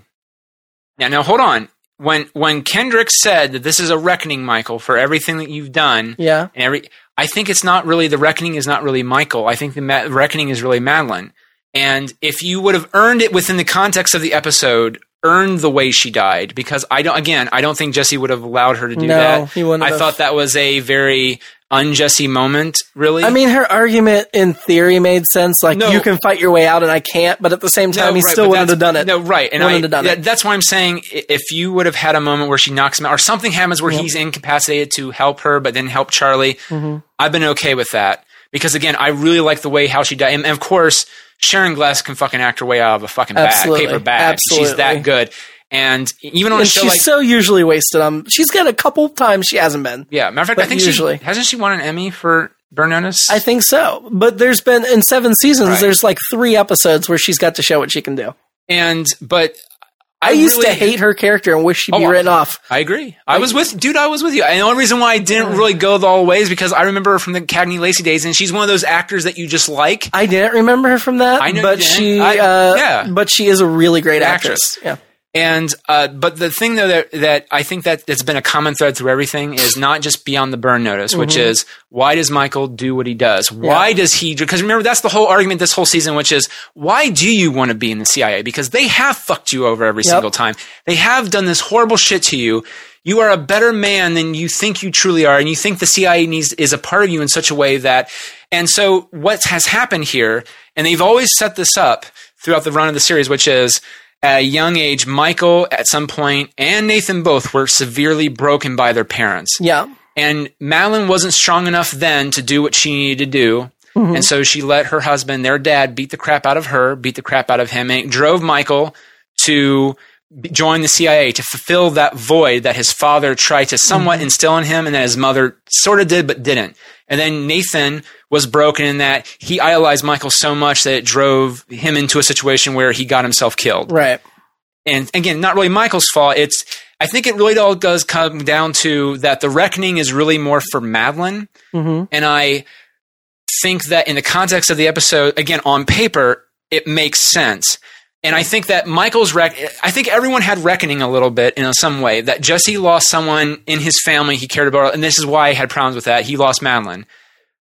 Speaker 1: Now, now hold on. When when Kendrick said that this is a reckoning, Michael, for everything that you've done,
Speaker 2: Yeah.
Speaker 1: and every, I think it's not really the reckoning is not really Michael. I think the ma- reckoning is really Madeline. And if you would have earned it within the context of the episode, earned the way she died, because I don't. Again, I don't think Jesse would have allowed her to do
Speaker 2: No,
Speaker 1: that.
Speaker 2: he wouldn't
Speaker 1: I
Speaker 2: have.
Speaker 1: thought that was a very unjesse moment, really.
Speaker 2: I mean, her argument in theory made sense. Like,
Speaker 1: No.
Speaker 2: you can fight your way out and I can't, but at the same time, he
Speaker 1: right,
Speaker 2: still
Speaker 1: but
Speaker 2: wouldn't
Speaker 1: that's-
Speaker 2: have done it.
Speaker 1: No, right. And
Speaker 2: Wouldn't
Speaker 1: I,
Speaker 2: have done
Speaker 1: that-
Speaker 2: it.
Speaker 1: that's why I'm saying i- if you would have had a moment where she knocks him out or something happens where he's incapacitated to help her, but then help Charlie,
Speaker 2: Mm-hmm.
Speaker 1: I've been okay with that. Because again, I really like the way how she died. And and of course, Sharon Glass can fucking act her way out of a fucking
Speaker 2: Absolutely.
Speaker 1: bag, paper bag. She's
Speaker 2: Absolutely.
Speaker 1: that good. And even on a
Speaker 2: And
Speaker 1: show
Speaker 2: she's
Speaker 1: like,
Speaker 2: so usually wasted on. She's got a couple times she hasn't been.
Speaker 1: yeah, matter of fact, I
Speaker 2: but
Speaker 1: think
Speaker 2: usually-
Speaker 1: she, hasn't she won an Emmy for Burn Notice?
Speaker 2: I think so. But there's been, in seven seasons,
Speaker 1: Right.
Speaker 2: there's like three episodes where she's got to show what she can do.
Speaker 1: and, but
Speaker 2: I, used
Speaker 1: really-
Speaker 2: to hate her character and wish she'd be
Speaker 1: Oh, I-
Speaker 2: written off.
Speaker 1: I agree. I was with dude. I was with you. And the only reason why I didn't really go the whole way is because I remember her from the Cagney Lacey days, and she's one of those actors that you just like.
Speaker 2: I didn't remember her from that,
Speaker 1: I know you
Speaker 2: but
Speaker 1: didn't.
Speaker 2: she,
Speaker 1: I-
Speaker 2: uh,
Speaker 1: yeah.
Speaker 2: but she is a really great
Speaker 1: Actress.
Speaker 2: actress.
Speaker 1: And uh, but the thing though that, that I think that that's been a common thread through everything is not just beyond the burn notice, which is why does Michael do what he does? Why does he? Because remember that's the whole argument this whole season, which is why do you want to be in the CIA? Because they have fucked you over every single time. They have done this horrible shit to you. You are a better man than you think you truly are, and you think the CIA needs is a part of you in such a way that. And so what has happened here, and they've always set this up throughout the run of the series, which is at a young age, Michael at some point and Nathan both were severely broken by their parents.
Speaker 2: Yeah. Yeah.
Speaker 1: And Madeline wasn't strong enough then to do what she needed to do. And so she let her husband, their dad, beat the crap out of her, beat the crap out of him, and it drove Michael to b- join the CIA to fulfill that void that his father tried to somewhat instill in him and that his mother sort of did but didn't. And then Nathan was broken in that he idolized Michael so much that it drove him into a situation where he got himself killed
Speaker 2: Right.
Speaker 1: and again, not really Michael's fault. It's I think it really all does come down to that the reckoning is really more for Madeline,
Speaker 2: Mm-hmm.
Speaker 1: and I think that in the context of the episode, again on paper, it makes sense. And I think that Michael's reck. I think everyone had reckoning a little bit in some way that Jesse lost someone in his family he cared about, and this is why I had problems with that. He lost Madeline.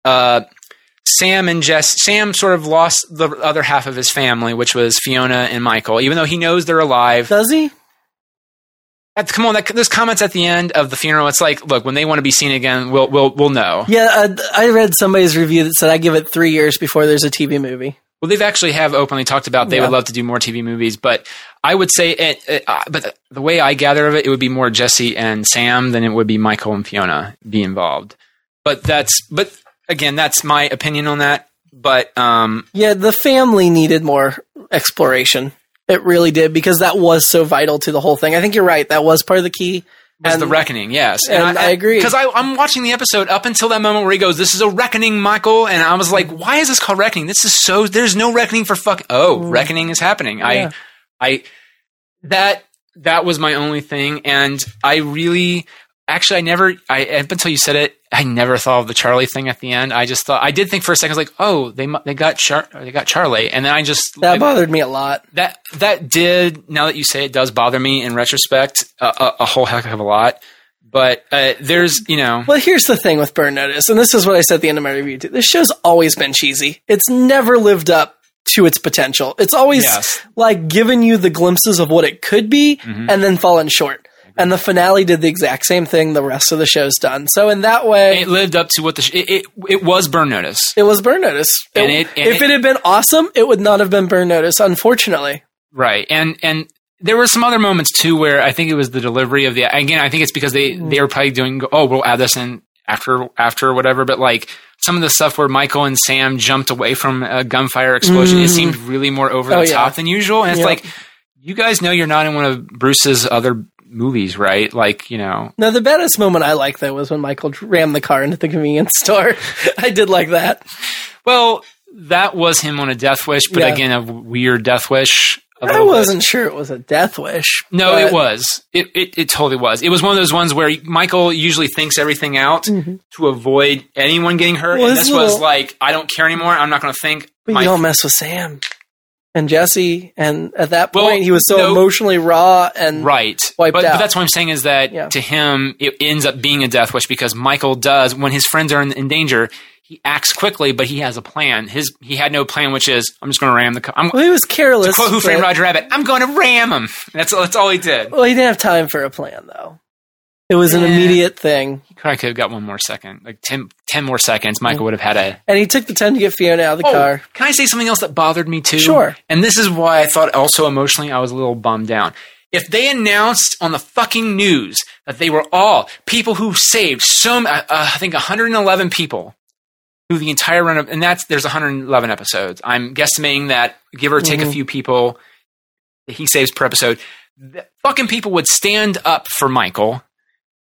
Speaker 1: Uh, Sam and Jess, Sam sort of lost the other half of his family, which was Fiona and Michael. Even though he knows they're alive,
Speaker 2: Does he?
Speaker 1: at, come on, that, those comments at the end of the funeral. It's like, look, when they want to be seen again, we'll we'll we'll know.
Speaker 2: Yeah. Uh, I read somebody's review that said I give it three years before there's a TV movie.
Speaker 1: Well, they've actually have openly talked about they
Speaker 2: Yeah.
Speaker 1: would love to do more TV movies, but I would say, it, it, uh, but the way I gather of it, it would be more Jesse and Sam than it would be Michael and Fiona be involved. But that's but again, that's my opinion on that. But um,
Speaker 2: Yeah. The family needed more exploration. It really did because that was so vital to the whole thing. I think you're right. That was part of the key.
Speaker 1: was
Speaker 2: And-
Speaker 1: the reckoning, yes,
Speaker 2: and I agree.
Speaker 1: because I'm watching the episode up until that moment where he goes, "This is a reckoning, Michael," and I was like, "Why is this called reckoning? This is so there's no reckoning for fuck. Oh, reckoning is happening.
Speaker 2: Mm. Yeah.
Speaker 1: I, I that that was my only thing, and I really actually I never I up until you said it, I never thought of the Charlie thing at the end. I just thought I did think for a second, I was like, "Oh, they mu- they got Char- they got Charlie," and then I just
Speaker 2: That bothered me a lot.
Speaker 1: that that did now that you say it does bother me in retrospect a, a, a whole heck of a lot but uh, there's you know
Speaker 2: Well, here's the thing with Burn Notice, and this is what I said at the end of my review too. This show's always been cheesy. It's never lived up to its potential. It's always
Speaker 1: Yes. Mm-hmm.
Speaker 2: like giving you the glimpses of what it could be and then falling short. And the finale did the exact same thing the rest of the show's done. So in that way,
Speaker 1: it
Speaker 2: it,
Speaker 1: lived up to what the sh- it, it it was burn notice
Speaker 2: was Burn Notice.
Speaker 1: And
Speaker 2: It-
Speaker 1: it- and
Speaker 2: if
Speaker 1: it-
Speaker 2: it, had been awesome, it would not have been Burn Notice, unfortunately.
Speaker 1: right and and there were some other moments too where I think it was the delivery of the again I think it's because they they
Speaker 2: Mm-hmm.
Speaker 1: were probably doing oh we'll add this in after after or whatever but like some of the stuff where Michael and Sam jumped away from a gunfire explosion it seemed really more over
Speaker 2: Oh,
Speaker 1: the
Speaker 2: yeah.
Speaker 1: top than usual and it's
Speaker 2: Yeah.
Speaker 1: like you guys know you're not in one of Bruce's other movies right like you know
Speaker 2: Now the baddest moment I liked though was when Michael rammed the car into the convenience store. I did like that.
Speaker 1: Well, that was him on a death wish, but
Speaker 2: Yeah.
Speaker 1: again, a weird death wish. A
Speaker 2: I
Speaker 1: little bit.
Speaker 2: wasn't sure it was a death wish.
Speaker 1: No,
Speaker 2: but-
Speaker 1: it was. It, it it totally was. It was one of those ones where Michael usually thinks everything out to avoid anyone getting hurt.
Speaker 2: Mm-hmm. Well,
Speaker 1: and
Speaker 2: his
Speaker 1: this was
Speaker 2: little-
Speaker 1: like, I don't care anymore. I'm not going to think.
Speaker 2: But
Speaker 1: my-
Speaker 2: you don't mess with Sam and Jesse. And at that point,
Speaker 1: Well,
Speaker 2: he was so
Speaker 1: no.
Speaker 2: emotionally raw and
Speaker 1: Right, but,
Speaker 2: Wiped
Speaker 1: but
Speaker 2: out.
Speaker 1: that's what I'm saying is that
Speaker 2: Yeah.
Speaker 1: to him it ends up being a death wish because Michael does when his friends are in, in danger, he acts quickly, but he has a plan. His he had no plan, which is I'm just going to ram the. Co- I'm,
Speaker 2: Well, he was careless.
Speaker 1: quote Who Framed
Speaker 2: but-
Speaker 1: Roger Rabbit? I'm going to ram him. That's that's all he did.
Speaker 2: Well, he didn't have time for a plan though. It It was an
Speaker 1: Yeah.
Speaker 2: immediate thing.
Speaker 1: I could have got one more second, like 10, 10 more seconds. Michael would have had a.
Speaker 2: And he took the time to get Fiona out of the
Speaker 1: Oh,
Speaker 2: car.
Speaker 1: can I say something else that bothered me too?
Speaker 2: Sure.
Speaker 1: And this is why I thought also emotionally I was a little bummed down. If they announced on the fucking news that they were all people who saved so m- uh, uh, I think 111 people through the entire run of, and that's there's 111 episodes. I'm guesstimating that give or take a
Speaker 2: Mhm.
Speaker 1: few people that he saves per episode. The fucking people would stand up for Michael,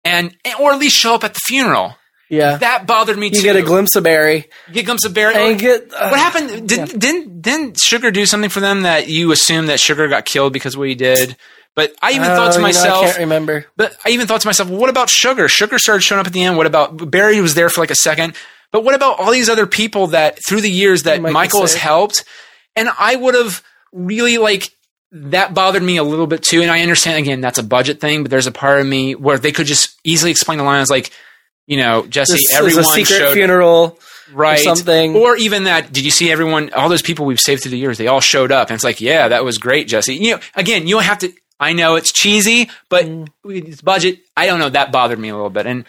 Speaker 1: and or at least show up at the funeral.
Speaker 2: Yeah.
Speaker 1: That bothered me
Speaker 2: You
Speaker 1: too.
Speaker 2: get a glimpse of Barry.
Speaker 1: Get glimpse of Barry.
Speaker 2: And you get. uh,
Speaker 1: What happened? Did, Didn't didn't Sugar do something for them that you assume that Sugar got killed because of what he did? But I even
Speaker 2: oh,
Speaker 1: thought
Speaker 2: you
Speaker 1: to
Speaker 2: know,
Speaker 1: myself,
Speaker 2: I can't remember.
Speaker 1: but I even thought to myself, what about Sugar? Sugar started showing up at the end. What about Barry? Was there for like a second? But what about all these other people that through the years that
Speaker 2: Michael
Speaker 1: Michael has
Speaker 2: saved.
Speaker 1: helped? And I would have really like that bothered me a little bit too. And I understand again that's a budget thing, but there's a part of me where they could just easily explain the lines like, you know, Jesse,
Speaker 2: This is
Speaker 1: everyone
Speaker 2: a secret
Speaker 1: showed
Speaker 2: funeral.
Speaker 1: right
Speaker 2: something.
Speaker 1: or even that did you see everyone all those people we've saved through the years they all showed up and it's like yeah that was great jesse you know again you don't have to i know it's cheesy but
Speaker 2: Mm.
Speaker 1: it's budget i don't know that bothered me a little bit and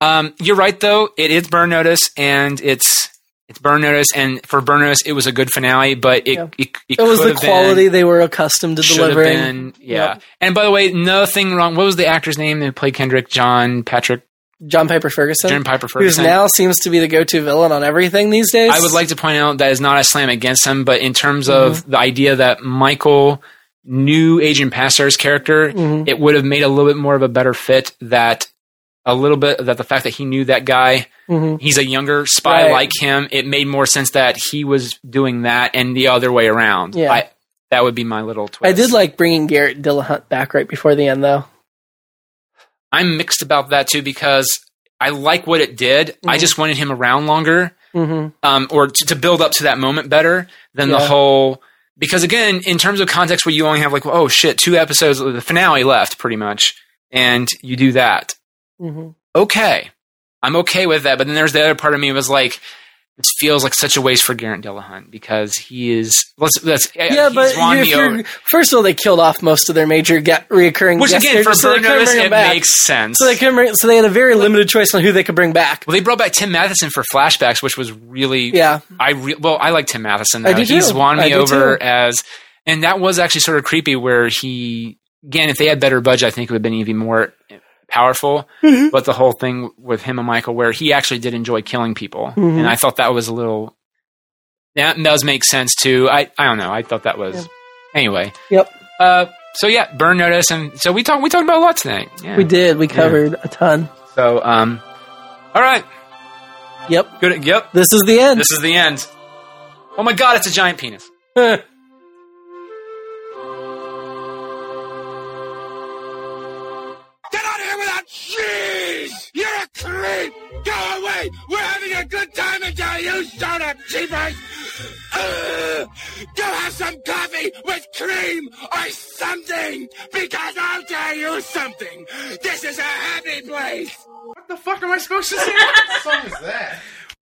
Speaker 1: um, you're right though it is burn notice and it's it's burn notice and for burn notice it was a good finale but it
Speaker 2: Yeah.
Speaker 1: it, it,
Speaker 2: It was
Speaker 1: could
Speaker 2: the
Speaker 1: have been-
Speaker 2: quality they were accustomed to
Speaker 1: should have
Speaker 2: delivering.
Speaker 1: been, yeah.
Speaker 2: Yep.
Speaker 1: And by the way, nothing wrong. What was the actor's name that played Kendrick? John Patrick,
Speaker 2: John Piper Ferguson,
Speaker 1: Jim Piper
Speaker 2: who's
Speaker 1: Ferguson.
Speaker 2: now seems to be the go-to villain on everything these days.
Speaker 1: I would like to point out that is not a slam against him, but in terms of
Speaker 2: Mm-hmm.
Speaker 1: the idea that Michael knew Agent Passer's character,
Speaker 2: Mhm.
Speaker 1: it would have made a little bit more of a better fit that a little bit that the fact that he knew that guy,
Speaker 2: Mhm.
Speaker 1: he's a younger spy
Speaker 2: Right.
Speaker 1: like him, it made more sense that he was doing that and the other way around.
Speaker 2: Yeah.
Speaker 1: I, that would be my little twist.
Speaker 2: I did like bringing Garrett Dillahunt back right before the end, though.
Speaker 1: I'm mixed about that too because I like what it did. I
Speaker 2: Mhm.
Speaker 1: just wanted him around longer.
Speaker 2: Mm-hmm.
Speaker 1: um, or to, to build up to that moment better than the
Speaker 2: Yeah.
Speaker 1: whole. Because again, in terms of context, where you only have like, oh shit, two episodes, the finale left, pretty much, and you do that.
Speaker 2: Mm-hmm.
Speaker 1: Okay, I'm okay with that. But then there's the other part of me was like, this feels like such a waste for Garrett Dillahunt because he is. Let's let's
Speaker 2: Yeah,
Speaker 1: he's
Speaker 2: but
Speaker 1: won
Speaker 2: you- if
Speaker 1: me
Speaker 2: you're-
Speaker 1: over.
Speaker 2: first of all, they killed off most of their major ga- reoccurring
Speaker 1: Which
Speaker 2: guest
Speaker 1: again, for
Speaker 2: characters, so they
Speaker 1: Burn
Speaker 2: couldn't
Speaker 1: Notice,
Speaker 2: bring them
Speaker 1: it
Speaker 2: back.
Speaker 1: makes sense.
Speaker 2: So they couldn't bring, so they had a very limited choice on who they could bring back.
Speaker 1: well, they brought back Tim Matheson for flashbacks, which was really
Speaker 2: Yeah,
Speaker 1: I re- well, I like Tim Matheson.
Speaker 2: I
Speaker 1: though.
Speaker 2: do
Speaker 1: He's
Speaker 2: too.
Speaker 1: won
Speaker 2: I
Speaker 1: me
Speaker 2: do
Speaker 1: over
Speaker 2: too.
Speaker 1: as, and that was actually sort of creepy. Where he again, if they had better budget, I think it would have been even more powerful.
Speaker 2: Mm-hmm.
Speaker 1: But the whole thing with him and Michael, where he actually did enjoy killing people,
Speaker 2: Mhm.
Speaker 1: and I thought that was a little that does make sense too. I I don't know. I thought that was anyway.
Speaker 2: Yep.
Speaker 1: Uh, so yeah, burn notice, and so we talked we talked about a lot tonight. Yeah.
Speaker 2: we did. We covered a ton.
Speaker 1: So um, all right,
Speaker 2: Yep,
Speaker 1: good. Yep,
Speaker 2: this is the end.
Speaker 1: this is the end. Oh my god, it's a giant penis.
Speaker 3: Get out of here without cheese! You're a creep! Go away! We're having a good time until you start up, cheapers! Ugh. Go have some coffee with cream or something! Because I'll tell you something! This is a happy place!
Speaker 4: What the fuck am I supposed to say? what song is that?